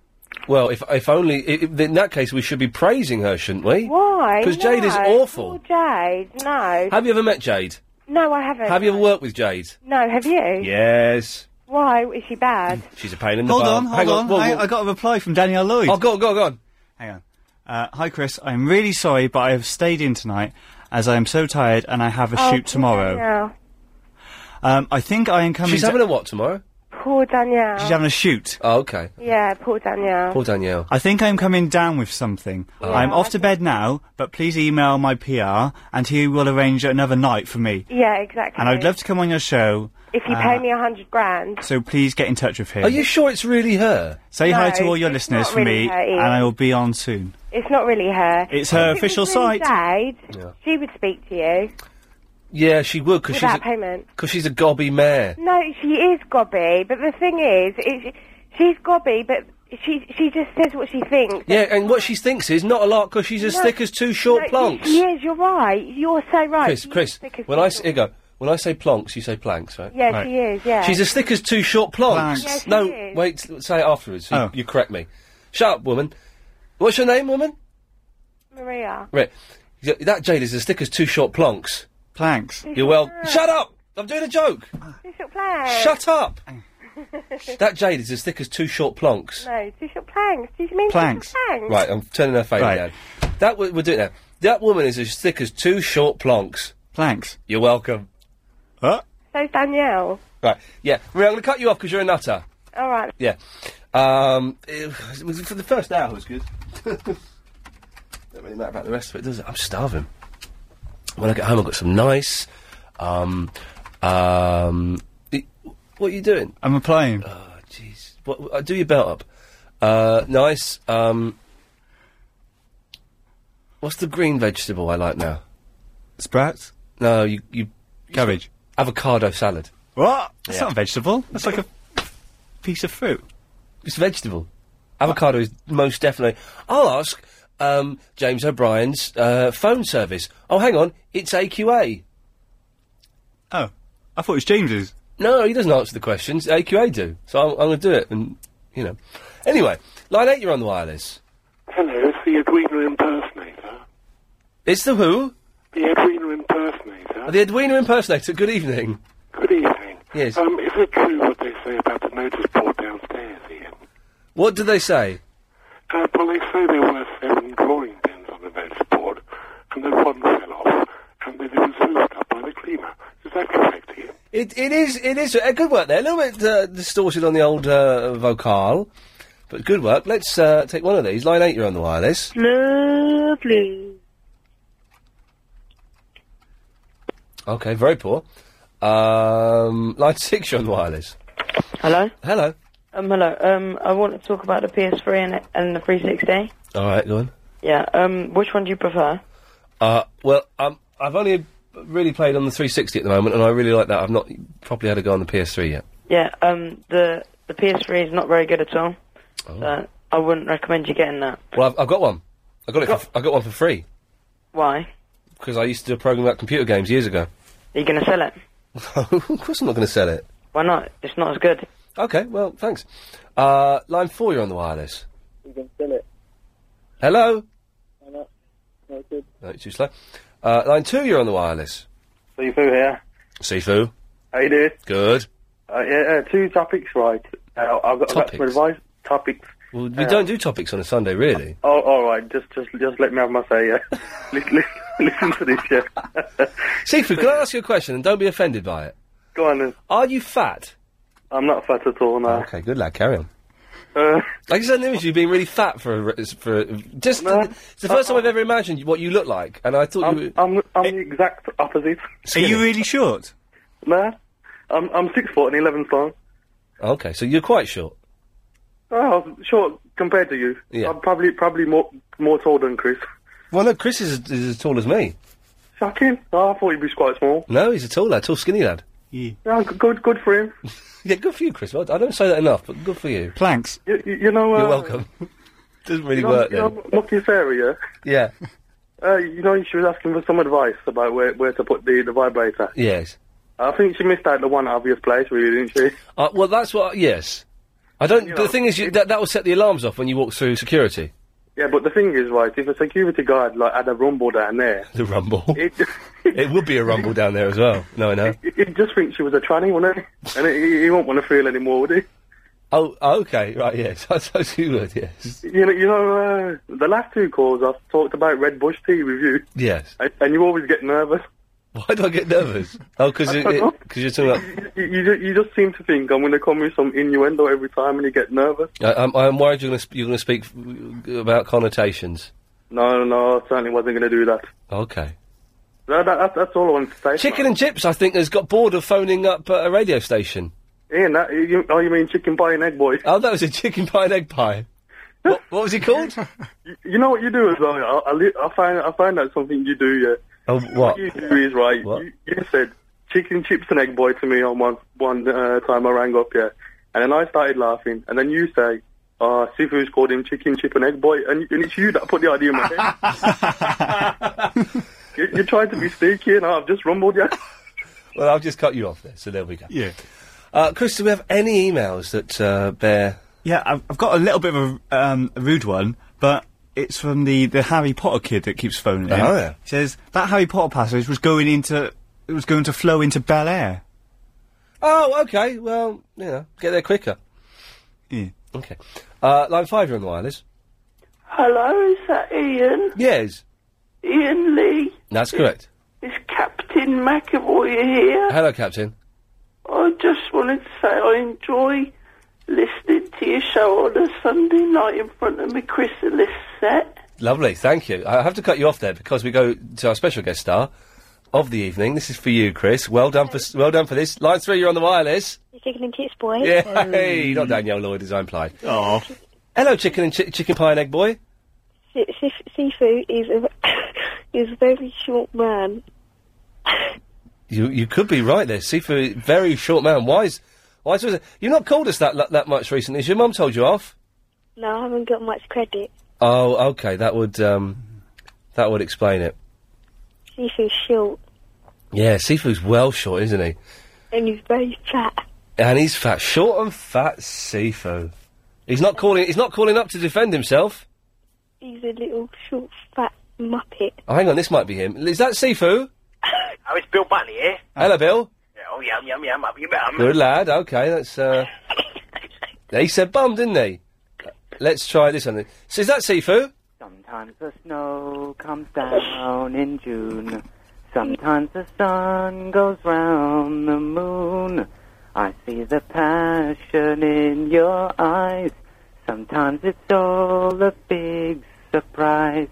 Speaker 20: Well, if if only i i- in that case we should be praising her, shouldn't we?
Speaker 29: Why?
Speaker 20: Because Jade is
Speaker 29: No, poor
Speaker 20: awful.
Speaker 29: Jade, no.
Speaker 20: Have you ever met Jade?
Speaker 29: No, I haven't.
Speaker 20: Have you ever worked with Jade?
Speaker 29: No, have you?
Speaker 20: Yes.
Speaker 29: Why? Is she bad?
Speaker 20: She's a pain in the
Speaker 2: Hold
Speaker 20: bum.
Speaker 2: on, hold
Speaker 20: Hang
Speaker 2: on.
Speaker 20: Whoa,
Speaker 2: I,
Speaker 20: whoa.
Speaker 2: I got a reply from Danielle Lloyd.
Speaker 20: Oh, go, go, go on.
Speaker 2: Hang on. Uh, hi, Chris. I'm really sorry, but I have stayed in tonight as I am so tired and I have a
Speaker 29: Oh,
Speaker 2: shoot
Speaker 29: poor
Speaker 2: tomorrow.
Speaker 29: Danielle.
Speaker 2: Um, I think I am coming.
Speaker 20: She's
Speaker 2: to-
Speaker 20: having a what tomorrow?
Speaker 29: Poor Danielle.
Speaker 2: She's having a shoot.
Speaker 20: Oh, okay.
Speaker 29: Yeah, poor Danielle.
Speaker 20: Poor Danielle.
Speaker 2: I think I'm coming down with something.
Speaker 20: Oh.
Speaker 2: I'm off to bed now, but please email my PR and he will arrange another night for me.
Speaker 29: yeah, exactly.
Speaker 2: And I'd love to come on your show.
Speaker 29: If you
Speaker 2: uh,
Speaker 29: pay me a hundred grand.
Speaker 2: So please get in touch with him.
Speaker 20: Are you sure it's really her?
Speaker 2: Say hi to
Speaker 29: No,
Speaker 2: all your
Speaker 29: it's
Speaker 2: listeners
Speaker 29: not
Speaker 2: for
Speaker 29: really
Speaker 2: me,
Speaker 29: her, Ian.
Speaker 2: and I will be on soon.
Speaker 29: It's not really her.
Speaker 2: It's her
Speaker 29: If it
Speaker 2: official
Speaker 29: was really Jade,
Speaker 20: Yeah.
Speaker 29: she would speak to you
Speaker 20: Yeah, she would because she's
Speaker 29: without
Speaker 20: a,
Speaker 29: payment.
Speaker 20: cause she's a gobby mare.
Speaker 29: No, she is gobby, but the thing is, it, she's gobby, but she she just says what she thinks.
Speaker 20: Yeah, and what she thinks is not a lot because she's as
Speaker 29: No,
Speaker 20: thick as two short
Speaker 29: no,
Speaker 20: plonks.
Speaker 29: She is. You're right. You're so right.
Speaker 20: Chris,
Speaker 29: She is
Speaker 20: Chris,
Speaker 29: thick as
Speaker 20: when I
Speaker 29: two
Speaker 20: say, here you go, when I say plonks, you say planks, right?
Speaker 29: Yeah,
Speaker 20: Right.
Speaker 29: she is. Yeah.
Speaker 20: She's as thick as two short plonks.
Speaker 29: Planks. Yeah, she
Speaker 20: no,
Speaker 29: is.
Speaker 20: wait, s- say it afterwards. You, you correct me. Shut up, woman. What's your name, woman?
Speaker 29: Maria.
Speaker 20: Right. Y- That Jade is as thick as two short plonks.
Speaker 2: Planks.
Speaker 20: You're well. Shut up! I'm doing a joke!
Speaker 29: Two short planks.
Speaker 20: Shut up! that Jade is as thick as two short plonks.
Speaker 29: no, two short planks. Do you mean
Speaker 20: Planks. um.
Speaker 29: Two short planks?
Speaker 20: Right, I'm turning her favour down. That, w- we'll do it now. That woman is as thick as two short plonks.
Speaker 2: Thanks.
Speaker 20: You're welcome. Huh?
Speaker 29: So Danielle.
Speaker 20: Right. Yeah. Maria, I'm going to cut you off because you're a nutter.
Speaker 29: All right.
Speaker 20: Yeah. Um, it was, for the first hour was good. Doesn't really matter about the rest of it, does it? I'm starving. When I get home, I've got some nice. Um, um, it- what are you doing?
Speaker 2: I'm applying.
Speaker 20: Oh, jeez. What- uh, Do your belt up. Uh, nice. Um, what's the green vegetable I like now?
Speaker 2: Sprouts?
Speaker 20: No, you. you Cabbage. Avocado salad.
Speaker 2: What? That's
Speaker 20: Yeah.
Speaker 2: not a vegetable. That's like a piece of fruit.
Speaker 20: It's a vegetable. Avocado is most definitely. I'll ask um, James O'Brien's uh, phone service. Oh, hang on, it's AQA.
Speaker 2: Oh, I thought it was James's.
Speaker 20: No, he doesn't answer the questions. AQA do. So I'm, I'm going to do it, and you know. Anyway, line eight, you're on the wireless.
Speaker 16: Hello, it's the Edwina impersonator.
Speaker 20: It's the who?
Speaker 16: The Edwina impersonator.
Speaker 20: The Edwina impersonator. Good evening.
Speaker 16: Good evening.
Speaker 20: Yes.
Speaker 16: Um, is it true what they say about the notice board downstairs, Ian?
Speaker 20: What do they say?
Speaker 16: Uh, well, they say there were seven drawing pins on the notice board, and then one fell off, and then it was hooved up by the cleaner. Is that correct, Ian?
Speaker 20: It it is it is uh, good work there. A little bit uh, distorted on the old uh, vocal, but good work. Let's uh, take one of these. Line eight, you're on the wireless.
Speaker 8: Lovely.
Speaker 20: Okay, very poor. Um, line six, you're on the wireless.
Speaker 9: Hello?
Speaker 20: Hello.
Speaker 9: Um, hello. Um, I want to talk about the PS3 and, and the 360.
Speaker 20: All right, go on.
Speaker 9: Yeah. Um, which one do you prefer?
Speaker 20: Uh, well, um, I've only really played on the 360 at the moment, and I really like that. I've not properly had a go on the PS3 yet.
Speaker 9: Yeah. Um, the the PS3 is not very good at all.
Speaker 20: Oh.
Speaker 9: So I wouldn't recommend you getting that.
Speaker 20: Well, I've, I've got one. I got it. For, I got one for free
Speaker 9: Why?
Speaker 20: because I used to do a program about computer games years ago.
Speaker 9: Are you going to sell it?
Speaker 20: of course, I'm not going to sell it.
Speaker 9: Why not? It's not as good.
Speaker 20: Okay, well, thanks. Uh, line four, you're on the wireless.
Speaker 17: You can sell it.
Speaker 20: Hello.
Speaker 17: Why not? No good.
Speaker 20: No, it's too slow. Uh, line two, you're on the wireless.
Speaker 17: Seafood here.
Speaker 20: Sifu.
Speaker 17: How you doing?
Speaker 20: Good.
Speaker 17: Uh, yeah, uh, two topics, right? Uh, I've, got, I've got some
Speaker 20: Topics?
Speaker 17: advice. Topics.
Speaker 20: Well, we
Speaker 17: Yeah.
Speaker 20: don't do topics on a Sunday, really.
Speaker 17: Oh, all right. Just, just, just let me have my say. Yeah. listen, listen to this. Yeah.
Speaker 20: Sifu, can I ask you a question? And don't be offended by it.
Speaker 17: Go on. Then.
Speaker 20: Are you fat?
Speaker 17: I'm not fat at all. No.
Speaker 20: Okay, good lad. Carry on.
Speaker 17: Uh,
Speaker 20: I just had an image of you being really fat for a, re- for a, just. it's the first time I've ever imagined what you look like, and I thought you. Were,
Speaker 17: I'm, I'm the exact opposite.
Speaker 20: Are you
Speaker 17: really short? No. I'm, I'm six foot and eleven stone.
Speaker 20: okay, so you're quite short.
Speaker 17: Oh, I'm short compared to you.
Speaker 20: Yeah.
Speaker 17: I'm probably, probably more, more tall than Chris.
Speaker 20: Well, no, Chris is, is as tall as me.
Speaker 17: Shocking. Oh, I thought he'd be quite small.
Speaker 20: No, he's a tall lad, tall skinny lad.
Speaker 17: Yeah. good, good for him.
Speaker 20: yeah, good for you, Chris. Well, I don't say that enough, but good for you.
Speaker 2: Planks.
Speaker 17: You, you, you know. Uh,
Speaker 20: You're welcome. Doesn't really
Speaker 17: you know,
Speaker 20: work
Speaker 17: you
Speaker 20: then.
Speaker 17: know, Lucky Sarah, yeah.
Speaker 20: Yeah.
Speaker 17: Uh, you know, she was asking for some advice about where, where to put the, the vibrator.
Speaker 20: Yes.
Speaker 17: I think she missed out the one obvious place, really, didn't she?
Speaker 20: Uh, well, that's what. Yes. I don't. the thing is, you, that that will set the alarms off when you walk through security.
Speaker 17: Yeah, but the thing is, right, if a security guard like had a rumble down there,
Speaker 20: The rumble.
Speaker 17: it,
Speaker 20: it would be a rumble down there as well. No, I know.
Speaker 17: he'd just think she was a tranny, wouldn't he? And he, he won't want to feel anymore, would he?
Speaker 20: Oh, okay, right. Yes, I suppose you would. Yes.
Speaker 17: You know, you know, uh, the last two calls I've talked about red bush tea with you,
Speaker 20: Yes.
Speaker 17: and, and you always get nervous.
Speaker 20: Why do I get nervous? Oh, because
Speaker 17: I don't know.
Speaker 20: because you're talking about.
Speaker 17: You, you, ju- you just seem to think I'm going to come with some innuendo every time, and you get nervous.
Speaker 20: I, I'm, I'm worried you're going to you're going to speak f- about connotations.
Speaker 17: No, no, no, I certainly wasn't going to do that.
Speaker 20: Okay.
Speaker 17: No, that, that, that's all I wanted to say.
Speaker 20: Chicken and Chips, I think, has got bored of phoning up uh, a radio station.
Speaker 17: Ian, that, you, oh, you mean chicken pie and egg boy?
Speaker 20: Oh, that was a chicken pie and egg pie. What, what was he called?
Speaker 17: you, you know what you do as well. I, I, li- I find I find out something you do. Yeah.
Speaker 20: Oh, what?
Speaker 17: you do is right. You, you said chicken chips and egg boy to me on one one uh, time I rang up. Yeah, and then I started laughing, and then you say. Uh, Sifu's called him chicken chip and egg boy, and, and it's you that put the idea in my head. you, you're trying to be sneaky, and I've just rumbled you.
Speaker 20: Well, I've just cut you off there, so there we go. Yeah. Uh, Chris, do we have any emails that uh, bear?
Speaker 2: Yeah, I've, I've got a little bit of a, um, a rude one, but it's from the, the Harry Potter kid that keeps phoning in.
Speaker 20: Oh, yeah.
Speaker 2: He says that Harry Potter passage was going into it was going to flow into Bel Air.
Speaker 20: Oh, okay. Well, you know, get there quicker.
Speaker 2: Yeah.
Speaker 20: Okay. Uh, line five, you're on the wireless.
Speaker 6: Hello, is that Ian?
Speaker 20: Yes,
Speaker 6: Ian Lee?
Speaker 20: that's correct.
Speaker 35: Is Captain McAvoy here?
Speaker 20: Hello, Captain.
Speaker 35: I just wanted to say I enjoy listening to your show on a Sunday night in front of my chrysalis set.
Speaker 20: Lovely, thank you. I have to cut you off there because we go to our special guest star of the evening. This is for you, Chris. Well done for well done for this. Line three, you're on the wireless.
Speaker 3: You're giggling kids, boy. Um,
Speaker 20: Yeah, hey, not Danielle Lloyd as I implied. Oh. Hello, chicken and chi- chicken pie and egg boy.
Speaker 3: Si- si- Sifu is a, is a very short man.
Speaker 20: You you could be right there. Sifu, very short man. Why is why is it? You've not called us that that- that much recently. Has your mum told you off?
Speaker 3: No, I haven't got much credit.
Speaker 20: Oh, okay. That would um, that would explain it.
Speaker 3: Sifu's short
Speaker 20: Yeah, Sifu's well short, isn't he?
Speaker 3: and he's very fat.
Speaker 20: And he's fat, short and fat. Sifu. He's not calling. He's not calling up to defend himself.
Speaker 3: He's a little short fat muppet.
Speaker 20: Oh, hang on, this might be him. Is that Sifu?
Speaker 7: Oh, it's Bill Butley, eh?
Speaker 20: Hello, Bill.
Speaker 7: Oh, yum, yum, yum, up you bum.
Speaker 20: Good lad. Okay, that's. uh... he said bum, didn't he? Let's try this one. then. So is that Sifu?
Speaker 11: Sometimes the snow comes down in June. Sometimes the sun goes round the moon. I see the passion in your eyes. Sometimes it's all a big surprise.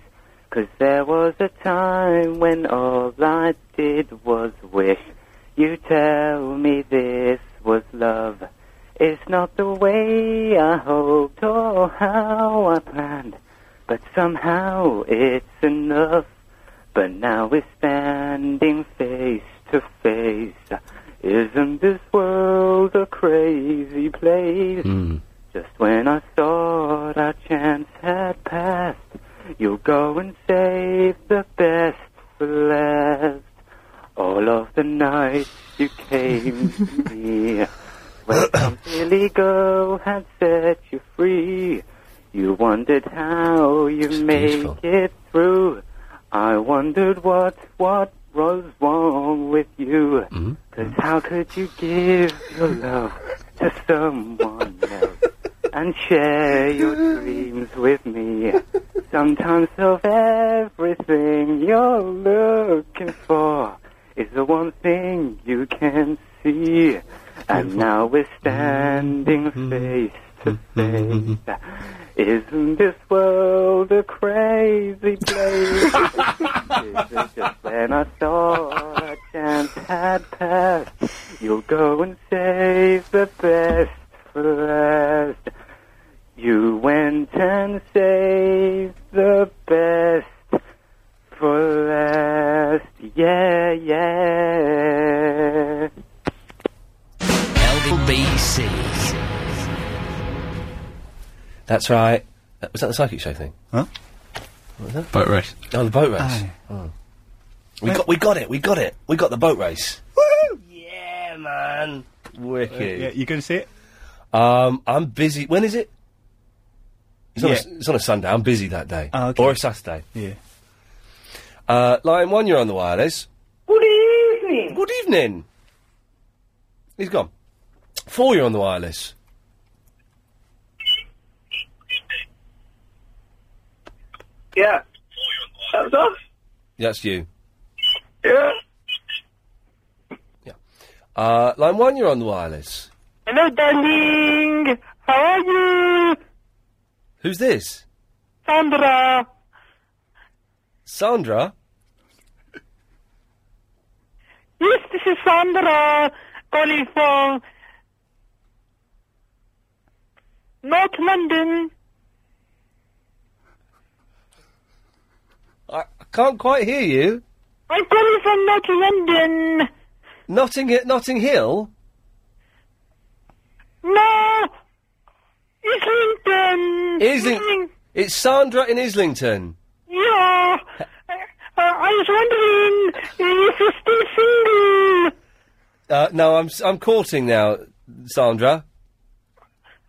Speaker 11: 'Cause there was a time when all I did was wish you tell me this was love. It's not the way I hoped or how I planned, but somehow it's enough. But now we're standing face to face. Isn't this world a crazy place? Just when I thought our chance had passed, you go and save the best for last. All of the nights you came to me, when some silly girl had set you free, you wondered how you make it through. I wondered what, what was wrong with you. Cause how could you give your love to someone else and share your dreams with me? Sometimes of everything you're looking for is the one thing you can see. And now we're standing face to face. Isn't this world a crazy place? Is it just when I thought a chance had passed, you'll go and save the best for last. You went and saved the best for last. Yeah, yeah.
Speaker 20: LBC. That's right. Uh, was that the psychic show thing?
Speaker 1: Huh?
Speaker 20: What was that?
Speaker 2: Boat race.
Speaker 20: Oh, the boat race.
Speaker 2: Aye.
Speaker 20: Oh. We got, we got it. We got it. We got the boat race. Woo! Yeah, man. Wicked.
Speaker 1: yeah, you going to see it?
Speaker 20: Um, I'm busy. When is it? It's on, a,
Speaker 1: Yeah.
Speaker 20: s- it's on a Sunday. I'm busy that day.
Speaker 1: Oh, okay.
Speaker 20: Or a Saturday.
Speaker 1: Yeah.
Speaker 20: Uh, line one, you're on the wireless.
Speaker 36: Good evening.
Speaker 20: Good evening. He's gone. Four, you're on the wireless.
Speaker 7: Yeah. That was us.
Speaker 20: That's you.
Speaker 7: Yeah.
Speaker 20: Uh, line one, you're on the wireless.
Speaker 7: Hello, darling. How are you?
Speaker 20: Who's this?
Speaker 7: Sandra.
Speaker 20: Sandra?
Speaker 7: Yes, this is Sandra calling from North London.
Speaker 20: I, I can't quite hear you.
Speaker 7: I'm calling from North London.
Speaker 20: Notting, Notting Hill?
Speaker 7: No. Islington.
Speaker 20: Isling- It's Sandra in Islington.
Speaker 7: Yeah. Uh, I was wondering if you're still single.
Speaker 20: Uh, no, I'm, s- I'm courting now, Sandra.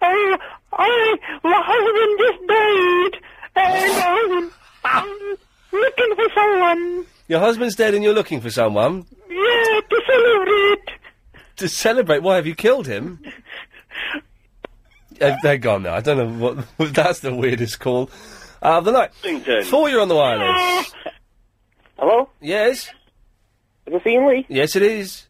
Speaker 7: I, I, my husband just died, and I'm looking for someone.
Speaker 20: Your husband's dead and you're looking for someone
Speaker 7: Yeah, to celebrate.
Speaker 20: to celebrate. Why have you killed him? Uh, they're gone now. I don't know what. that's the weirdest call uh, of the night. Four, you're on the wireless.
Speaker 7: Hello?
Speaker 20: Yes.
Speaker 7: Is it scenery?
Speaker 20: Yes, it is.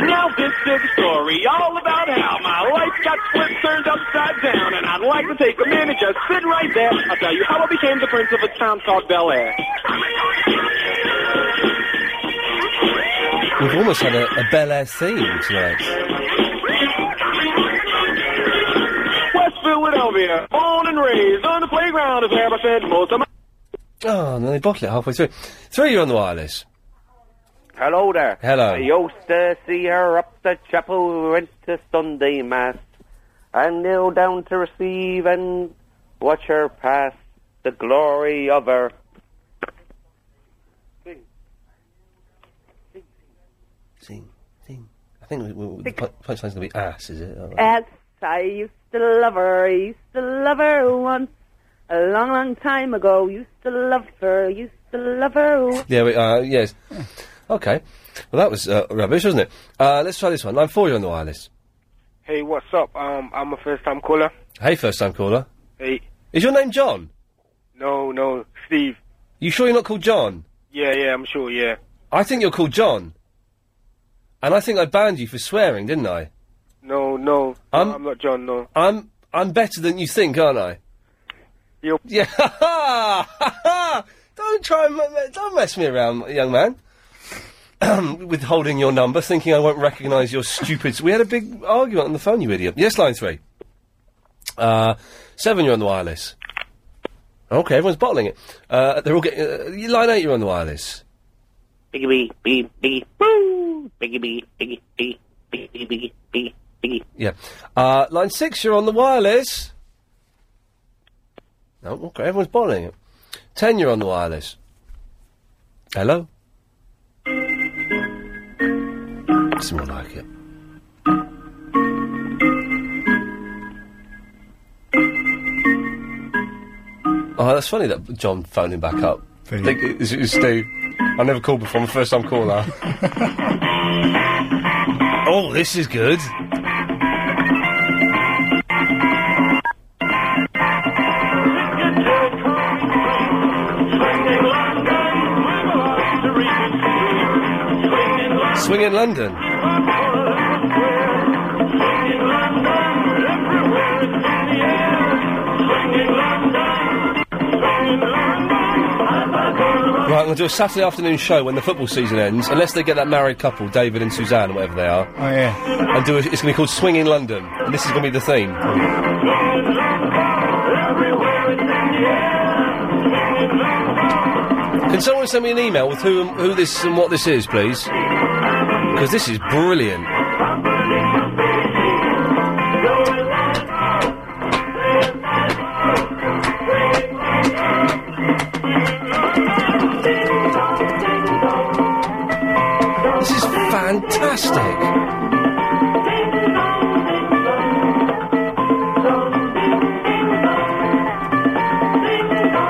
Speaker 7: Now this is a story all about how my life got flipped, turned upside down, and I'd like to take a minute, just sit right there. I'll tell you how I became the prince of a town called Bel Air.
Speaker 20: We've almost had a, a Bel Air theme tonight.
Speaker 7: West Philadelphia, born and raised on the playground is where I spent most of my...
Speaker 20: Oh, no, they bottled it halfway through. Three, you're on the wireless.
Speaker 9: Hello there.
Speaker 20: Hello.
Speaker 9: I used to see her up the chapel. We went to Sunday mass and kneel down to receive and watch her pass the glory of her.
Speaker 20: I think we, we, the pu- punchline's going to be ass, is it? Alright.
Speaker 5: As I used to love her, I used to love her once. A long, long time ago, used to love her, used to love her once.
Speaker 20: Yeah, we, uh, yes. Okay. Well, that was uh, rubbish, wasn't it? Uh, let's try this one. Line four, you're on the wireless.
Speaker 1: Hey, what's up? Um, I'm a first-time caller.
Speaker 20: Hey, first time caller.
Speaker 1: Hey,
Speaker 20: Is your name John?
Speaker 1: no, no, Steve.
Speaker 20: You sure you're not called John?
Speaker 1: Yeah, yeah, I'm sure. Yeah.
Speaker 20: I think you're called John. And I think I banned you for swearing, didn't I?
Speaker 1: No, no,
Speaker 20: I'm-
Speaker 1: I'm not John. No.
Speaker 20: I'm I'm better than you think, aren't I?
Speaker 1: Yep.
Speaker 20: Yeah. ha, ha, ha. don't try and me- don't mess me around, young man. With holding your number, thinking I won't recognise your stupid. We had a big argument on the phone, you idiot. Yes, line three. Uh, seven, you're on the wireless. Okay, everyone's bottling it. Uh, they're all getting. Uh, line eight, you're on the wireless.
Speaker 7: Biggie bee, biggie biggie, woo! Biggie bee, biggie bee, biggie biggie, biggie biggie.
Speaker 20: Yeah. Uh, line six, you're on the wireless. No, okay, everyone's bottling it. Ten, you're on the wireless. Hello? It's more like it. Oh, that's funny that John phoned him back up. I think it was, it was Stu. I never called before, I'm a first time caller. oh, this is good. Swing in London. Right, I'm going to do a Saturday afternoon show when the football season ends, unless they get that married couple, David and Suzanne, or whatever they are.
Speaker 9: Oh, yeah.
Speaker 20: And do a, it's going to be called Swing in London, and this is going to be the theme. Can someone send me an email with who who this and what this is, please? Because this is brilliant. This is fantastic.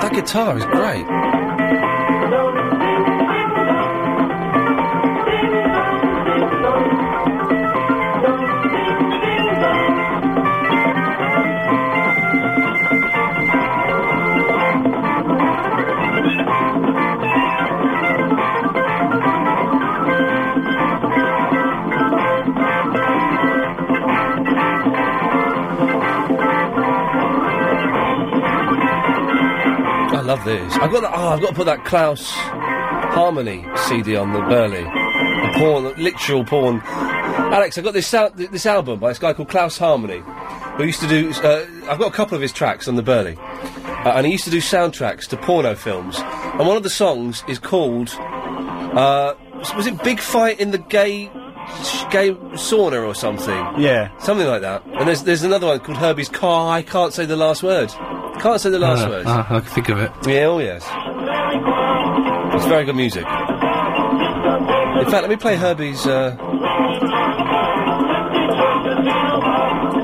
Speaker 20: That guitar is great. I love this. I've got that. Oh, I've got to put that Klaus Harmony CD on the Burley. The porn, literal porn. Alex, I've got this sou- th- this album by this guy called Klaus Harmony, who used to do. Uh, I've got a couple of his tracks on the Burley, uh, and he used to do soundtracks to porno films. And one of the songs is called. Uh, was- was it Big Fight in the Gay sh- Gay Sauna or something?
Speaker 9: Yeah.
Speaker 20: Something like that. And there's there's another one called Herbie's Car. I can't say the last word. Can't say the last
Speaker 4: Ah,
Speaker 20: word.
Speaker 4: ah, I can think of it.
Speaker 20: Yeah, oh yes. It's very good music. In fact, let me play Herbie's. Uh...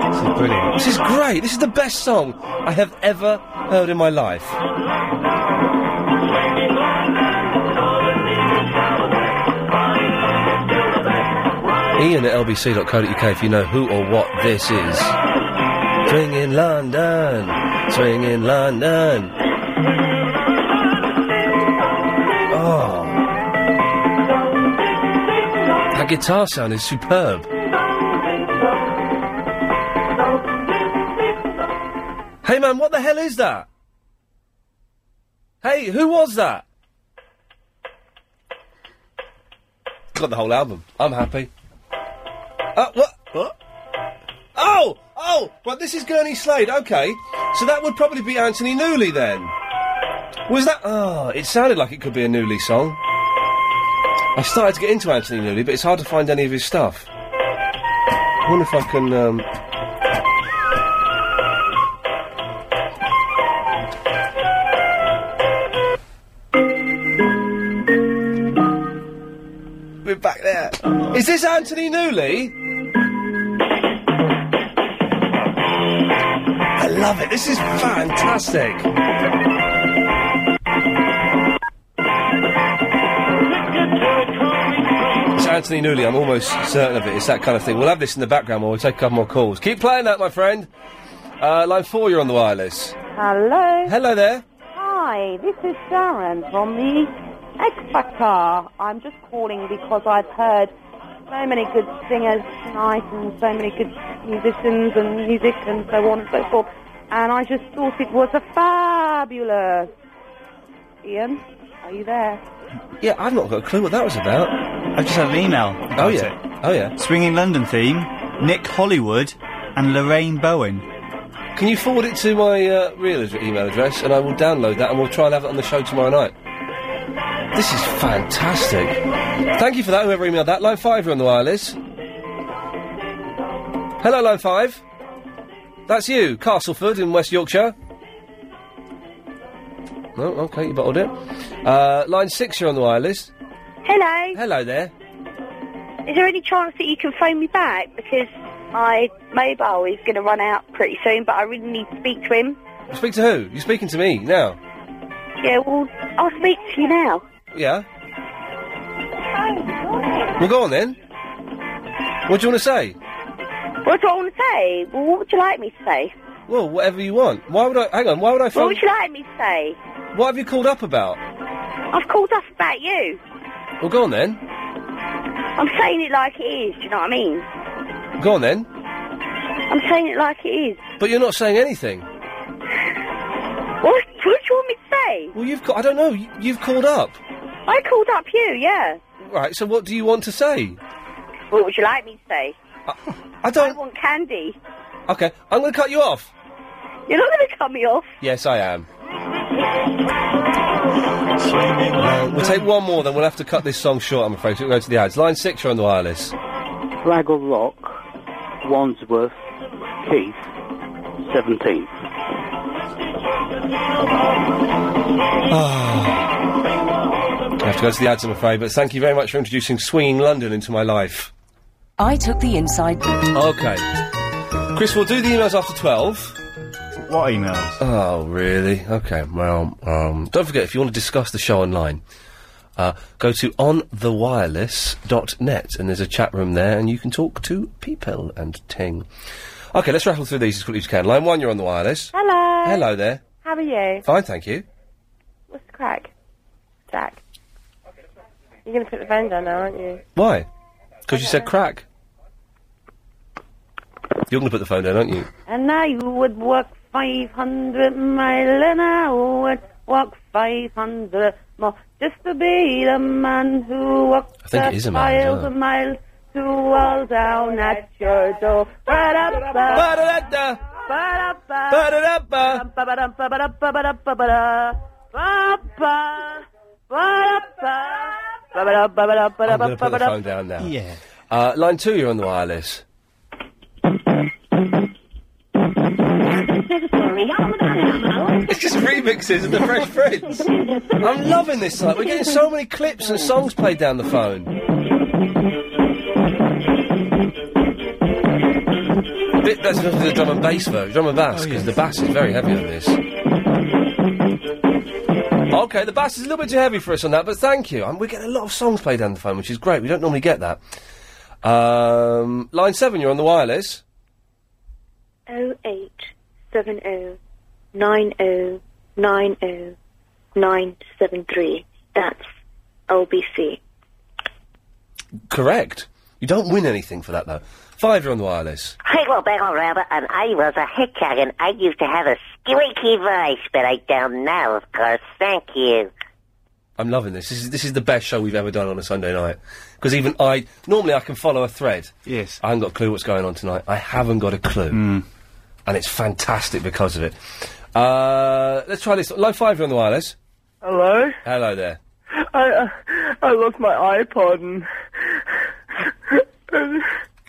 Speaker 20: This is brilliant. This is great. This is the best song I have ever heard in my life. Ian at lbc.co.uk if you know who or what this is. Swing in London, swing in London. Oh That guitar sound is superb. Hey man, what the hell is that? Hey, who was that? Got the whole album. I'm happy. Uh, what? What? Oh! Oh! But this is Gurney Slade, okay. So that would probably be Anthony Newley then. Was that. Oh, it sounded like it could be a Newley song. I started to get into Anthony Newley, but it's hard to find any of his stuff. I wonder if I can. Um... We're back there. Is this Anthony Newley? I love it. This is fantastic. It's Anthony Newley. I'm almost certain of it. It's that kind of thing. We'll have this in the background while we take a couple more calls. Keep playing that, my friend. Uh, line four, you're on the wireless.
Speaker 37: Hello.
Speaker 20: Hello there.
Speaker 37: Hi, this is Sharon from the X Factor. I'm just calling because I've heard so many good singers tonight and so many good musicians and music and so on and so forth. And I just thought it was a fabulous. Ian, are you there?
Speaker 20: Yeah, I've not got a clue what that was about.
Speaker 2: I just had an email.
Speaker 20: Oh yeah. Oh yeah.
Speaker 2: Swinging London theme. Nick Hollywood and Lorraine Bowen.
Speaker 20: Can you forward it to my uh, real ad- email address and I will download that and we'll try and have it on the show tomorrow night? This is fantastic. Thank you for that, whoever emailed that. Line 5, you're on the wireless. Hello, Line 5. That's you, Castleford in West Yorkshire. No, okay, you bottled it. Uh, line 6, you're on the wireless.
Speaker 5: Hello.
Speaker 20: Hello there.
Speaker 5: Is there any chance that you can phone me back? Because my mobile is going to run out pretty soon, but I really need to speak to him.
Speaker 20: Speak to who? You're speaking to me now.
Speaker 5: Yeah, well, I'll speak to you now.
Speaker 20: Yeah? Well, go on then. What do you want to say?
Speaker 5: What do I want to say? Well, what would you like me to say?
Speaker 20: Well, whatever you want. Why would I. Hang on, why would I phone.
Speaker 5: What would you like me to say?
Speaker 20: What have you called up about?
Speaker 5: I've called up about you.
Speaker 20: Well, go on then.
Speaker 5: I'm saying it like it is, do you know what I mean?
Speaker 20: Go on then.
Speaker 5: I'm saying it like it is.
Speaker 20: But you're not saying anything.
Speaker 5: What, what do you want me to say?
Speaker 20: Well, you've. Ca- I don't know. You, you've called up.
Speaker 5: I called up you, yeah.
Speaker 20: Right, so what do you want to say?
Speaker 5: What would you like me to say?
Speaker 20: I don't.
Speaker 5: I want candy.
Speaker 20: Okay, I'm going to cut you off.
Speaker 5: You're not going to cut me off.
Speaker 20: Yes, I am. Uh, we'll take one more, then we'll have to cut this song short, I'm afraid. so We'll go to the ads. Line 6, you're on the wireless.
Speaker 7: Fraggle Rock, Wandsworth, Keith, 17.
Speaker 20: I have to go to the ads, I'm afraid, but thank you very much for introducing Swinging London into my life.
Speaker 38: I took the inside.
Speaker 20: Okay. Chris, we'll do the emails after 12.
Speaker 2: What emails?
Speaker 20: Oh, really? Okay, well, um, don't forget, if you want to discuss the show online, uh, go to onthewireless.net and there's a chat room there and you can talk to people and ting. Okay, let's rattle through these as quickly as we can. Line one, you're on the wireless.
Speaker 29: Hello.
Speaker 20: Hello there.
Speaker 29: How are you?
Speaker 20: Fine, thank you.
Speaker 29: What's the crack, Jack? You're going to put the phone down now, aren't you?
Speaker 20: Why? Because you said crack. You're going to put the phone down, aren't you?
Speaker 39: And I would work 500 mile an hour, would walk 500 more, just to be the man who walked
Speaker 20: I think it
Speaker 39: a
Speaker 20: is a man,
Speaker 39: thousand
Speaker 20: yeah.
Speaker 39: miles to all down at your door. Ba-da-ba,
Speaker 20: ba-da-da-da,
Speaker 39: ba-da-ba,
Speaker 20: ba-da-da-ba,
Speaker 39: ba-da-ba, ba-da-ba, ba-da-ba, ba-da, ba-ba, ba-da-ba, ba-ba-da, ba-ba-da,
Speaker 20: I'm going
Speaker 39: ba-da-ba,
Speaker 20: to put the
Speaker 39: ba-ba-da.
Speaker 20: phone down now. Yeah. Uh, line two, you're on the wireless. It's just remixes of the Fresh Prince. I'm loving this site. We're getting so many clips and songs played down the phone. Bit that's not the drum and bass version, drum and bass, because the bass is very heavy on this. Okay, the bass is a little bit too heavy for us on that, but thank you. Um, we're getting a lot of songs played down the phone, which is great. We don't normally get that. Um, line seven, you're on the wireless.
Speaker 3: oh.
Speaker 5: 0870 90 90 973. That's LBC.
Speaker 20: Correct. You don't win anything for that, though. Five, you're on the wireless.
Speaker 40: I well back on Robert, and I was a hickok, and I used to have a squeaky voice, but I don't now, of course. Thank you.
Speaker 20: I'm loving this. This is, this is the best show we've ever done on a Sunday night. Because even I, normally I can follow a thread. Yes. I haven't got a clue what's going on tonight. I haven't got a clue. And it's fantastic because of it. Uh, let's try this. Line five, you're on the wireless.
Speaker 41: Hello?
Speaker 20: Hello there.
Speaker 41: I uh, I lost my iPod and.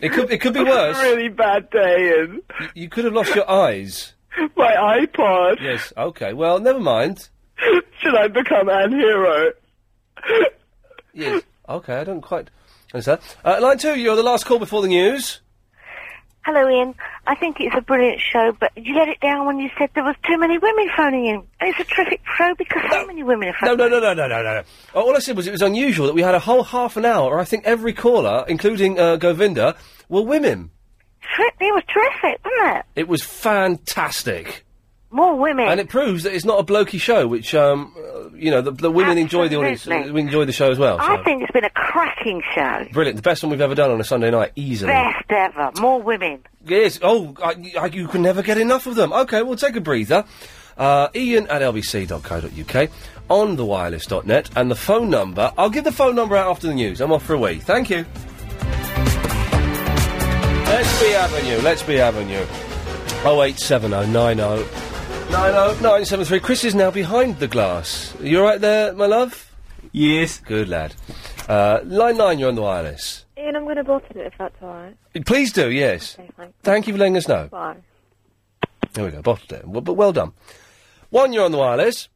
Speaker 20: It could, it could be worse.
Speaker 41: really bad day and.
Speaker 20: You could have lost your eyes.
Speaker 41: My iPod.
Speaker 20: Yes, okay. Well, never mind.
Speaker 41: Should I become an hero?
Speaker 20: Yes. Okay, I don't quite understand. Uh, line two, you're the last call before the news.
Speaker 3: Hello, Ian. I think it's a brilliant show, but you let it down when you said there was too many women phoning in. And it's a terrific show because so many women are phoning
Speaker 20: No, no, no, no, no, no, no. Oh, All I said was it was unusual that we had a whole half an hour, or I think every caller, including uh, Govinda, were women.
Speaker 3: It was terrific, wasn't it?
Speaker 20: It was fantastic.
Speaker 3: More women.
Speaker 20: And it proves that it's not a blokey show, which, um, uh, you know, the, the women enjoy the audience,
Speaker 3: Absolutely.
Speaker 20: uh, we enjoy the show as well. So.
Speaker 3: I think it's been a cracking show.
Speaker 20: Brilliant. The best one we've ever done on a Sunday night, easily.
Speaker 3: Best ever. More women.
Speaker 20: Yes. Oh, I, I, you can never get enough of them. Okay, we'll take a breather. Uh, Ian at lbc.co.uk on the wireless.net and the phone number. I'll give the phone number out after the news. I'm off for a wee. Thank you. Let's be Avenue. Let's be Avenue. 08709090973. Chris is now behind the glass. You all right there, my love? Yes. Good lad. Uh, line nine, you're on the wireless.
Speaker 42: Ian, I'm going to bottle it if that's all right.
Speaker 20: Please do, yes.
Speaker 42: thanks.
Speaker 20: Thank you for letting us know.
Speaker 42: Bye.
Speaker 20: There we go, bottled it. Well, but well done. One, you're on the wireless.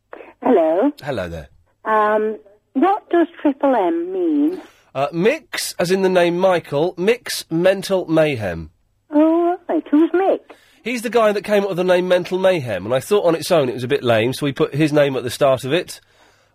Speaker 5: Hello.
Speaker 20: Hello there.
Speaker 5: Um, what does Triple M mean?
Speaker 20: Uh, Mix, as in the name Michael, Mix Mental Mayhem.
Speaker 5: Oh, right. Who's Mick?
Speaker 20: He's the guy that came up with the name Mental Mayhem, and I thought on its own it was a bit lame, so we put his name at the start of it.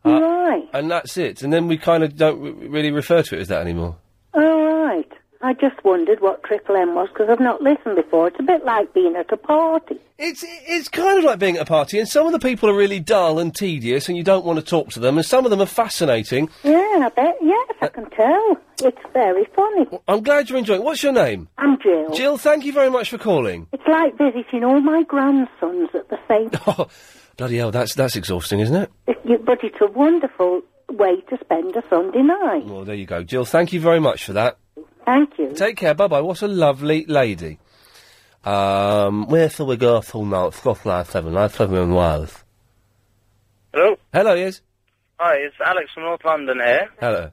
Speaker 20: Uh,
Speaker 5: right.
Speaker 20: And that's it. And then we kind of don't r- really refer to it as that anymore.
Speaker 5: Oh, right. I just wondered what Triple M was because I've not listened before. It's a bit like being at a party.
Speaker 20: It's it's kind of like being at a party, and some of the people are really dull and tedious, and you don't want to talk to them, and some of them are fascinating.
Speaker 5: Yeah, I bet. Yes, I can tell. It's very funny.
Speaker 20: I'm glad you're enjoying. What's your name?
Speaker 5: I'm Jill.
Speaker 20: Jill, thank you very much for calling.
Speaker 5: It's like visiting all my grandsons at the same.
Speaker 20: Oh. Bloody hell, that's that's exhausting, isn't it?
Speaker 5: If you- but it's a wonderful way to spend a Sunday night.
Speaker 20: Well, there you go, Jill. Thank you very much for that.
Speaker 5: Thank you.
Speaker 20: Take care. Bye bye. What a lovely lady. Um, where shall we go till now? Scotland Seven, Line Seven and Wales.
Speaker 1: Hello?
Speaker 20: Hello, yes.
Speaker 1: Hi, it's Alex from North London here.
Speaker 20: Hello.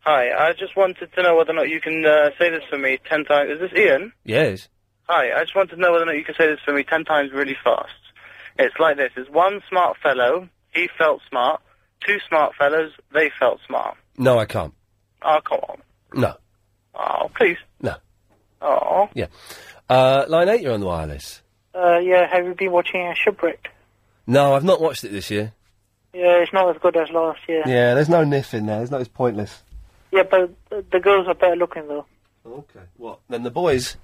Speaker 1: Hi, I just wanted to know whether or not you can uh, say this for me ten times. Is this Ian?
Speaker 20: Yes.
Speaker 1: Hi, I just wanted to know whether or not you can say this for me ten times really fast. It's like this. It's one smart fellow, he felt smart. Two smart fellows, they felt smart.
Speaker 20: No, I can't.
Speaker 1: Oh, come on.
Speaker 20: No.
Speaker 1: Oh, please.
Speaker 20: No.
Speaker 1: Oh.
Speaker 20: Yeah. Uh, line eight, you're on the wireless.
Speaker 8: Uh, yeah, have you been watching uh, Shipwrecked?
Speaker 20: No, I've not watched it this year.
Speaker 8: Yeah, it's not as good as last year.
Speaker 20: Yeah, there's no niff in there. It's not. It's pointless.
Speaker 8: Yeah, but uh, the girls are better looking though.
Speaker 20: Okay. What? Then the boys.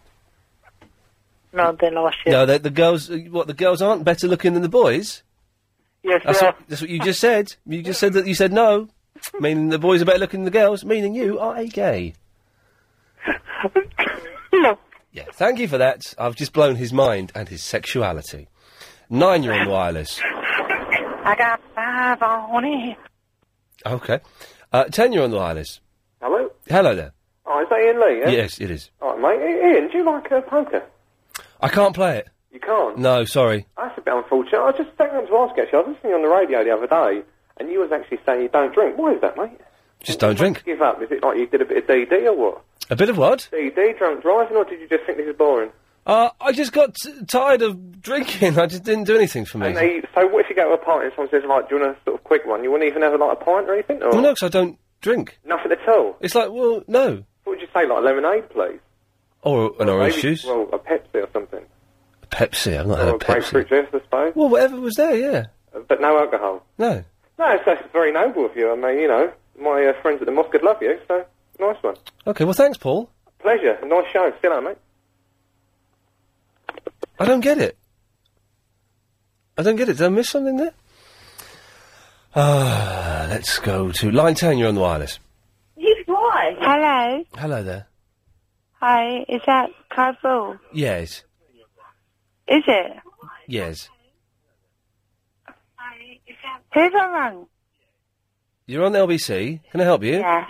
Speaker 8: No, than last year.
Speaker 20: No, the, the girls. uh, What? The girls aren't better looking than the boys.
Speaker 8: Yes,
Speaker 20: That's
Speaker 8: they
Speaker 20: what,
Speaker 8: are.
Speaker 20: that's what you just said. You just said that you said no, meaning the boys are better looking than the girls, meaning you are a gay.
Speaker 8: no.
Speaker 20: Yeah, thank you for that. I've just blown his mind and his sexuality. Nine, you're on wireless.
Speaker 5: I got five on it.
Speaker 20: Okay. Uh, ten, you're on the wireless.
Speaker 9: Hello?
Speaker 20: Hello there.
Speaker 9: Oh, is that Ian Lee? Yeah?
Speaker 20: Yes, it is.
Speaker 9: All right, mate. I- Ian, do you like uh, poker?
Speaker 20: I can't play it.
Speaker 9: You can't?
Speaker 20: No, sorry.
Speaker 9: That's a bit unfortunate. I just don't want to ask, actually. I was listening on the radio the other day, and you was actually saying you don't drink. Why is that, mate?
Speaker 20: Just don't drink.
Speaker 9: Give up. Is it like you did a bit of DD or what?
Speaker 20: A bit of what?
Speaker 9: DD, drunk driving, or did you just think this is boring?
Speaker 20: Uh, I just got t- tired of drinking. I just didn't do anything for me.
Speaker 9: And they, so what if you go to a party and someone says, like, do you want a sort of quick one? You wouldn't even have, like, a pint or anything? Or
Speaker 20: Well, no, 'cause I don't drink.
Speaker 9: Nothing at all?
Speaker 20: It's like, well, no.
Speaker 9: What would you say, like, lemonade, please?
Speaker 20: Or Oh, an orange
Speaker 9: Maybe-
Speaker 20: juice.
Speaker 9: Well, a Pepsi or something.
Speaker 20: Pepsi. I've not
Speaker 9: or
Speaker 20: had a
Speaker 9: a
Speaker 20: Pepsi.
Speaker 9: grapefruit juice, I suppose. Uh,
Speaker 20: Well, whatever was there, yeah.
Speaker 9: But no alcohol.
Speaker 20: No.
Speaker 9: No, it's, that's very noble of you. I mean, you know, my uh, friends at the mosque would love you, so nice one.
Speaker 20: Okay, well, thanks, Paul.
Speaker 9: Pleasure. Nice show. Still on, mate.
Speaker 20: I don't get it. I don't get it. Did I miss something there? Ah, let's go to line 10. You're on the wireless.
Speaker 5: You boy. Hello.
Speaker 20: Hello there.
Speaker 43: Hi, is that Kabul?
Speaker 20: Yes.
Speaker 43: Is it?
Speaker 20: Yes.
Speaker 43: Who's I wrong?
Speaker 20: You're on LBC. Can I help you?
Speaker 43: Yeah.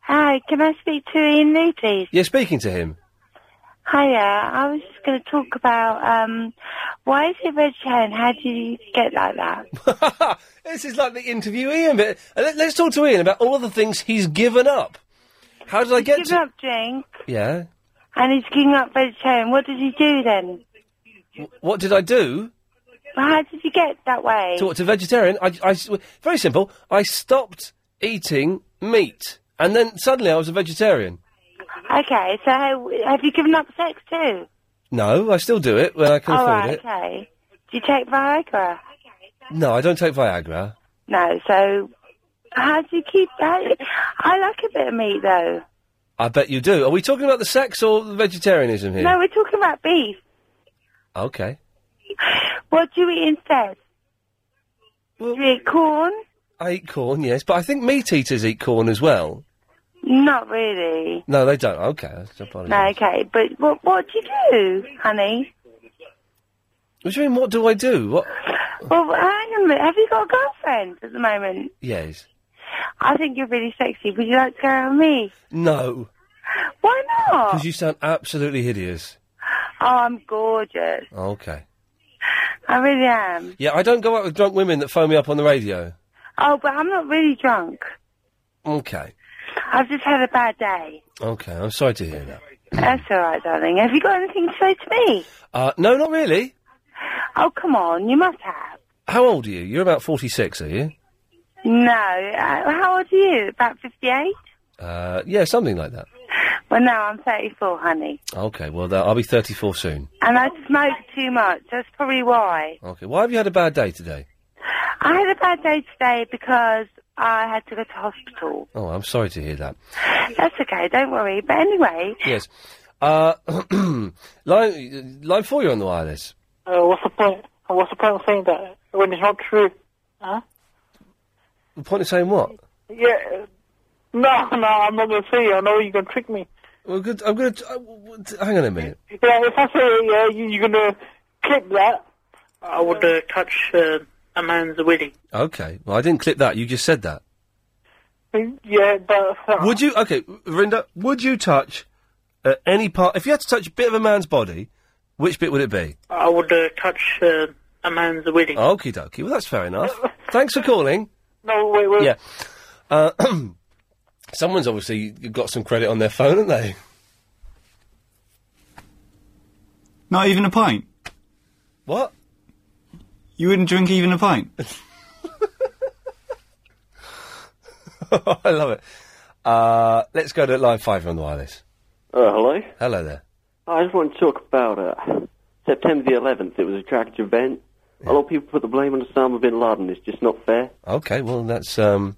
Speaker 43: Hi, can I speak to Ian Lee, please?
Speaker 20: You're speaking to him.
Speaker 43: Hiya, I was just going to talk about um, why is it vegetarian? How do you get like that?
Speaker 20: This is like the interview Ian bit. Uh, let- Let's talk to Ian about all of the things he's given up. How did I get
Speaker 43: He's
Speaker 20: to...
Speaker 43: giving up drink
Speaker 20: Yeah.
Speaker 43: and he's giving up vegetarian. What did he do then?
Speaker 20: What did I do?
Speaker 43: Well, How did you get that way?
Speaker 20: To, to vegetarian? I, I s- very simple. I stopped eating meat, and then suddenly I was a vegetarian.
Speaker 43: Okay, so how, have you given up sex too?
Speaker 20: No, I still do it when I can
Speaker 43: All
Speaker 20: afford
Speaker 43: right,
Speaker 20: it.
Speaker 43: okay. Do you take Viagra?
Speaker 20: No, I don't take Viagra.
Speaker 43: No, so how do you keep that? I like a bit of meat though.
Speaker 20: I bet you do. Are we talking about the sex or the vegetarianism here?
Speaker 43: No, we're talking about beef.
Speaker 20: Okay.
Speaker 43: What do you eat instead? do you eat corn?
Speaker 20: I eat corn, yes, but I think meat eaters eat corn as well.
Speaker 43: Not really.
Speaker 20: No, they don't. Okay, that's
Speaker 43: No, okay, but what what do you do, honey?
Speaker 20: What do you mean? What do I do? What?
Speaker 43: Well, hang on a minute. Have you got a girlfriend at the moment?
Speaker 20: Yes.
Speaker 43: I think you're really sexy. Would you like to go out with me?
Speaker 20: No,
Speaker 43: Why not?
Speaker 20: because you sound absolutely hideous.
Speaker 43: Oh, I'm gorgeous.
Speaker 20: Okay.
Speaker 43: I really am.
Speaker 20: Yeah, I don't go out with drunk women that phone me up on the radio.
Speaker 43: Oh, but I'm not really drunk.
Speaker 20: Okay.
Speaker 43: I've just had a bad day.
Speaker 20: Okay, I'm sorry to hear that.
Speaker 43: That's all right, darling. Have you got anything to say to me?
Speaker 20: Uh, no, not really.
Speaker 43: Oh, come on. You must have.
Speaker 20: How old are you? You're about 46, are you?
Speaker 43: No. Uh, how old are you? About 58?
Speaker 20: Uh, yeah, something like that.
Speaker 43: Well, no, I'm 34, honey.
Speaker 20: Okay, well, th- I'll be 34 soon.
Speaker 43: And I smoke too much. That's probably why.
Speaker 20: Okay, why have you had a bad day today?
Speaker 43: I had a bad day today because I had to go to hospital.
Speaker 20: Oh, I'm sorry to hear that.
Speaker 43: That's okay. Don't worry. But anyway,
Speaker 20: Yes. Uh, line, uh, line 4, you're on the wireless.
Speaker 8: Uh, what's the point? What's the point of saying that when it's not true? Huh?
Speaker 20: The point of saying what?
Speaker 8: Yeah. uh, No, no, I'm not going to say. it. I know you're going to trick me.
Speaker 20: Well, good. I'm uh, going to. Hang on a minute.
Speaker 8: Yeah, if I say yeah, you, you're going to clip that. I would uh, touch uh, a man's wedding.
Speaker 20: Okay, well, I didn't clip that. You just said that.
Speaker 8: Yeah, but uh,
Speaker 20: Would you? Okay, Rinda, would you touch uh, any part? If you had to touch a bit of a man's body, which bit would it be?
Speaker 8: I would uh, touch uh, a man's wedding.
Speaker 20: Okie dokie. Well, that's fair enough. Thanks for calling.
Speaker 8: No, wait, wait.
Speaker 20: Yeah. Uh, someone's obviously got some credit on their phone, haven't they?
Speaker 2: Not even a pint.
Speaker 20: What?
Speaker 2: You wouldn't drink even a pint.
Speaker 20: I love it. Uh, let's go to line five on the wireless.
Speaker 44: Uh, hello?
Speaker 20: Hello there.
Speaker 44: I just want to talk about uh, September the 11th. It was a tragic event. A lot of people put the blame on Osama bin Laden. It's just not fair.
Speaker 20: Okay, well, that's um,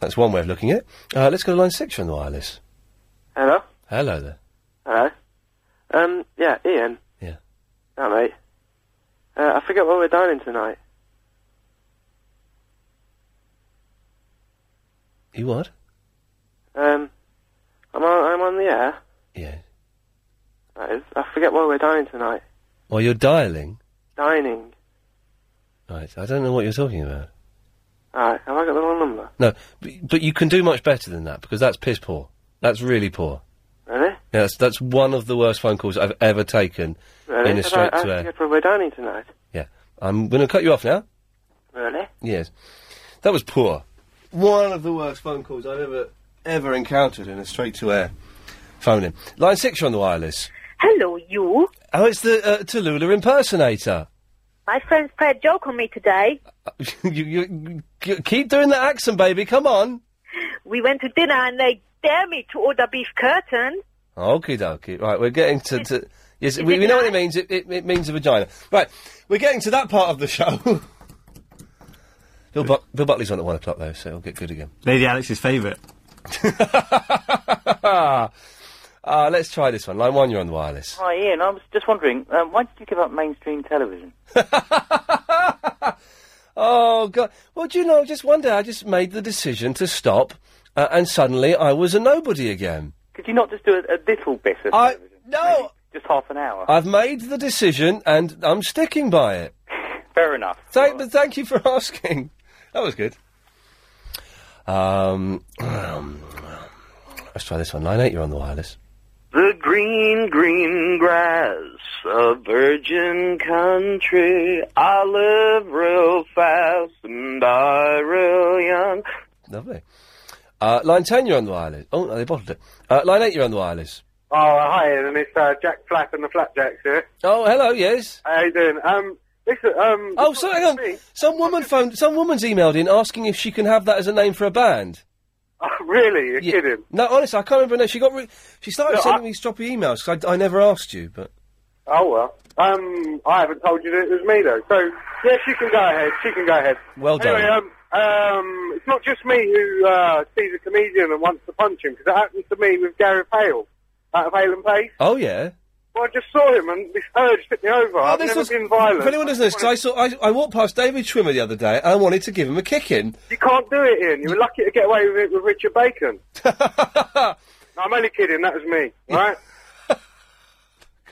Speaker 20: that's one way of looking at it. Uh, let's go to line six on the wireless.
Speaker 1: Hello?
Speaker 20: Hello there.
Speaker 1: Hello? Um, yeah, Ian?
Speaker 20: Yeah.
Speaker 1: Hi, mate. Uh, I forget what we're dining tonight.
Speaker 20: You what?
Speaker 1: Um, I'm on, I'm on the air.
Speaker 20: Yeah.
Speaker 1: That is, I forget what we're dining tonight.
Speaker 20: Well, Oh, you're dialing.
Speaker 1: Dining.
Speaker 20: Right. I don't know what you're talking about.
Speaker 1: Alright, have I got the wrong number?
Speaker 20: No, but, but you can do much better than that because that's piss poor. That's really poor.
Speaker 1: Really?
Speaker 20: Yeah, that's that's one of the worst phone calls I've ever taken
Speaker 1: Really?
Speaker 20: in a
Speaker 1: Have
Speaker 20: straight
Speaker 1: I,
Speaker 20: to
Speaker 1: I
Speaker 20: air.
Speaker 1: forget what we're dining tonight.
Speaker 20: Yeah. I'm going to cut you off now.
Speaker 1: Really?
Speaker 20: Yes. That was poor. One of the worst phone calls I've ever ever encountered in a straight to air phone in. Line six, you're on the wireless.
Speaker 5: Hello, you.
Speaker 20: Oh, it's the uh, Tallulah impersonator.
Speaker 5: My friends played a joke on me today.
Speaker 20: you, you, you keep doing that accent, baby. Come on.
Speaker 5: We went to dinner and they dare me to order beef curtain.
Speaker 20: Okie dokie. Right, we're getting to. to yes, we, we know what it means. It, it, it means a vagina. Right, we're getting to that part of the show. Bill, but- Bill Buckley's on at one o'clock, though, so it'll get good again.
Speaker 2: Lady Alex's favourite.
Speaker 20: uh, let's try this one. Line one, you're on the wireless.
Speaker 45: Hi, Ian. I was just wondering, um, why did you give up mainstream television?
Speaker 20: Oh, God. Well, do you know, just one day I just made the decision to stop, uh, and suddenly I was a nobody again.
Speaker 46: Could you not just do a, a little bit of
Speaker 20: I-
Speaker 46: television? No! Just half an hour.
Speaker 20: I've made the decision and I'm sticking by it.
Speaker 46: Fair enough.
Speaker 20: Thank, but thank you for asking. That was good. Um, let's try this one. Line eight, you're on the wireless.
Speaker 47: The green, green grass, a virgin country. I live real fast and I real young.
Speaker 20: Lovely. Uh, line ten, you're on the wireless. Oh, no, they bottled it. Uh, line eight, you're on the wireless.
Speaker 7: Oh, uh, hi, Ian. It's uh, Jack Flack and the Flapjacks here.
Speaker 20: Oh, hello. Yes.
Speaker 7: How you doing? Um, listen. Um.
Speaker 20: Oh, so hang on. Some woman phoned. Some woman's emailed in asking if she can have that as a name for a band.
Speaker 7: really? You're
Speaker 20: Yeah.
Speaker 7: kidding?
Speaker 20: No, honestly, I can't remember. No, she got. Re- she started
Speaker 7: No,
Speaker 20: sending me stroppy emails 'cause I, I never asked you, but
Speaker 7: Oh well. Um, I haven't told you that it was me though. So yes, you can go ahead. She can go ahead.
Speaker 20: Well done.
Speaker 7: Anyway, um, um, it's not just me who uh, sees a comedian and wants to punch him because it happened to me with Gary Pale out of Hale and Place.
Speaker 20: oh yeah.
Speaker 7: Well, I just saw him and this urge took me over. Oh, I've
Speaker 20: Oh, this
Speaker 7: never
Speaker 20: was-
Speaker 7: been violent.
Speaker 20: If anyone doesn't know this, 'cause I saw I, I walked past David Schwimmer the other day and I wanted to give him a kick in.
Speaker 7: You can't do it, Ian. You were lucky to get away with it with Richard Bacon. no, I'm only kidding. That was me, right?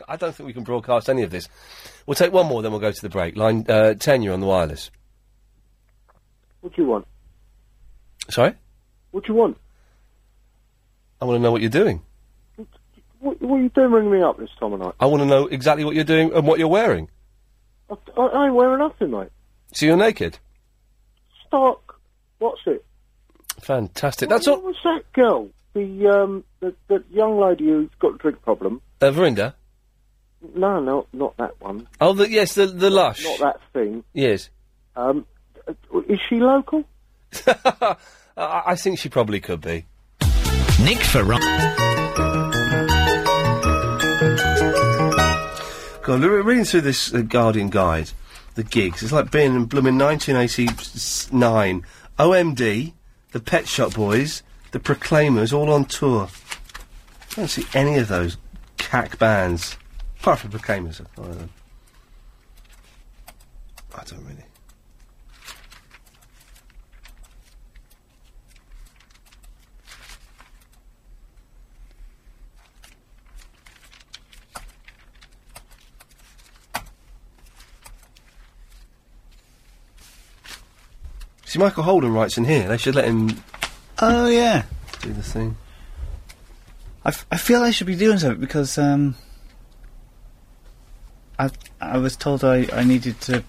Speaker 20: I don't think we can broadcast any of this. We'll take one more, then we'll go to the break. Line uh, ten, you're on the wireless.
Speaker 48: What do you want?
Speaker 20: Sorry,
Speaker 48: What do you want?
Speaker 20: I want to know what you're doing.
Speaker 48: What, what are you doing ringing me up this time of night?
Speaker 20: I want to know exactly what you're doing and what you're wearing.
Speaker 48: I, I ain't wearing nothing, mate.
Speaker 20: So you're naked.
Speaker 48: Stark, what's it?
Speaker 20: Fantastic. That's all.
Speaker 48: What was that girl? The, um, the, the young lady who's got a drink problem?
Speaker 20: Uh, Verinda.
Speaker 48: No, no, not that one.
Speaker 20: Oh, the, yes, the the lush.
Speaker 48: Not that thing.
Speaker 20: Yes.
Speaker 48: Um, uh, is she local?
Speaker 20: I, I think she probably could be.
Speaker 9: Nick Ferrari.
Speaker 20: God, re- reading through this uh, Guardian guide, the gigs, it's like being in blooming 1989. OMD, the Pet Shop Boys, the Proclaimers, all on tour. I don't see any of those cack bands. Apart from Proclaimers, I follow them. I don't really. See, Michael Holden writes in here. They should let him.
Speaker 2: Oh yeah.
Speaker 20: Do the thing.
Speaker 2: I, f- I feel I should be doing something because um, I I was told I, I needed to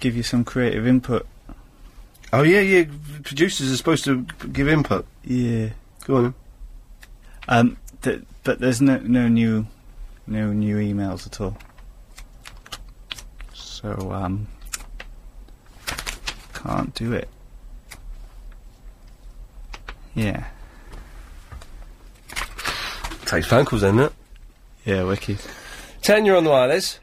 Speaker 2: give you some creative input.
Speaker 20: Oh yeah, yeah. Producers are supposed to give input.
Speaker 2: Yeah.
Speaker 20: Go on.
Speaker 2: Um, th- but there's no no new no new emails at all. So um, can't do it. Yeah.
Speaker 20: Takes phone calls, doesn't it?
Speaker 2: Yeah, wicked.
Speaker 20: Ten, you're on the wireless.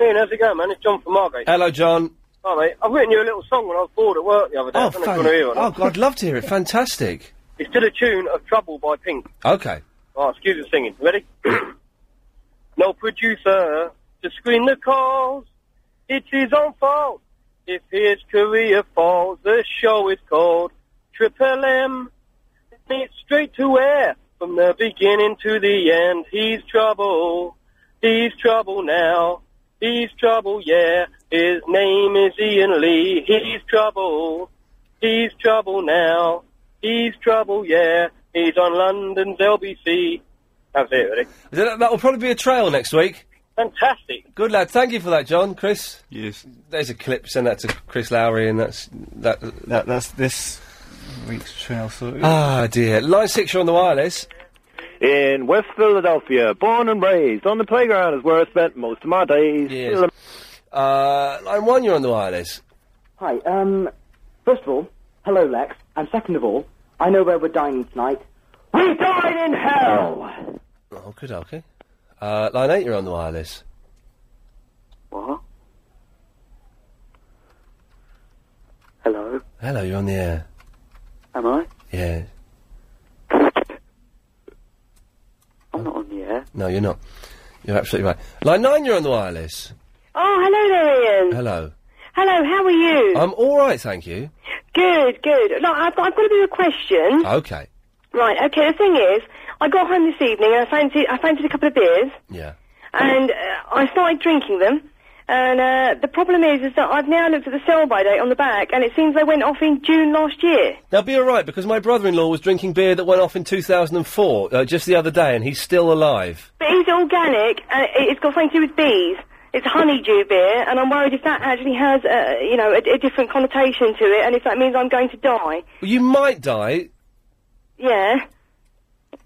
Speaker 1: Ian, how's it going, man? It's John from Margate.
Speaker 20: Hello, John.
Speaker 1: Hi, mate. I've written you a little song when I was bored at work the other day. I
Speaker 20: Oh,
Speaker 1: don't know if you want to hear it or
Speaker 20: fan- oh
Speaker 1: not.
Speaker 20: God, I'd love to hear it. Fantastic.
Speaker 1: It's to the tune of Trouble by Pink.
Speaker 20: Okay.
Speaker 1: Oh, excuse the singing. Ready? no producer to screen the calls. It's his own fault. If his career falls, the show is called Triple M. It's straight to air from the beginning to the end. He's trouble. He's trouble now. He's trouble, yeah. His name is Ian Lee. He's trouble. He's trouble now. He's trouble, yeah. He's on London's LBC. That's it, really.
Speaker 20: That, that will probably be a trail next week.
Speaker 1: Fantastic.
Speaker 20: Good lad. Thank you for that, John. Chris. Yes. There's a clip. Send that to Chris Lowry, and that's that.
Speaker 2: That that's this week's trail sort.
Speaker 20: Ah dear. Line six, you're on the wireless.
Speaker 1: In West Philadelphia, born and raised on the playground is where I spent most of my days.
Speaker 20: Yes. Uh, line one, you're on the wireless.
Speaker 5: Hi. Um, first of all, hello, Lex. And second of all, I know where we're dining tonight. We dine in hell.
Speaker 20: Oh, good. Okay. Uh, line eight, you're on the wireless.
Speaker 1: What? Hello,
Speaker 20: Hello, you're on the air.
Speaker 1: am I?
Speaker 20: Yeah.
Speaker 1: I'm not on the air.
Speaker 20: No, you're not. You're absolutely right. Line nine, you're on the wireless.
Speaker 3: Oh, hello there, Ian.
Speaker 20: Hello.
Speaker 3: Hello, how are you?
Speaker 20: I'm all right, thank you. Oh.
Speaker 3: good, good. Look, I've got, I've got a bit of a question.
Speaker 20: Okay.
Speaker 3: Right, okay, the thing is, I got home this evening and I fancied, I fancied a couple of beers.
Speaker 20: Yeah.
Speaker 3: and uh, I started drinking them. And uh, the problem is, is that I've now looked at the sell-by date on the back, and it seems they went off in June last year.
Speaker 20: They'll be all right because my brother-in-law was drinking beer that went off in 2004 uh, just the other day, and he's still alive.
Speaker 3: But it's organic, and it- it's got something to do with bees. It's honeydew beer, and I'm worried if that actually has, uh, you know, a, a different connotation to it, and if that means I'm going to die.
Speaker 20: Well, you might die.
Speaker 3: Yeah,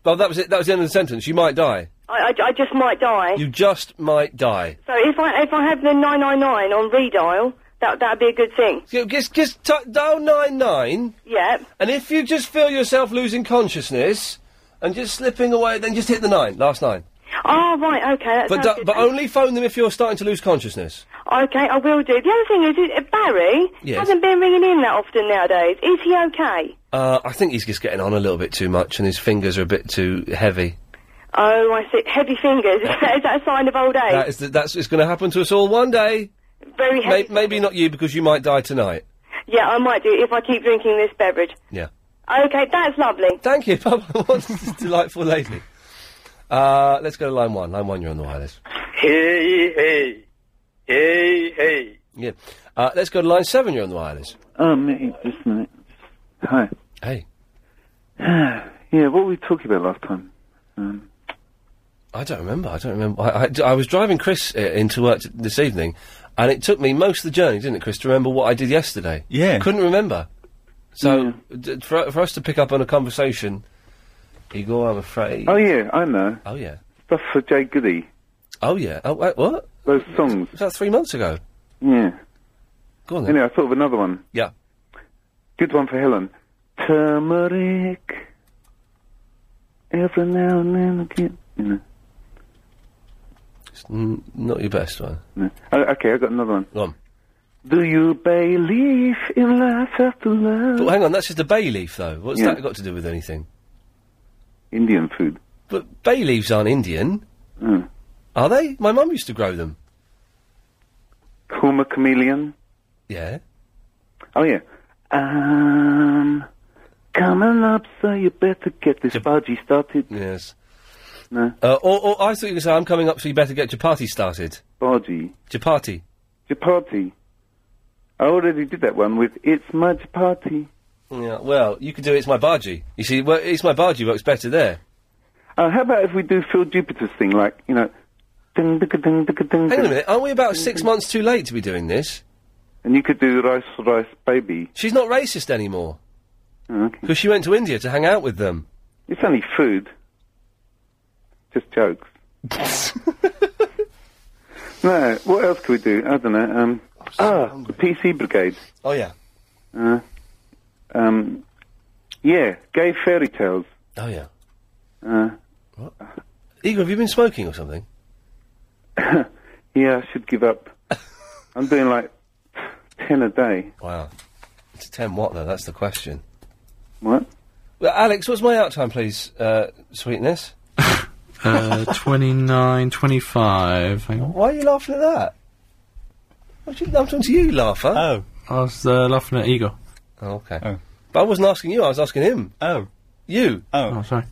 Speaker 20: Well, that was it. That was the end of the sentence. You might die.
Speaker 3: I, I, I just might die.
Speaker 20: You just might die.
Speaker 3: So if I if I have the 999 on redial, that that'd be a good thing.
Speaker 20: So just just t- dial nine nine.
Speaker 3: Yeah.
Speaker 20: And if you just feel yourself losing consciousness and just slipping away, then just hit the nine, last nine.
Speaker 3: Oh right, okay, that
Speaker 20: but
Speaker 3: sounds
Speaker 20: du-
Speaker 3: good.
Speaker 20: but only phone them if you're starting to lose consciousness.
Speaker 3: Okay, I will do. The other thing is, is uh, Barry
Speaker 20: Yes.
Speaker 3: hasn't been ringing in that often nowadays. Is he okay?
Speaker 20: Uh, I think he's just getting on a little bit too much, and his fingers are a bit too heavy.
Speaker 3: Oh, I see. Heavy fingers. Is that, is that a sign of old age?
Speaker 20: That is the, that's it's going to happen to us all one day.
Speaker 3: Very
Speaker 20: May-
Speaker 3: heavy.
Speaker 20: maybe not you because you might die tonight.
Speaker 3: Yeah, I might do it if I keep drinking this beverage.
Speaker 20: Yeah.
Speaker 3: Okay, that's lovely.
Speaker 20: Thank you, Papa. What a delightful lady. Uh, let's go to line one. Line one, you're on the wireless.
Speaker 6: Hey, hey. Hey, hey.
Speaker 20: Yeah. Uh, let's go to line seven. You're on the wireless.
Speaker 9: Um, mate, just a minute. Hi.
Speaker 20: Hey.
Speaker 9: yeah, what were we talking about last time? Um,
Speaker 20: I don't remember. I don't remember. I, I- I was driving Chris uh, into work t- this evening, and it took me most of the journey, didn't it, Chris, to remember what I did yesterday?
Speaker 9: Yeah.
Speaker 20: Couldn't remember. So, d- for, for us to pick up on a conversation, Igor, I'm afraid.
Speaker 9: oh, yeah, I know.
Speaker 20: Oh, yeah.
Speaker 9: Stuff for Jay Goody.
Speaker 20: Oh, yeah. Oh, wait, what?
Speaker 9: Those songs.
Speaker 20: Was that three months ago?
Speaker 9: Yeah.
Speaker 20: Go on then.
Speaker 9: Anyway, I thought of another one.
Speaker 20: Yeah.
Speaker 9: Good one for Helen. Turmeric. Every now and then again. You know.
Speaker 20: It's n- not your best one.
Speaker 9: No. Oh, okay, I've got another one.
Speaker 20: Go on.
Speaker 9: Do you believe in life after love?
Speaker 20: But hang on, that's just a bay leaf, though. What's
Speaker 9: Mm. Yeah.
Speaker 20: that got to do with anything?
Speaker 9: Indian food.
Speaker 20: But bay leaves aren't Indian,
Speaker 9: Mm.
Speaker 20: are they? My mum used to grow them.
Speaker 9: Kuma chameleon.
Speaker 20: Yeah.
Speaker 9: Oh yeah. Um, coming up, so you better get this party started.
Speaker 20: Yes.
Speaker 9: No,
Speaker 20: Uh, or, or I thought you could say, I'm coming up, so you better get your party started.
Speaker 9: Baji.
Speaker 20: Chapati.
Speaker 9: Chapati. I already did that one with It's My Chapati.
Speaker 20: Yeah, well, you could do It's My Bargy. You see, well, It's My Bargy works better there.
Speaker 9: Uh, how about if we do Phil Jupiter's thing, like, you know, ding, ding, ding, ding, ding,
Speaker 20: Hang on a minute, aren't we about six months too late to be doing this?
Speaker 9: And you could do Rice Rice Baby. Oh,
Speaker 20: She's not racist anymore.
Speaker 9: Okay.
Speaker 20: Because she went to India to hang out with them.
Speaker 9: It's only food. Just jokes. no, what else could we do? I don't know. Um, ah, PC Brigade.
Speaker 20: Oh, yeah.
Speaker 9: Uh, um, yeah, gay fairy tales.
Speaker 20: Oh, yeah.
Speaker 9: Uh,
Speaker 20: Igor, have you been smoking or something?
Speaker 9: yeah, I should give up. I'm doing like ten a day.
Speaker 20: Wow. It's 10 what, though? That's the question.
Speaker 9: What?
Speaker 20: Well, Alex, what's my out time, please, uh, sweetness?
Speaker 1: Uh, 29, 25. Hang on.
Speaker 20: Why are you laughing at that? I'm ju- I'm talking to you, laugher.
Speaker 1: Oh. I was uh, laughing at Igor.
Speaker 20: Oh, okay. But I wasn't asking you, I was asking him.
Speaker 9: Oh.
Speaker 20: You.
Speaker 9: Oh.
Speaker 1: Oh, sorry.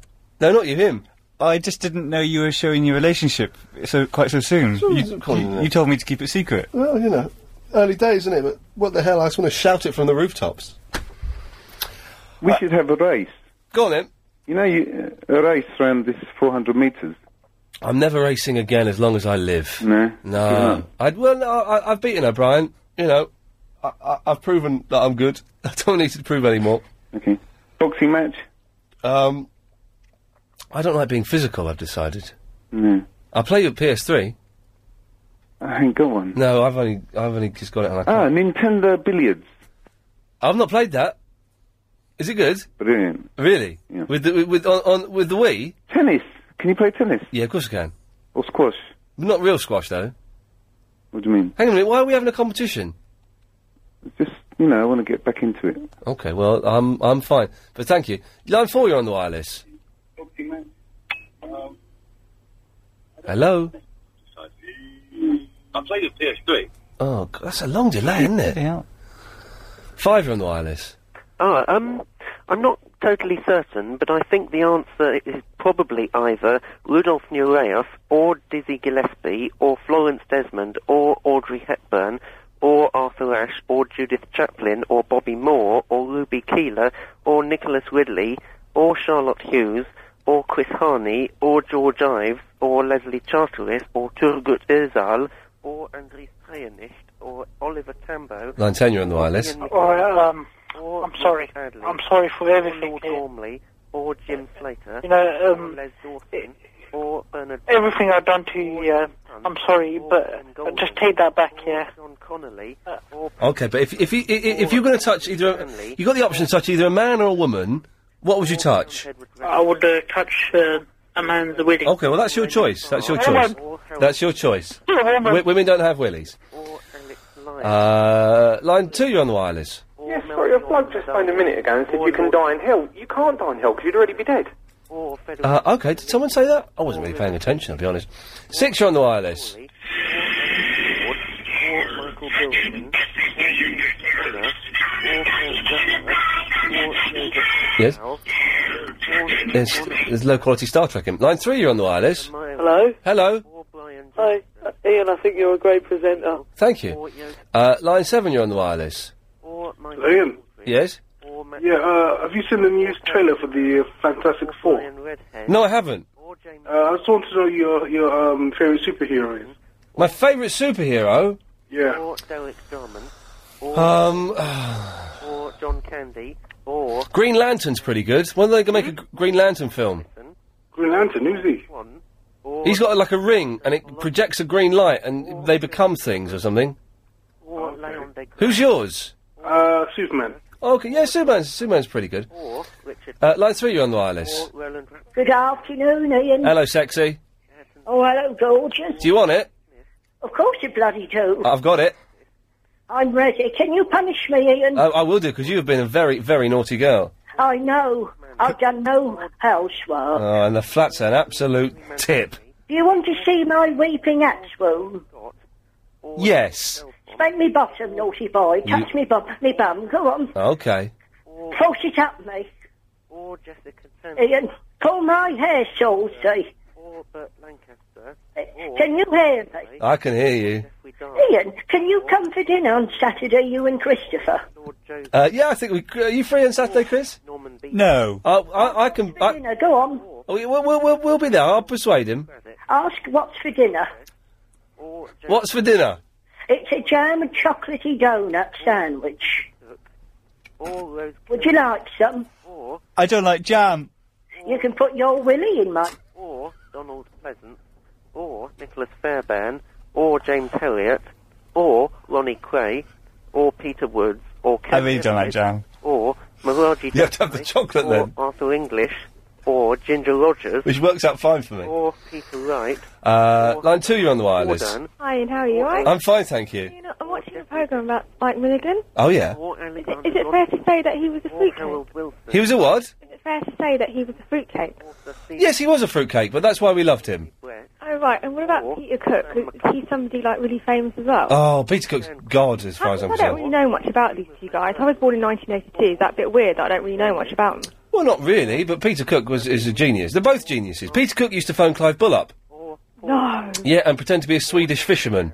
Speaker 20: No, not you, him.
Speaker 2: I just didn't know you were showing your relationship so quite so soon.
Speaker 49: Sure, it's
Speaker 2: you,
Speaker 49: not calling
Speaker 2: you-
Speaker 49: it.
Speaker 2: you told me to keep it secret.
Speaker 49: Well, you know, early days, isn't it? But what the hell? I just want to shout it from the rooftops.
Speaker 9: We should have a race.
Speaker 20: Uh, Go on then.
Speaker 9: You know, you, uh, a race around this 400 metres.
Speaker 20: I'm never racing again as long as I live.
Speaker 9: No.
Speaker 20: No. I'd, well, no, I, I've beaten her, Brian. You know, I, I, I've proven that I'm good. I don't need to prove anymore.
Speaker 9: Okay. Boxing match?
Speaker 20: Um, I don't like being physical, I've decided.
Speaker 9: No.
Speaker 20: I play with PS3.
Speaker 9: I ain't got one.
Speaker 20: No, I've only, I've only just got it on. I
Speaker 9: Ah, Nintendo Billiards.
Speaker 20: I've not played that. Is it good?
Speaker 9: Brilliant.
Speaker 20: Really? With the with, with on, on with the Wii?
Speaker 9: Tennis. Can you play tennis?
Speaker 20: Yeah, of course I can.
Speaker 9: Or squash?
Speaker 20: Not real squash though.
Speaker 9: What do you mean?
Speaker 20: Hang on a minute, why are we having a competition?
Speaker 9: You know, I want to get back into it.
Speaker 20: Okay, well I'm I'm fine. But thank you. Line four you're on the wireless. Hello?
Speaker 50: I played a PS3.
Speaker 20: Oh God, that's a long delay, isn't it?
Speaker 9: Yeah.
Speaker 20: Five you're on the wireless.
Speaker 7: Ah, um, I'm not totally certain, but I think the answer is probably either Rudolf Nureyev or Dizzy Gillespie or Florence Desmond or Audrey Hepburn or Arthur Ashe or Judith Chaplin or Bobby Moore or Ruby Keeler or Nicholas Ridley or Charlotte Hughes or Chris Harney or George Ives or Leslie Charteris or Turgut Özal or Andries Trajanicht or Oliver Tambo.
Speaker 20: Nine ten, you're on the wireless.
Speaker 8: Or, um, I'm sorry. I'm sorry for everything.
Speaker 7: Lord
Speaker 8: Uh,
Speaker 7: Ormley or Jim Slater.
Speaker 8: You know, um,
Speaker 7: or Les Dawson or Bernard
Speaker 8: Everything I've done to you, yeah. I'm sorry, but uh, just take Uh, that back, yeah.
Speaker 7: John Connolly or
Speaker 20: Okay, but if if, you, i- i- if you're going to touch either, you got the option to touch either a man or a woman. What would you touch?
Speaker 8: I would uh, touch uh, a man's willy.
Speaker 20: Okay, well that's your choice. That's your choice.
Speaker 8: Woman.
Speaker 20: That's your choice.
Speaker 8: Yeah, woman.
Speaker 20: Wi- women don't have willies. Uh, line two, you're on the wireless.
Speaker 51: Yes, sorry, a bloke just phoned a minute ago and said you can die in hell. You can't die in hell because you'd already be dead.
Speaker 20: Uh, okay, did someone say that? I wasn't really paying attention, I'll be honest. Six, you're on the wireless.
Speaker 7: or Michael Bilson or Taylor or Frank Zappa or Joseph
Speaker 20: Yes?
Speaker 7: Powell,
Speaker 20: There's, there's low quality Star Trek in. Line three, you're on the wireless.
Speaker 1: Hello?
Speaker 20: Hello.
Speaker 1: Hi, uh, Ian, I think you're a great presenter.
Speaker 20: Thank you. Uh, line seven, you're on the wireless.
Speaker 7: or Michael
Speaker 1: Ian?
Speaker 20: Yes?
Speaker 1: Yeah, uh, have you seen the news trailer for the uh, Fantastic Four?
Speaker 20: No, I haven't.
Speaker 1: Uh, I just want to know your, your um, favourite superhero is.
Speaker 20: My favourite superhero?
Speaker 1: Yeah.
Speaker 7: or Derek Jarman or,
Speaker 20: Um,
Speaker 7: or John Candy or
Speaker 20: Green Lantern's pretty good. When are they going to make a Green Lantern film?
Speaker 1: Green Lantern, who's he?
Speaker 20: He's got like a ring and it projects a green light and they become things or something.
Speaker 7: or Leon De
Speaker 20: Who's yours?
Speaker 1: Uh, Superman.
Speaker 20: Okay, yeah, Superman's, Superman's pretty good.
Speaker 7: or Richard
Speaker 20: Uh, line three, you're on the wireless.
Speaker 7: or Roland
Speaker 5: Good afternoon, Ian.
Speaker 20: Hello, sexy.
Speaker 5: Oh, hello, gorgeous.
Speaker 20: Do you want it?
Speaker 5: Of course you bloody do.
Speaker 20: I've got it. Uh,
Speaker 5: I'm ready. Can you punish me, Ian?
Speaker 20: I, I will do because you have been a very, very naughty girl.
Speaker 5: I know. I've done no housework.
Speaker 20: Oh, and the flat's an absolute tip.
Speaker 5: Do you want to see my weeping Axwell?
Speaker 20: Yes.
Speaker 5: Spank me bottom, naughty boy. Touch me bum, me bum. Go on.
Speaker 20: Okay.
Speaker 5: Force it up me.
Speaker 7: or Jessica
Speaker 5: Ian, pull my hair, Salty.
Speaker 7: or Bert Lancaster
Speaker 5: Uh, Can you hear me?
Speaker 20: I can hear you.
Speaker 5: Ian, can you come for dinner on Saturday, you and Christopher?
Speaker 20: Uh, yeah, I think we. Are you free on Saturday, Chris? No. Uh, I, I can. I,
Speaker 5: Dinner, go on.
Speaker 20: we- we'll, we'll, we'll, we'll be there. I'll persuade him.
Speaker 5: Ask what's for dinner.
Speaker 20: What's for dinner?
Speaker 5: It's a jam and chocolatey donut sandwich.
Speaker 7: or Rose
Speaker 5: Would you like some?
Speaker 7: or
Speaker 2: I don't like jam.
Speaker 5: You can put your willy in mine.
Speaker 7: or Donald Pleasant or Nicholas Fairbairn or James Herriot or Ronnie Cray or Peter Woods or
Speaker 2: I
Speaker 7: Ken
Speaker 2: really don't like jam.
Speaker 7: or Maraji
Speaker 2: You have to have the
Speaker 7: Deshmukh,
Speaker 2: chocolate
Speaker 7: or
Speaker 2: then.
Speaker 7: Arthur English or Ginger Rogers
Speaker 20: Which works out fine for me.
Speaker 7: or Peter Wright
Speaker 20: Uh, line two, you're on the wireless.
Speaker 7: Jordan
Speaker 3: Hi, and how are you? Right?
Speaker 20: I'm fine, thank you.
Speaker 3: You know, I'm watching a program about Mike Milligan.
Speaker 20: Oh, yeah.
Speaker 7: Is
Speaker 3: it, is it fair to say that he was a fruitcake?
Speaker 20: He was a what?
Speaker 3: Is it fair to say that he was a fruitcake?
Speaker 20: Yes, he was a fruitcake, but that's why we loved him.
Speaker 3: Oh right, and what about Peter Cook? Was- He's somebody like really famous as well.
Speaker 20: Oh, Peter Cook's God, as far as
Speaker 3: I
Speaker 20: I'm
Speaker 3: don't really
Speaker 20: concerned.
Speaker 3: know much about these two guys. I was born in 1982. Is that a bit weird? that I don't really know much about them.
Speaker 20: Well, not really, but Peter Cook was is a genius. They're both geniuses. Peter Cook used to phone Clive Bull up.
Speaker 3: No,
Speaker 20: Yeah, and pretend to be a Swedish fisherman.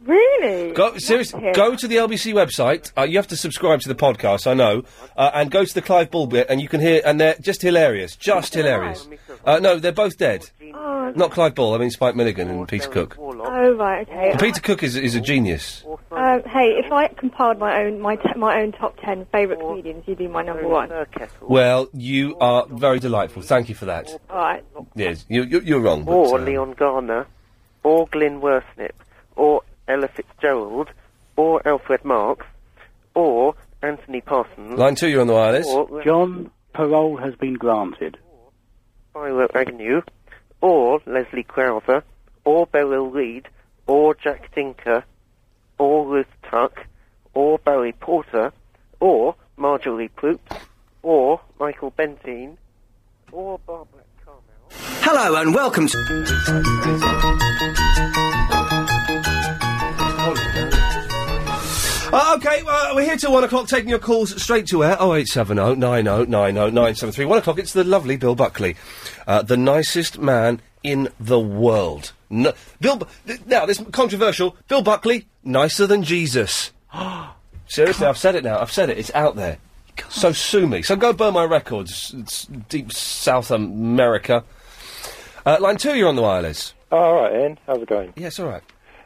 Speaker 3: really.
Speaker 20: Go seriously. Go to the LBC website. Uh, you have to subscribe to the podcast, I know, uh, and go to the Clive Bull bit, and you can hear. And they're just hilarious, just hilarious. Uh, no, they're both dead.
Speaker 3: Oh,
Speaker 20: Not Clive Bull. I mean Spike Milligan and Peter Cook.
Speaker 3: oh right, okay.
Speaker 20: But Peter Cook is is a genius.
Speaker 3: Um, hey, if I compiled my own my t- my own top ten favourite comedians, you'd be my number one.
Speaker 20: Well, you are very delightful. Thank you for that.
Speaker 3: All right.
Speaker 20: Yes, you, you, you're wrong. But,
Speaker 7: or
Speaker 1: Oh,
Speaker 20: uh,
Speaker 7: Leon Garner, or Glyn Worsnip, or Ella Fitzgerald, or Alfred Marks, or Anthony Parsons.
Speaker 20: Hmm? Line two, you're on the wireless.
Speaker 7: Or
Speaker 52: John, parole has been granted.
Speaker 7: Spiro Agnew, or Leslie Crowther, or Beryl Reed, or Jack Tinker, or Ruth Tuck, or Barry Porter, or Marjorie Proops, or Michael Benteen,
Speaker 53: Uh,
Speaker 7: or Barbara.
Speaker 54: Hello and welcome to.
Speaker 20: Uh, okay, well, we're here till one o'clock, taking your calls straight to air. 0870 90 90 973. One o'clock, it's the lovely Bill Buckley, uh, the nicest man in the world. No, Bill, Bu- th- now this controversial. Bill Buckley, nicer than Jesus. Seriously, I've said it now. I've said it. It's out there. So sue me. So go burn my records. It's deep South America. Uh, line two, you're on the wireless.
Speaker 26: Oh, all right, Ian. How's it going?
Speaker 20: Yes, all right.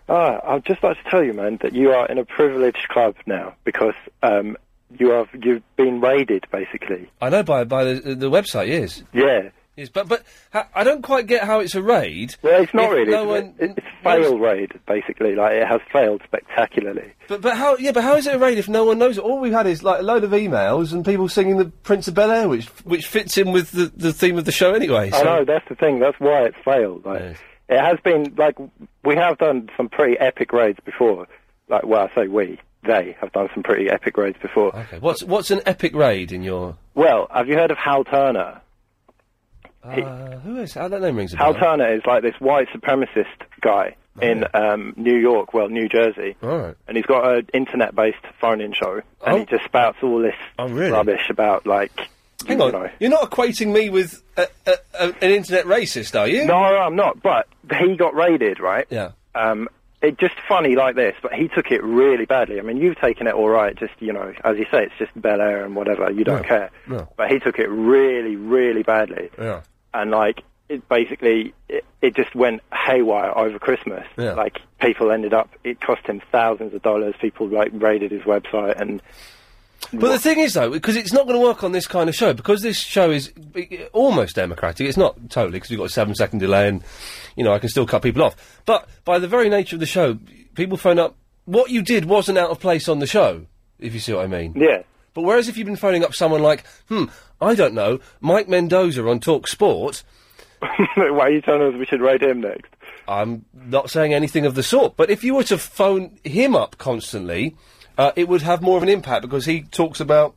Speaker 26: Uh, I'd just like to tell you, man, that you are in a privileged club now because um, you have you've been raided, basically.
Speaker 20: I know by by the, the website, yes.
Speaker 26: Yeah.
Speaker 20: Yes, but but ha- I don't quite get how it's a raid.
Speaker 26: Well, it's not
Speaker 20: if
Speaker 26: really.
Speaker 20: No
Speaker 26: it's,
Speaker 20: one,
Speaker 26: it's fail raid, basically. Like it has failed spectacularly.
Speaker 20: but but how? Yeah, but how is it a raid if no one knows? it? All we've had is like a load of emails and people singing the Prince of Bel Air, which which fits in with the, the theme of the show anyway.
Speaker 26: I
Speaker 20: so-
Speaker 26: know that's the thing. That's why it failed. Like, It has been like we have done some pretty epic raids before. Like, well, I say we, they have done some pretty epic raids before.
Speaker 20: Okay, What's what's an epic raid in your?
Speaker 26: Well, have you heard of Hal Turner?
Speaker 20: Uh, who is? How that name rings a
Speaker 26: Hal
Speaker 20: bell. Oh,
Speaker 26: Turner is like this white supremacist guy in um, New York, well, New Jersey,
Speaker 20: All right. Oh.
Speaker 26: and he's got an internet-based phone-in show, and he just spouts all this rubbish about like.
Speaker 20: Hang
Speaker 26: you
Speaker 20: on,
Speaker 26: know.
Speaker 20: you're not equating me with a, a, a, an internet racist, are you?
Speaker 26: No, I'm not. But he got raided, right?
Speaker 20: Yeah.
Speaker 26: Um, it just funny like this, but he took it really badly. I mean, you've taken it all right. Just you know, as you say, it's just Bel Air and whatever. You don't
Speaker 20: Yeah.
Speaker 26: care.
Speaker 20: No.
Speaker 26: But he took it really, really badly,
Speaker 20: Yeah.
Speaker 26: and like it basically, it, it just went haywire over Christmas.
Speaker 20: Yeah.
Speaker 26: Like people ended up. It cost him thousands of dollars. People like raided his website and.
Speaker 20: But the thing is, though, because it's not going to work on this kind of show, because this show is eh, almost democratic. It's not totally because we've got a seven-second delay, and you know I can still cut people off. But by the very nature of the show, people phone up. What you did wasn't out of place on the show, if you see what I mean.
Speaker 26: Yeah.
Speaker 20: But whereas if you've been phoning up someone like, hmm, I don't know, Mike Mendoza on Talk Sport.
Speaker 26: Why are you telling us we should raid him next?
Speaker 20: I'm not saying anything of the sort, but if you were to phone him up constantly, uh, it would have more of an impact because he talks about,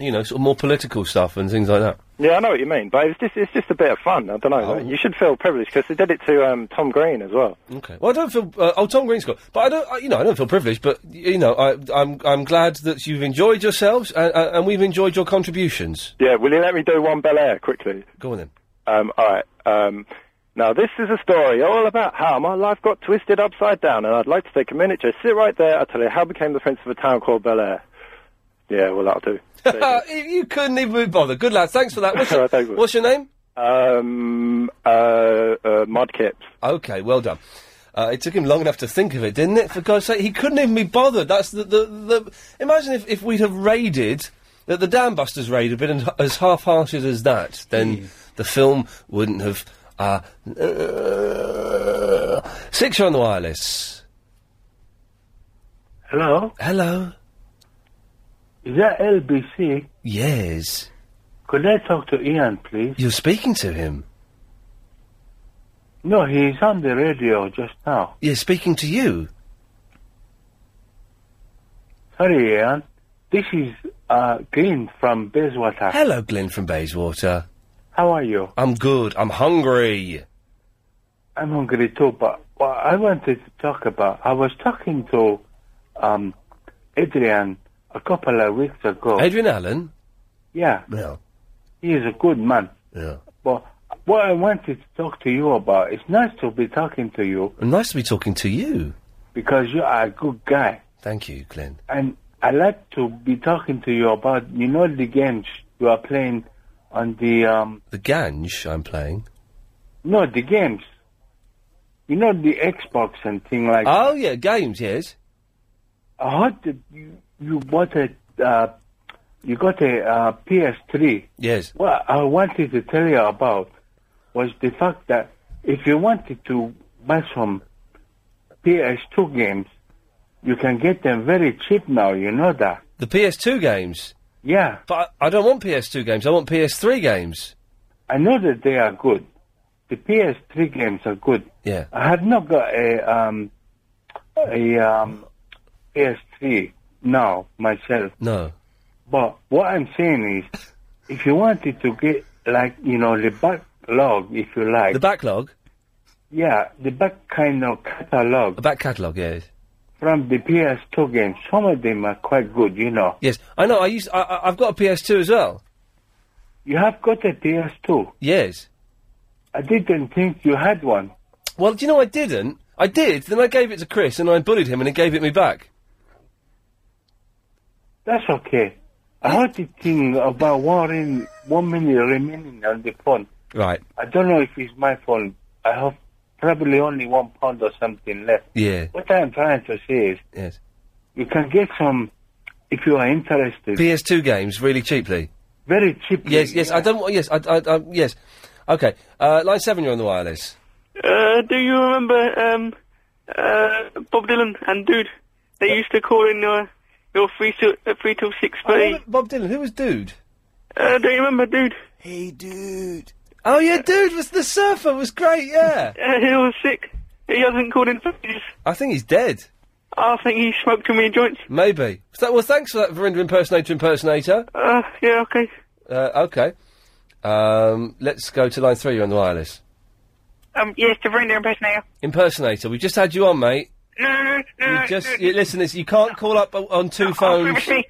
Speaker 20: you know, sort of more political stuff and things like that.
Speaker 26: Yeah, I know what you mean, but it's just it's just a bit of fun. I don't know.
Speaker 20: Oh.
Speaker 26: like, you should feel privileged because they did it to um, Tom Green as well.
Speaker 20: Okay. Well, I don't feel. Uh, oh, Tom Green's got. But I don't. I, you know, I don't feel privileged. But y- you know, I, I'm. I'm glad that you've enjoyed yourselves and, uh, and we've enjoyed your contributions.
Speaker 26: Yeah, will you let me do one Bel Air quickly?
Speaker 20: Go on then.
Speaker 26: Um, all right. Um, now this is a story all about how my life got twisted upside down, and I'd like to take a minute just sit right there. I'll tell you how I became the prince of a town called Bel Air. Yeah, well that'll do.
Speaker 20: you you couldn't even be bothered. Good lad. Thanks for that. What's, your, what's your name?
Speaker 26: Um. Uh. uh Modkips.
Speaker 20: Okay. Well done. Uh, it took him long enough to think of it, didn't it? For God's sake, he couldn't even be bothered. That's the the, the Imagine if, if we'd have raided that the Dam Busters raid had been as half-hearted as that, then the film wouldn't have. Uh, six, you're on the wireless.
Speaker 4: Hello?
Speaker 20: Hello?
Speaker 4: Is that LBC?
Speaker 20: Yes.
Speaker 4: Could I talk to Ian, please?
Speaker 20: You're speaking to him.
Speaker 4: No, he's on the radio just now.
Speaker 20: Yeah, speaking to you.
Speaker 4: Sorry, Ian. This is uh, Glyn from Bayswater.
Speaker 20: Hello, Glyn from Bayswater.
Speaker 4: How are you?
Speaker 20: I'm good. I'm hungry.
Speaker 4: I'm hungry too, but what I wanted to talk about, I was talking to um, Adrian a couple of weeks ago.
Speaker 20: Adrian Allen?
Speaker 4: Yeah.
Speaker 20: Well.
Speaker 4: He is a good man.
Speaker 20: Yeah.
Speaker 4: But what I wanted to talk to you about, it's nice to be talking to you
Speaker 20: Nice to be talking to you.
Speaker 4: because you are a good guy.
Speaker 20: Thank you, Glenn.
Speaker 4: And I like to be talking to you about, you know, the games you are playing on the, um,
Speaker 20: The Gange I'm playing.
Speaker 4: no, the games. You know, the Xbox and thing like
Speaker 20: oh, yeah, games, yes.
Speaker 4: I heard that you, you bought a, uh, you got a uh, PS3.
Speaker 20: Yes.
Speaker 4: What I wanted to tell you about was the fact that if you wanted to buy some PS2 games, you can get them very cheap now, you know that.
Speaker 20: The PS2 games.
Speaker 4: Yeah.
Speaker 20: But I, I don't want PS2 games. I want PS3 games.
Speaker 4: I know that they are good. The PS3 games are good.
Speaker 20: Yeah.
Speaker 4: I have not got a um, a um, PS3 now myself.
Speaker 20: No.
Speaker 4: But what I'm saying is, if you wanted to get like you know the backlog, if you like
Speaker 20: The backlog?
Speaker 4: yeah, the back kind of catalog.
Speaker 20: The back catalogue, yes.
Speaker 4: from the PS2 games. Some of them are quite good, you know.
Speaker 20: Yes, I know. I used. I- I, I've got a PS2 as well.
Speaker 4: You have got a PS2.
Speaker 20: Yes.
Speaker 4: I didn't think you had one.
Speaker 20: Well, do you know I didn't? I did. Then I gave it to Chris, and I bullied him, and he gave it me back.
Speaker 4: That's okay. I heard the thing about one, in, one minute remaining on the phone.
Speaker 20: Right.
Speaker 4: I don't know if it's my phone. I have probably only one pound or something left.
Speaker 20: Yeah.
Speaker 4: What I'm trying to say is,
Speaker 20: yes,
Speaker 4: you can get some if you are interested.
Speaker 20: PS2 games really cheaply.
Speaker 4: Very cheaply.
Speaker 20: Yes. Yes. I don't. wa- Yes. I. I, I yes. Okay. Uh, line seven. You're on the wireless.
Speaker 53: Uh, do you remember um, uh, Bob Dylan and Dude? They used to call in uh, your three to uh, three till six thirty.
Speaker 20: Bob Dylan. Who was Dude?
Speaker 53: Uh, do you remember Dude?
Speaker 20: Hey, dude. Oh yeah, dude. Was the surfer was great. Yeah.
Speaker 53: Uh, he was sick. He hasn't called in for ages.
Speaker 20: I think he's dead.
Speaker 53: I think he smoked too many joints.
Speaker 20: Maybe. So, well, thanks for that, Verinder impersonator impersonator.
Speaker 53: Uh, yeah, okay.
Speaker 20: Uh, okay. Um, let's go to line three. You're on the wireless.
Speaker 7: Um, yes, to Brenda impersonator.
Speaker 20: Impersonator. We just had you on, mate.
Speaker 7: No, no, no,
Speaker 20: You
Speaker 7: no,
Speaker 20: just
Speaker 7: no.
Speaker 20: you, listen. This you can't call up o- on
Speaker 53: oh,
Speaker 20: two phones.
Speaker 7: Privacy.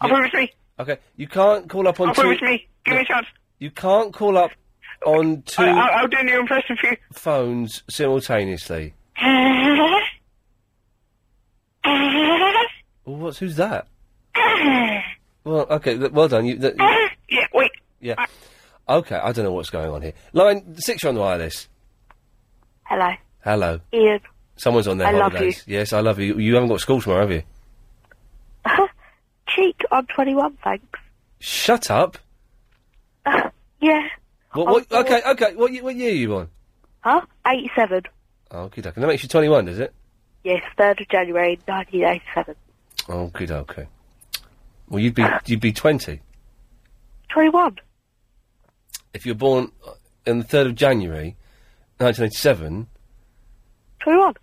Speaker 7: Oh,
Speaker 20: Yeah.
Speaker 7: privacy.
Speaker 20: Okay. You can't call up on
Speaker 7: Oh,
Speaker 20: two.
Speaker 7: privacy. Give me a chance.
Speaker 20: You can't call up on two
Speaker 7: I, I, I'll do a new impression for you.
Speaker 20: phones simultaneously. Well, what's who's that? Well, okay. Th- well done. You. Th-
Speaker 7: yeah. Wait.
Speaker 20: yeah. Okay. I don't know what's going on here. Line six. You're on the wireless.
Speaker 3: Hello,
Speaker 20: Hello.
Speaker 3: Ian.
Speaker 20: Someone's on their
Speaker 3: I love
Speaker 20: holidays. Yes, I love you. You haven't got school tomorrow, have you?
Speaker 3: Cheek, I'm 21, thanks.
Speaker 20: Shut up.
Speaker 3: Yeah.
Speaker 20: What? what okay. Okay. What, ye- what year are you on?
Speaker 3: Huh? 87.
Speaker 20: Okay, doke. And that makes you 21, does it?
Speaker 3: Yes, 3rd of January, 1987.
Speaker 20: Okay, okay. Well, you'd be you'd be 20
Speaker 3: 21.
Speaker 20: if you're born uh, on the 3rd of January, 1987.
Speaker 3: 21.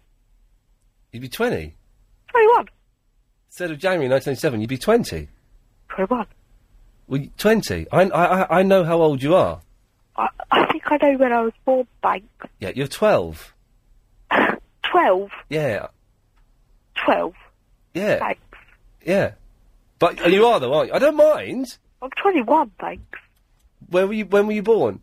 Speaker 20: You'd be 20.
Speaker 3: 21.
Speaker 20: 3rd of January, 1987. You'd be 20.
Speaker 3: 21.
Speaker 20: Well, you- 20. I, I I- I know how old you are.
Speaker 3: I, I think I know when I was born, bank.
Speaker 20: Yeah, you're 12.
Speaker 3: 12.
Speaker 20: Yeah,
Speaker 3: 12.
Speaker 20: yeah,
Speaker 3: Thanks.
Speaker 20: yeah. But uh, you are though, aren't you? I don't mind.
Speaker 3: I'm 21, thanks.
Speaker 20: Where were you? When were you born?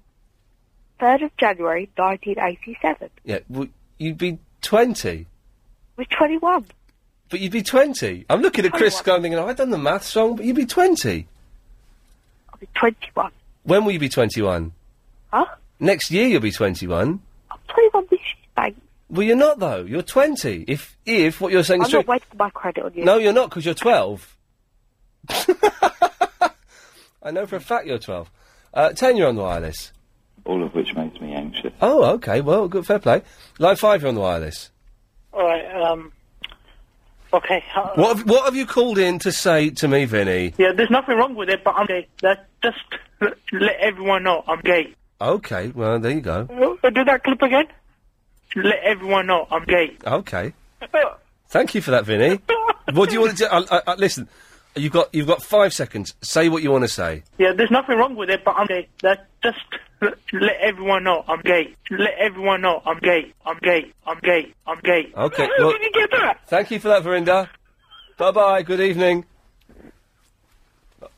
Speaker 3: 3rd of January, 1987.
Speaker 20: Yeah, well, you'd be 20.
Speaker 3: We're 21.
Speaker 20: But you'd be 20. I'm looking at Chris going, thinking, "Oh, I've done the maths wrong, but you'd be 20.
Speaker 3: I'll be 21.
Speaker 20: When will you be 21?
Speaker 3: Huh?
Speaker 20: Next year you'll be 21.
Speaker 3: I'm 21 this year, thanks.
Speaker 20: Well, you're not, though. You're 20. If, if what you're saying
Speaker 3: I'm
Speaker 20: is true.
Speaker 3: not waiting for my credit on you.
Speaker 20: No, you're not, because you're 12. I know for a fact you're 12. Uh, 10, you're on the wireless.
Speaker 55: All of which makes me anxious.
Speaker 20: Oh, okay. Well, good, fair play. Line 5, you're on the wireless.
Speaker 8: All right. Um. Okay. uh,
Speaker 20: What have, what have you called in to say to me, Vinny?
Speaker 8: Yeah, there's nothing wrong with it, but I'm gay. That just let, let everyone know I'm gay.
Speaker 20: Okay, well, there you go.
Speaker 8: Uh, do that clip again. Let everyone know I'm gay.
Speaker 20: Okay. Thank you for that, Vinny. what do you want to do? I, I, I, listen, you've got you've got five seconds. Say what you want to say.
Speaker 8: Yeah, there's nothing wrong with it, but I'm gay. That just let, let everyone know I'm gay. Let everyone know I'm gay. I'm gay. I'm gay. I'm gay.
Speaker 20: Okay. Well, Thank you for that, Verinda. bye bye. Good evening.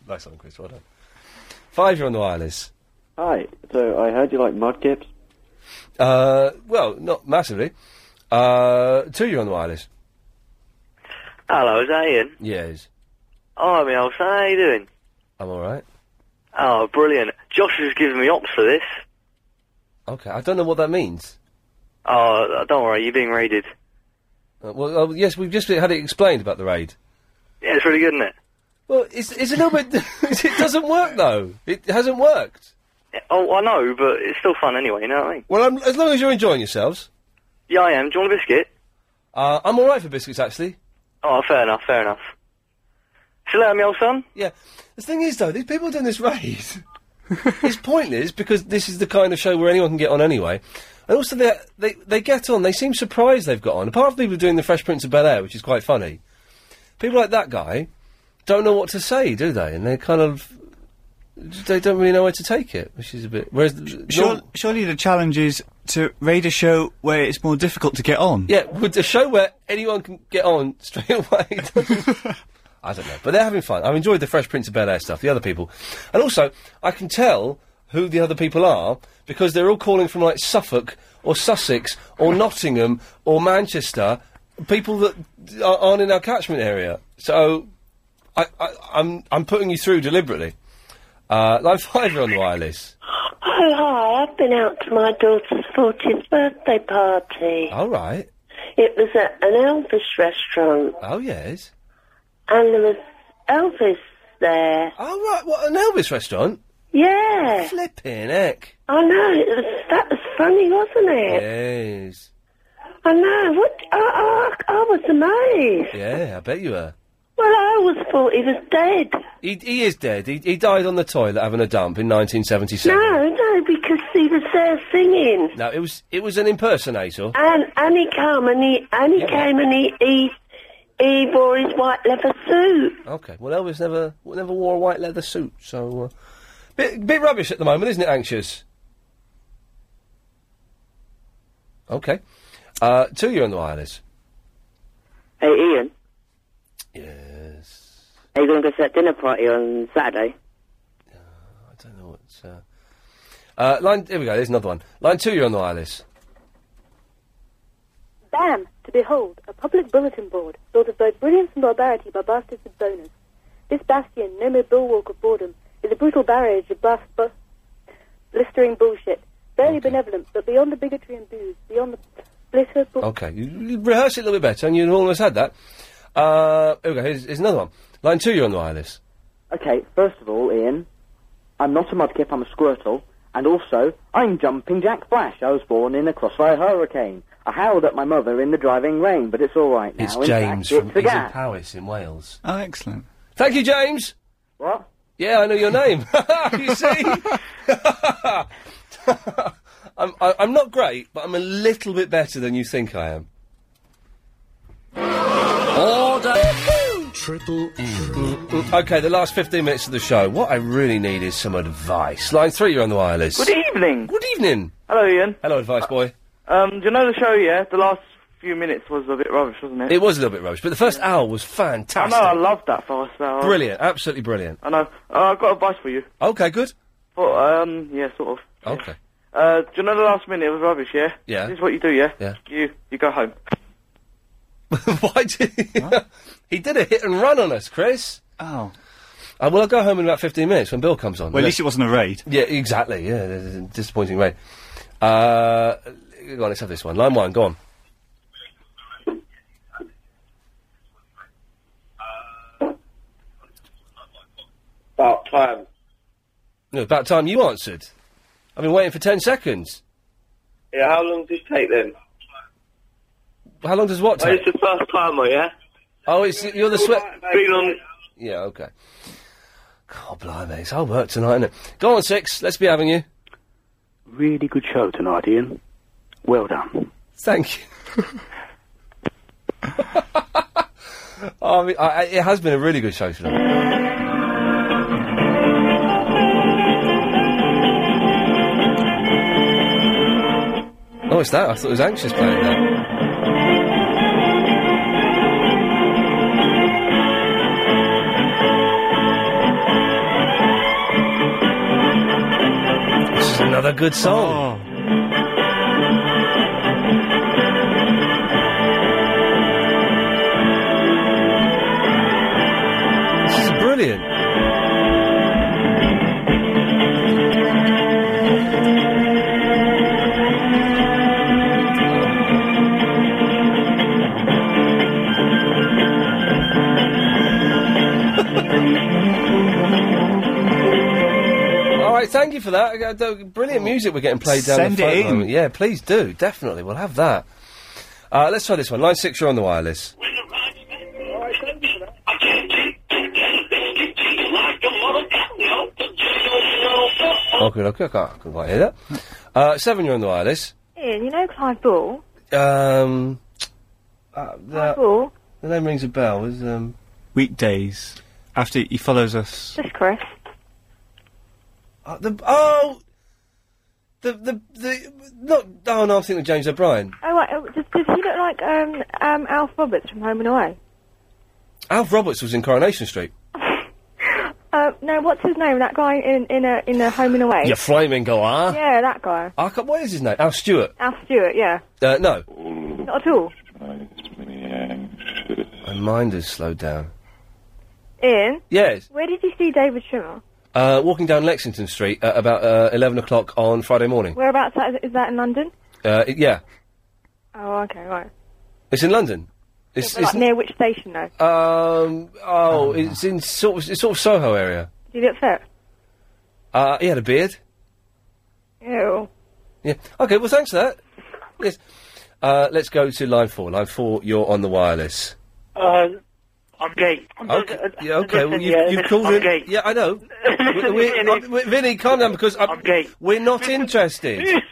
Speaker 20: Nice one, Chris. Well done. Five, you're on the wireless.
Speaker 56: Hi. So I heard you like mudkips.
Speaker 20: Uh, well, not massively. Uh, two, you're on the wireless.
Speaker 1: Hello, is that Ian?
Speaker 20: Yes,
Speaker 1: Hi, my old son, how you doing?
Speaker 20: I'm all right.
Speaker 1: Oh, brilliant. Josh has given me ops for this.
Speaker 20: Okay. I don't know what that means.
Speaker 1: Oh, uh, don't worry, you're being raided.
Speaker 20: Uh, well, uh, yes, we've just had it explained about the raid.
Speaker 1: Yeah, it's really good, isn't it?
Speaker 20: Well, it's it's a little bit. it doesn't work though. It hasn't worked.
Speaker 1: Oh, I know, but it's still fun anyway, you know what I mean?
Speaker 20: Well, I'm, as long as you're enjoying yourselves.
Speaker 1: Yeah, I am. Do you want a biscuit?
Speaker 20: Uh, I'm all right for biscuits, actually.
Speaker 1: Oh, fair enough, fair enough. See you later, my old son.
Speaker 20: Yeah. The thing is, though, these people doing this raid. it's pointless because this is the kind of show where anyone can get on anyway. And also, they they they get on. They seem surprised they've got on. Apart from people doing the Fresh Prince of Bel Air, which is quite funny. People like that guy don't know what to say, do they? And they're kind of They don't really know where to take it, which is a bit. Whereas, the-
Speaker 2: Sure,
Speaker 20: norm-
Speaker 2: surely the challenge is to raid a show where it's more difficult to get on.
Speaker 20: yeah, with a show where anyone can get on straight away. I don't know, but they're having fun. I've enjoyed the Fresh Prince of Bel Air stuff. The other people, and also I can tell who the other people are because they're all calling from like Suffolk or Sussex or Nottingham or Manchester. People that d- are- aren't in our catchment area. So I, I, I'm I'm putting you through deliberately. Uh, line five, you're on the wireless.
Speaker 5: Oh, hi. I've been out to my daughter's 40th birthday party.
Speaker 20: All right.
Speaker 5: It was at an Elvis restaurant,
Speaker 20: Oh yes.
Speaker 5: and there was Elvis there.
Speaker 20: Oh, right. What, an Elvis restaurant?
Speaker 5: Yeah.
Speaker 20: Flipping heck.
Speaker 5: I know. It was, that was funny, wasn't it?
Speaker 20: Yes.
Speaker 5: I know. What? I, I, I was amazed.
Speaker 20: Yeah, I bet you are.
Speaker 5: Well, I always thought he was dead.
Speaker 20: He, he is dead. He, he died on the toilet having a dump in 1977.
Speaker 5: No, no, because he was there singing.
Speaker 20: No, it was it was an impersonator.
Speaker 5: And and he came and he and he came and he, he he wore his white leather suit.
Speaker 20: Okay. Well, Elvis never never wore a white leather suit, so uh, bit bit rubbish at the moment, isn't it? Anxious. Okay. Uh, two, you're on the wireless.
Speaker 57: Hey, Ian.
Speaker 20: Yes.
Speaker 57: Are you going to go to that dinner party on Saturday?
Speaker 20: I don't know what's. Uh... Uh, line. Here we go. There's another one. Line two, you're on the wireless.
Speaker 3: Bam! To behold, a public bulletin board, built of both brilliance and barbarity by bastards and boners. This bastion, no mere bulwark of boredom, is a brutal barrage of bust, bust, blistering bullshit. Barely benevolent, but beyond the bigotry and booze, beyond the blitter, bu-
Speaker 20: Okay, you, you rehearse it a little bit better, and you've almost had that. Uh, here we go. Here's, here's another one. Line two, you're on the wireless.
Speaker 7: Okay, first of all, Ian, I'm not a mudkip, I'm a squirtle. And also, I'm Jumping Jack Flash. I was born in a crossfire hurricane. I howled at my mother in the driving rain, but it's all right now.
Speaker 20: It's
Speaker 7: In
Speaker 20: James
Speaker 7: fact,
Speaker 20: from
Speaker 7: it's a
Speaker 20: he's in
Speaker 7: gas.
Speaker 20: Powys in Wales.
Speaker 7: Oh, excellent.
Speaker 20: Thank you, James.
Speaker 7: What?
Speaker 20: Yeah, I know your name. you see, I'm I, I'm not great, but I'm a little bit better than you think I am. Order. Triple M. Okay, the last 15 minutes of the show. What I really need is some advice. Line three, you're on the wireless.
Speaker 1: Good evening.
Speaker 20: Good evening.
Speaker 1: Hello, Ian.
Speaker 20: Hello, advice boy.
Speaker 1: Um, do you know the show? Yeah, the last few minutes was a bit rubbish, wasn't it?
Speaker 20: It was a little bit rubbish, but the first hour was
Speaker 1: I
Speaker 20: fantastic.
Speaker 1: know. I loved that first hour.
Speaker 20: Brilliant, absolutely brilliant.
Speaker 1: I know. Uh, I've got advice for you.
Speaker 20: Okay, good.
Speaker 1: But um, yeah, sort of.
Speaker 20: Okay.
Speaker 1: Uh, do you know the last minute was rubbish? Yeah.
Speaker 20: Yeah.
Speaker 1: This is what you do. Yeah.
Speaker 20: Yeah.
Speaker 1: You you go home.
Speaker 20: Why did he did a hit and run on us, Chris? Oh. Uh, well, I'll go home in about 15 minutes when Bill comes on.
Speaker 2: Well, at least it
Speaker 20: wasn't a raid. Yeah, exactly. Yeah, it is a disappointing raid. Uh, go on, let's have this one. Line one, go on.
Speaker 3: About time.
Speaker 20: No, about time you answered. I've been waiting for 10 seconds.
Speaker 3: Yeah, how long does it take then?
Speaker 20: How long does what
Speaker 3: Oh,
Speaker 20: take?
Speaker 3: it's the first timer, yeah?
Speaker 20: Oh, it's you're the sweat.
Speaker 3: Been on.
Speaker 20: Yeah, okay. God, blimey, it's hard work tonight, isn't it? Go on, six. Let's be having you.
Speaker 58: Really good show tonight, Ian. Well done.
Speaker 20: Thank you. I mean, I, I, it has been a really good show tonight. Oh, it's that. I thought it was anxious playing that. This is another good song. This is brilliant. All right, thank you for that. Uh, th- Brilliant music we're getting played down
Speaker 2: Send
Speaker 20: the
Speaker 2: it
Speaker 20: phone. at the
Speaker 2: in.
Speaker 20: moment. Yeah, please do. Definitely, we'll have that. Uh, let's try this one. Line six, you're on the wireless. Okay, okay, I can't, I can't quite hear that. Uh, seven, you're on the wireless.
Speaker 59: Ian, you know Clive Ball?
Speaker 20: Um, uh,
Speaker 59: Clive
Speaker 20: the,
Speaker 59: Ball?
Speaker 20: the name rings a bell. Is um,
Speaker 2: Weekdays. After he follows us.
Speaker 59: Just Chris.
Speaker 20: Uh, the oh, the the the not. Oh no, I'm thinking of James O'Brien.
Speaker 22: Oh, right. oh, does, does he look like um, um, Alf Roberts from Home and Away?
Speaker 20: Alf Roberts was in Coronation Street.
Speaker 22: Uh, no, what's his name? That guy in in a in a Home and Away.
Speaker 20: You flaming galah.
Speaker 22: Yeah, that guy.
Speaker 20: I can't- what is his name? Alf Stewart.
Speaker 22: Alf Stewart. Yeah,
Speaker 20: Uh, no.
Speaker 22: not at all.
Speaker 20: My mind has slowed down.
Speaker 22: Ian,
Speaker 20: Yes.
Speaker 22: where did you see David Schwimmer?
Speaker 20: Uh, walking down Lexington Street at about uh, 11 o'clock on Friday morning.
Speaker 22: Whereabouts that- is that in London?
Speaker 20: Uh, it- yeah.
Speaker 22: Oh, okay, right.
Speaker 20: It's in London. It's,
Speaker 22: But, like,
Speaker 20: it's
Speaker 22: near which station though?
Speaker 20: Um. Oh, it's in sort of it's sort of Soho area.
Speaker 22: Did he look fit?
Speaker 20: Uh, he had a beard.
Speaker 22: Ew.
Speaker 20: Yeah. Okay. Well, thanks for that. Yes. Uh, let's go to line four. Line four, you're on the wireless.
Speaker 7: Uh, I'm gay. I'm
Speaker 20: Okay. Yeah, okay. Well,
Speaker 7: listen,
Speaker 20: you,
Speaker 7: yeah,
Speaker 20: you
Speaker 7: listen,
Speaker 20: called
Speaker 7: I'm
Speaker 20: in.
Speaker 7: gay.
Speaker 20: Yeah, I know. we, we, uh, we- Vinny, calm down because I'm, We're not interested.
Speaker 7: in, in,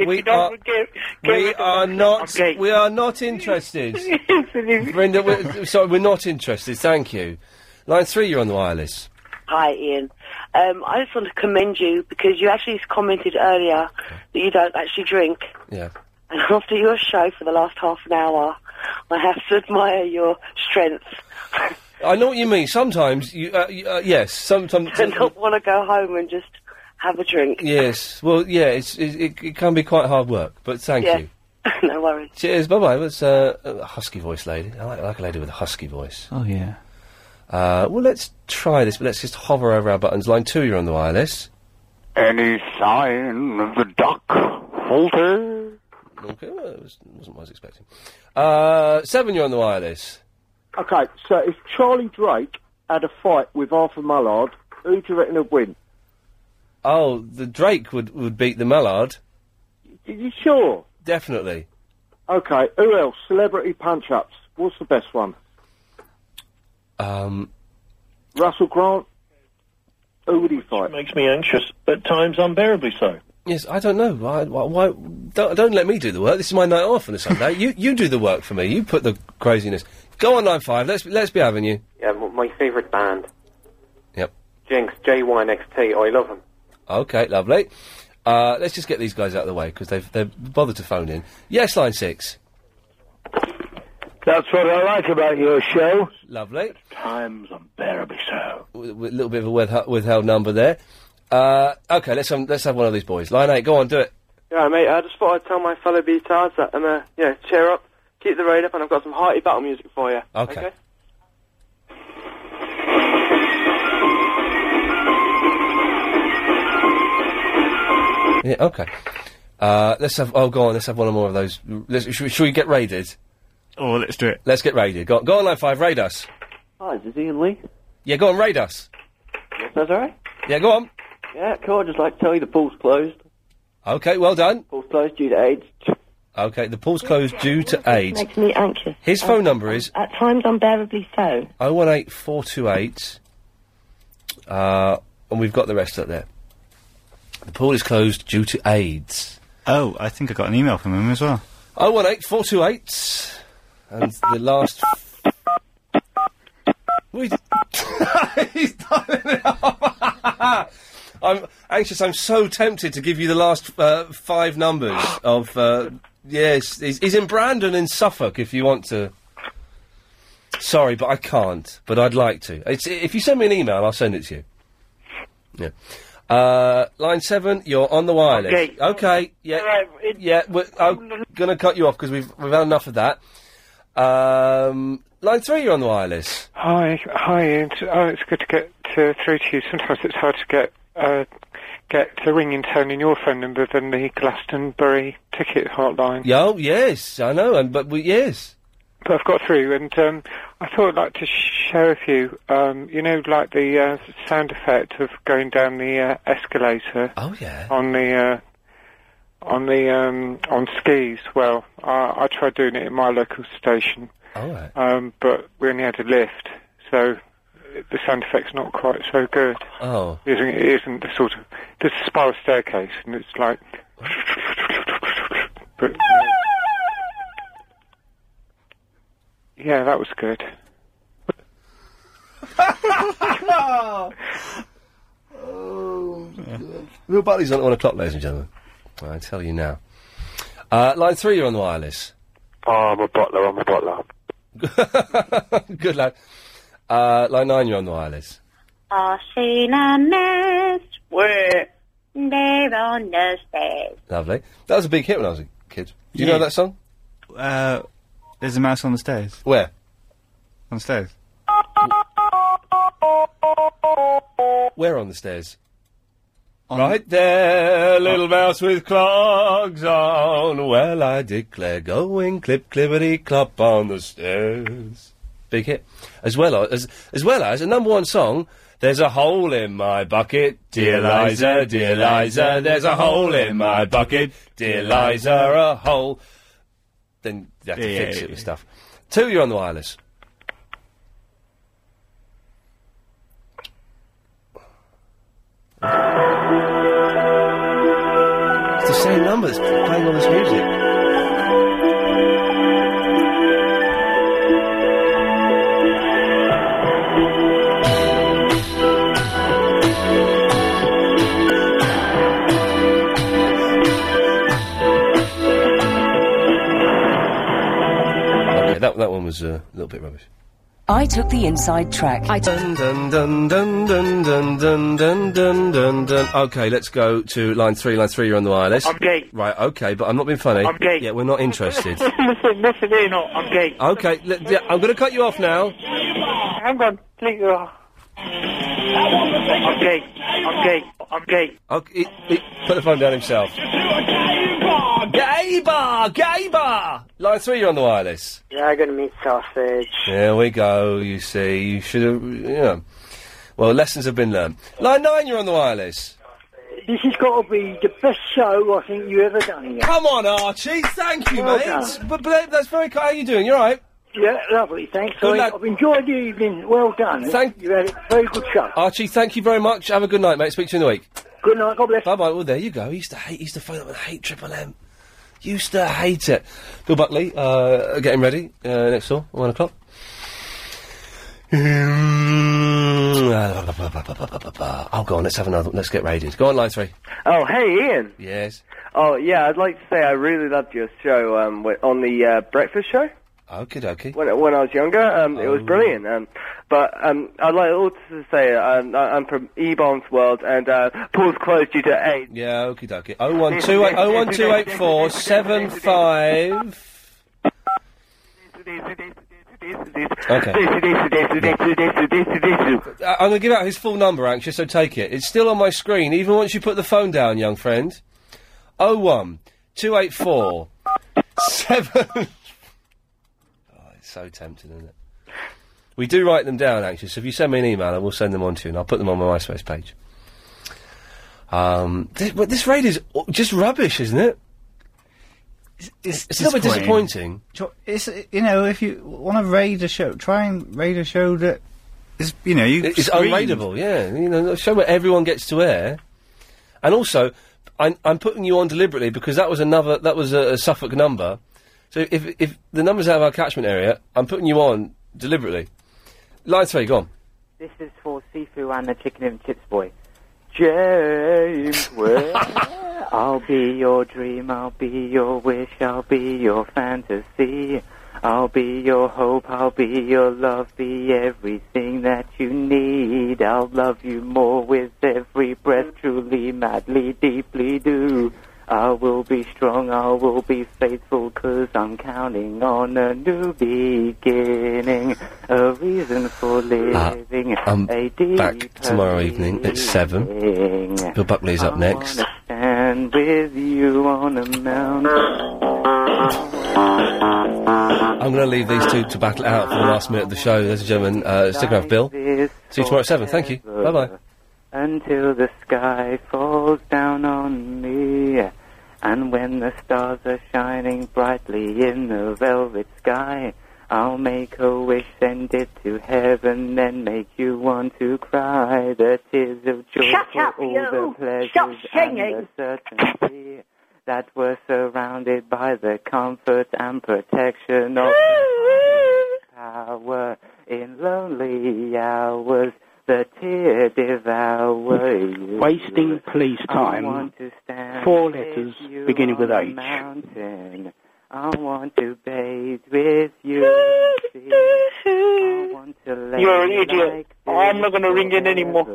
Speaker 7: if
Speaker 20: We
Speaker 7: you don't
Speaker 20: are-
Speaker 7: get, get
Speaker 20: we
Speaker 7: rid of
Speaker 20: are not. We are not interested. Brenda, we're, sorry, we're not interested. Thank you. Line three, you're on the wireless.
Speaker 16: Hi, Ian. Um, I just want to commend you because you actually commented earlier that you don't actually drink.
Speaker 20: Yeah.
Speaker 16: And after your show for the last half an hour, I have to admire your strength.
Speaker 20: I know what you mean. Sometimes you, uh, you uh, yes, sometimes.
Speaker 16: I don't want to go home and just have a drink.
Speaker 20: Yes. Well, yeah. It's it, it, it can be quite hard work, but thank
Speaker 16: Yeah.
Speaker 20: you.
Speaker 16: no worries.
Speaker 20: Cheers. Bye bye. That's uh, a husky voice lady. I like, I like a lady with a husky voice.
Speaker 2: Oh yeah.
Speaker 20: Uh, well, let's try this, but let's just hover over our buttons. Line two, you're on the wireless.
Speaker 1: Any sign of the duck halter?
Speaker 20: Okay, well, it was, wasn't what I was expecting. Uh, seven, you're on the wireless.
Speaker 9: Okay, so if Charlie Drake had a fight with Arthur Mullard, who do you reckon would win?
Speaker 20: Oh, the Drake would, would beat the Mallard.
Speaker 9: Are you sure?
Speaker 20: Definitely.
Speaker 9: Okay, who else? Celebrity punch ups. What's the best one?
Speaker 20: Um,
Speaker 9: Russell Grant? Who would he fight?
Speaker 18: Makes me anxious. At times, unbearably so.
Speaker 20: yes, I don't know. Why, why, why don't, don't let me do the work. This is my night off on a Sunday. you, you do the work for me. You put the craziness. Go on, line five. Let's, let's be having you.
Speaker 21: Yeah, m- my favourite band.
Speaker 20: Yep.
Speaker 21: Jinx, J1XT, I love them.
Speaker 20: Okay, lovely. Uh, let's just get these guys out of the way because they've, they've bothered to phone in. Yes, line six.
Speaker 6: That's what I like about your show.
Speaker 20: Lovely.
Speaker 6: Times unbearably so.
Speaker 20: A little bit of a withh- withheld number there. Uh, okay, let's have, let's have one of these boys. Line eight, go on, do it.
Speaker 60: Yeah, mate, I just thought I'd tell my fellow beatards that, um, uh, yeah, cheer up, keep the road up, and I've got some hearty battle music for you.
Speaker 20: Okay. Yeah, okay. Uh, let's have. Oh, go on. Let's have one or more of those. Let's, should, we- should we get raided?
Speaker 2: Oh, let's do it.
Speaker 20: Let's get raided. Go on, go on line five. Raid us.
Speaker 18: Hi, this is Ian Lee.
Speaker 20: Yeah, go on. Raid us.
Speaker 18: That's all right.
Speaker 20: Yeah, go on.
Speaker 18: Yeah, cool. I'd just like to tell you the pool's closed.
Speaker 20: Okay, well done.
Speaker 18: Pool's closed due to AIDS.
Speaker 20: Okay, the pool's closed due to AIDS.
Speaker 61: Makes me anxious. Um,
Speaker 20: His phone number is
Speaker 61: At times, unbearably so.
Speaker 20: oh one eight four two eight. Uh, and we've got the rest up there. The pool is closed due to AIDS.
Speaker 2: Oh, I think I got an email from him as well.
Speaker 20: Oh one eight four two eight, and the last. We- He's done it. I'm anxious. I'm so tempted to give you the last uh, five numbers of. Uh, yes, he's, he's in Brandon in Suffolk. If you want to. Sorry, but I can't. But I'd like to. It's, if you send me an email, I'll send it to you. Yeah. Uh, line seven, you're on the wireless.
Speaker 7: Okay.
Speaker 20: Okay. Yeah. yeah. We're, I'm gonna cut you off because we've we've had enough of that. Um, line three, you're on the wireless.
Speaker 61: Hi, hi, Ian. Oh, it's good to get uh, through to you. Sometimes it's hard to get uh, get the ringing tone in your phone number than the Glastonbury ticket hotline.
Speaker 20: Yeah, oh, yes, I know, and but we, yes,
Speaker 61: But I've got through, and um, I thought I'd like to share with you, um, you know, like the uh, sound effect of going down the uh, escalator.
Speaker 20: Oh yeah.
Speaker 61: On the uh, on the um, on skis. Well, I, I tried doing it in my local station.
Speaker 20: All right.
Speaker 61: Um, but we only had a lift, so the sound effect's not quite so good.
Speaker 20: Oh.
Speaker 61: It isn't, it isn't the sort of. There's a spiral staircase, and it's like. but, yeah, that was good.
Speaker 20: oh, Real Bartley's on at one o'clock, ladies and gentlemen. I tell you now. Uh, line three, you're on the wireless.
Speaker 6: Oh, I'm a butler, I'm a butler.
Speaker 20: Good lad. Uh, line nine, you're on the wireless.
Speaker 26: I've seen a mess. Where? They're on the stairs.
Speaker 20: Lovely. That was a big hit when I was a kid. Do you know that song?
Speaker 2: Uh, there's a mouse on the stairs.
Speaker 20: Where?
Speaker 2: On the stairs.
Speaker 20: Where on the stairs? right there, little mouse with clogs on. Well, I declare, going clip clippity clop on the stairs. Big hit, as well as as well as a number one song. There's a hole in my bucket, dear Liza, dear Liza. There's a hole in my bucket, dear Liza, a hole. Then you have to
Speaker 27: Yeah,
Speaker 20: fix
Speaker 27: yeah,
Speaker 20: it with stuff. Two, you're on the wireless. It's the same number that's playing all this music. Okay, that, that one was uh, a little bit rubbish.
Speaker 4: I took the inside track. I
Speaker 20: dun dun dun dun dun dun dun dun dun dun dun. Okay, let's go to line three. Line three, you're on the wireless.
Speaker 7: I'm gay.
Speaker 20: Right, okay, but I'm not being funny.
Speaker 7: I'm gay.
Speaker 20: Yeah, we're not interested.
Speaker 7: listen, listen, you know, I'm gay.
Speaker 20: okay, let, yeah, I'm going to cut you off now.
Speaker 7: Hang on, please. uh, I'm gay. I'm gay. I'm gay.
Speaker 20: Okay, he, he put the phone down himself. Gay bar, gay bar. Line three, you're on the wireless.
Speaker 29: You're gonna meet sausage.
Speaker 20: There we go. You see, you should have. You know. Well, lessons have been learned. Line nine, you're on the wireless.
Speaker 19: This has got to be the best show I think you ever done. Here.
Speaker 20: Come on, Archie. Thank you,
Speaker 19: Well
Speaker 20: mate.
Speaker 19: done.
Speaker 20: But, but that's very kind. How are you doing? You all right?
Speaker 19: Yeah, lovely. Thanks.
Speaker 20: Good
Speaker 19: I,
Speaker 20: luck.
Speaker 19: I've enjoyed the evening. Well done.
Speaker 20: Thank
Speaker 19: you. Had a very good show.
Speaker 20: Archie, thank you very much. Have a good night, mate. Speak to you in the week.
Speaker 19: Good night. God bless.
Speaker 20: Bye bye. Well, there you go. He used to hate. He used to phone up and hate Triple M. Used to hate it. Bill Buckley, uh, getting ready uh, next door, one o'clock. Mm, Oh, go on. Let's have another. one. Let's get raided. Go on, line three.
Speaker 8: Oh, hey, Ian.
Speaker 20: Yes.
Speaker 8: Oh, yeah, I'd like to say I really loved your show um, wi- on the uh, breakfast show.
Speaker 20: Okay, dokie.
Speaker 8: When, when I was younger, um, it
Speaker 20: Oh.
Speaker 8: was brilliant. Um, but um, I'd like also to say um, I, I'm from Ebon's World, and uh, Paul's closed due to AIDS.
Speaker 20: Yeah, okie dokie. Oh one two eight. Oh one two eight four seven five. Okay. I- I'm going to give out his full number, anxious, so take it. It's still on my screen, even once you put the phone down, young friend. 01 284 7. oh, it's so tempting, isn't it? We do write them down, anxious. If you send me an email, I will send them on to you, and I'll put them on my MySpace page. Um, this, but this raid is aw- just rubbish, isn't it? It's, a little bit disappointing.
Speaker 2: Jo- It's uh, you know if you want to raid a show, try and raid a show that is you know you
Speaker 20: it's
Speaker 2: screamed.
Speaker 20: unrateable, yeah. You know, a show where everyone gets to air, and also I'm, I'm putting you on deliberately because that was another that was a, a Suffolk number. So if if the numbers out of our catchment area, I'm putting you on deliberately. Line three, go on.
Speaker 11: This is for Sifu and the Chicken and Chips Boy. James, where? I'll be your dream, I'll be your wish, I'll be your fantasy. I'll be your hope, I'll be your love, be everything that you need. I'll love you more with every breath, truly, madly, deeply do. I will be strong, I will be faithful, cause I'm counting on a new beginning, a reason for living,
Speaker 20: Uh, Ah, I'm
Speaker 11: a deep
Speaker 20: back tomorrow evening at seven. Bill Buckley's up next.
Speaker 11: and with you on a mountain.
Speaker 20: I'm going to leave these two to battle it out for the last minute of the show, ladies and gentlemen. Uh, stick around, Bill. See you tomorrow at seven. Thank you. Bye bye.
Speaker 11: Until the sky falls down on me, and when the stars are shining brightly in the velvet sky, I'll make a wish, send it to heaven, then make you want to cry the tears of joy
Speaker 26: Shut
Speaker 11: for
Speaker 26: up,
Speaker 11: all
Speaker 26: you.
Speaker 11: the pleasures
Speaker 26: Stop
Speaker 11: and
Speaker 26: singing.
Speaker 11: the certainty that were surrounded by the comfort and protection of power in lonely hours The tear devour you.
Speaker 24: Wasting police
Speaker 11: I
Speaker 24: time.
Speaker 11: want to stand
Speaker 24: Four letters
Speaker 11: with you
Speaker 24: beginning with
Speaker 11: on the
Speaker 24: H.
Speaker 11: Mountain. I want to bathe with you. in the sea. I want to lay
Speaker 7: You're an idiot.
Speaker 11: like
Speaker 7: I'm not going to ring in anymore.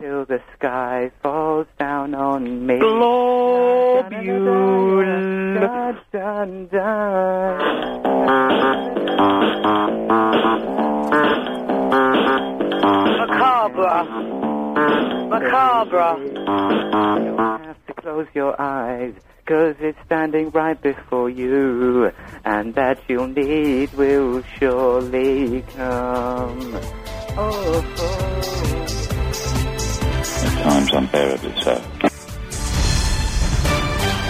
Speaker 11: till the sky falls down on me.
Speaker 7: Globule.
Speaker 11: Dun, dun.
Speaker 16: Macabre.
Speaker 11: Close your eyes, cause it's standing right before you, and that you'll need will surely come. Oh,
Speaker 5: At times unbearably so.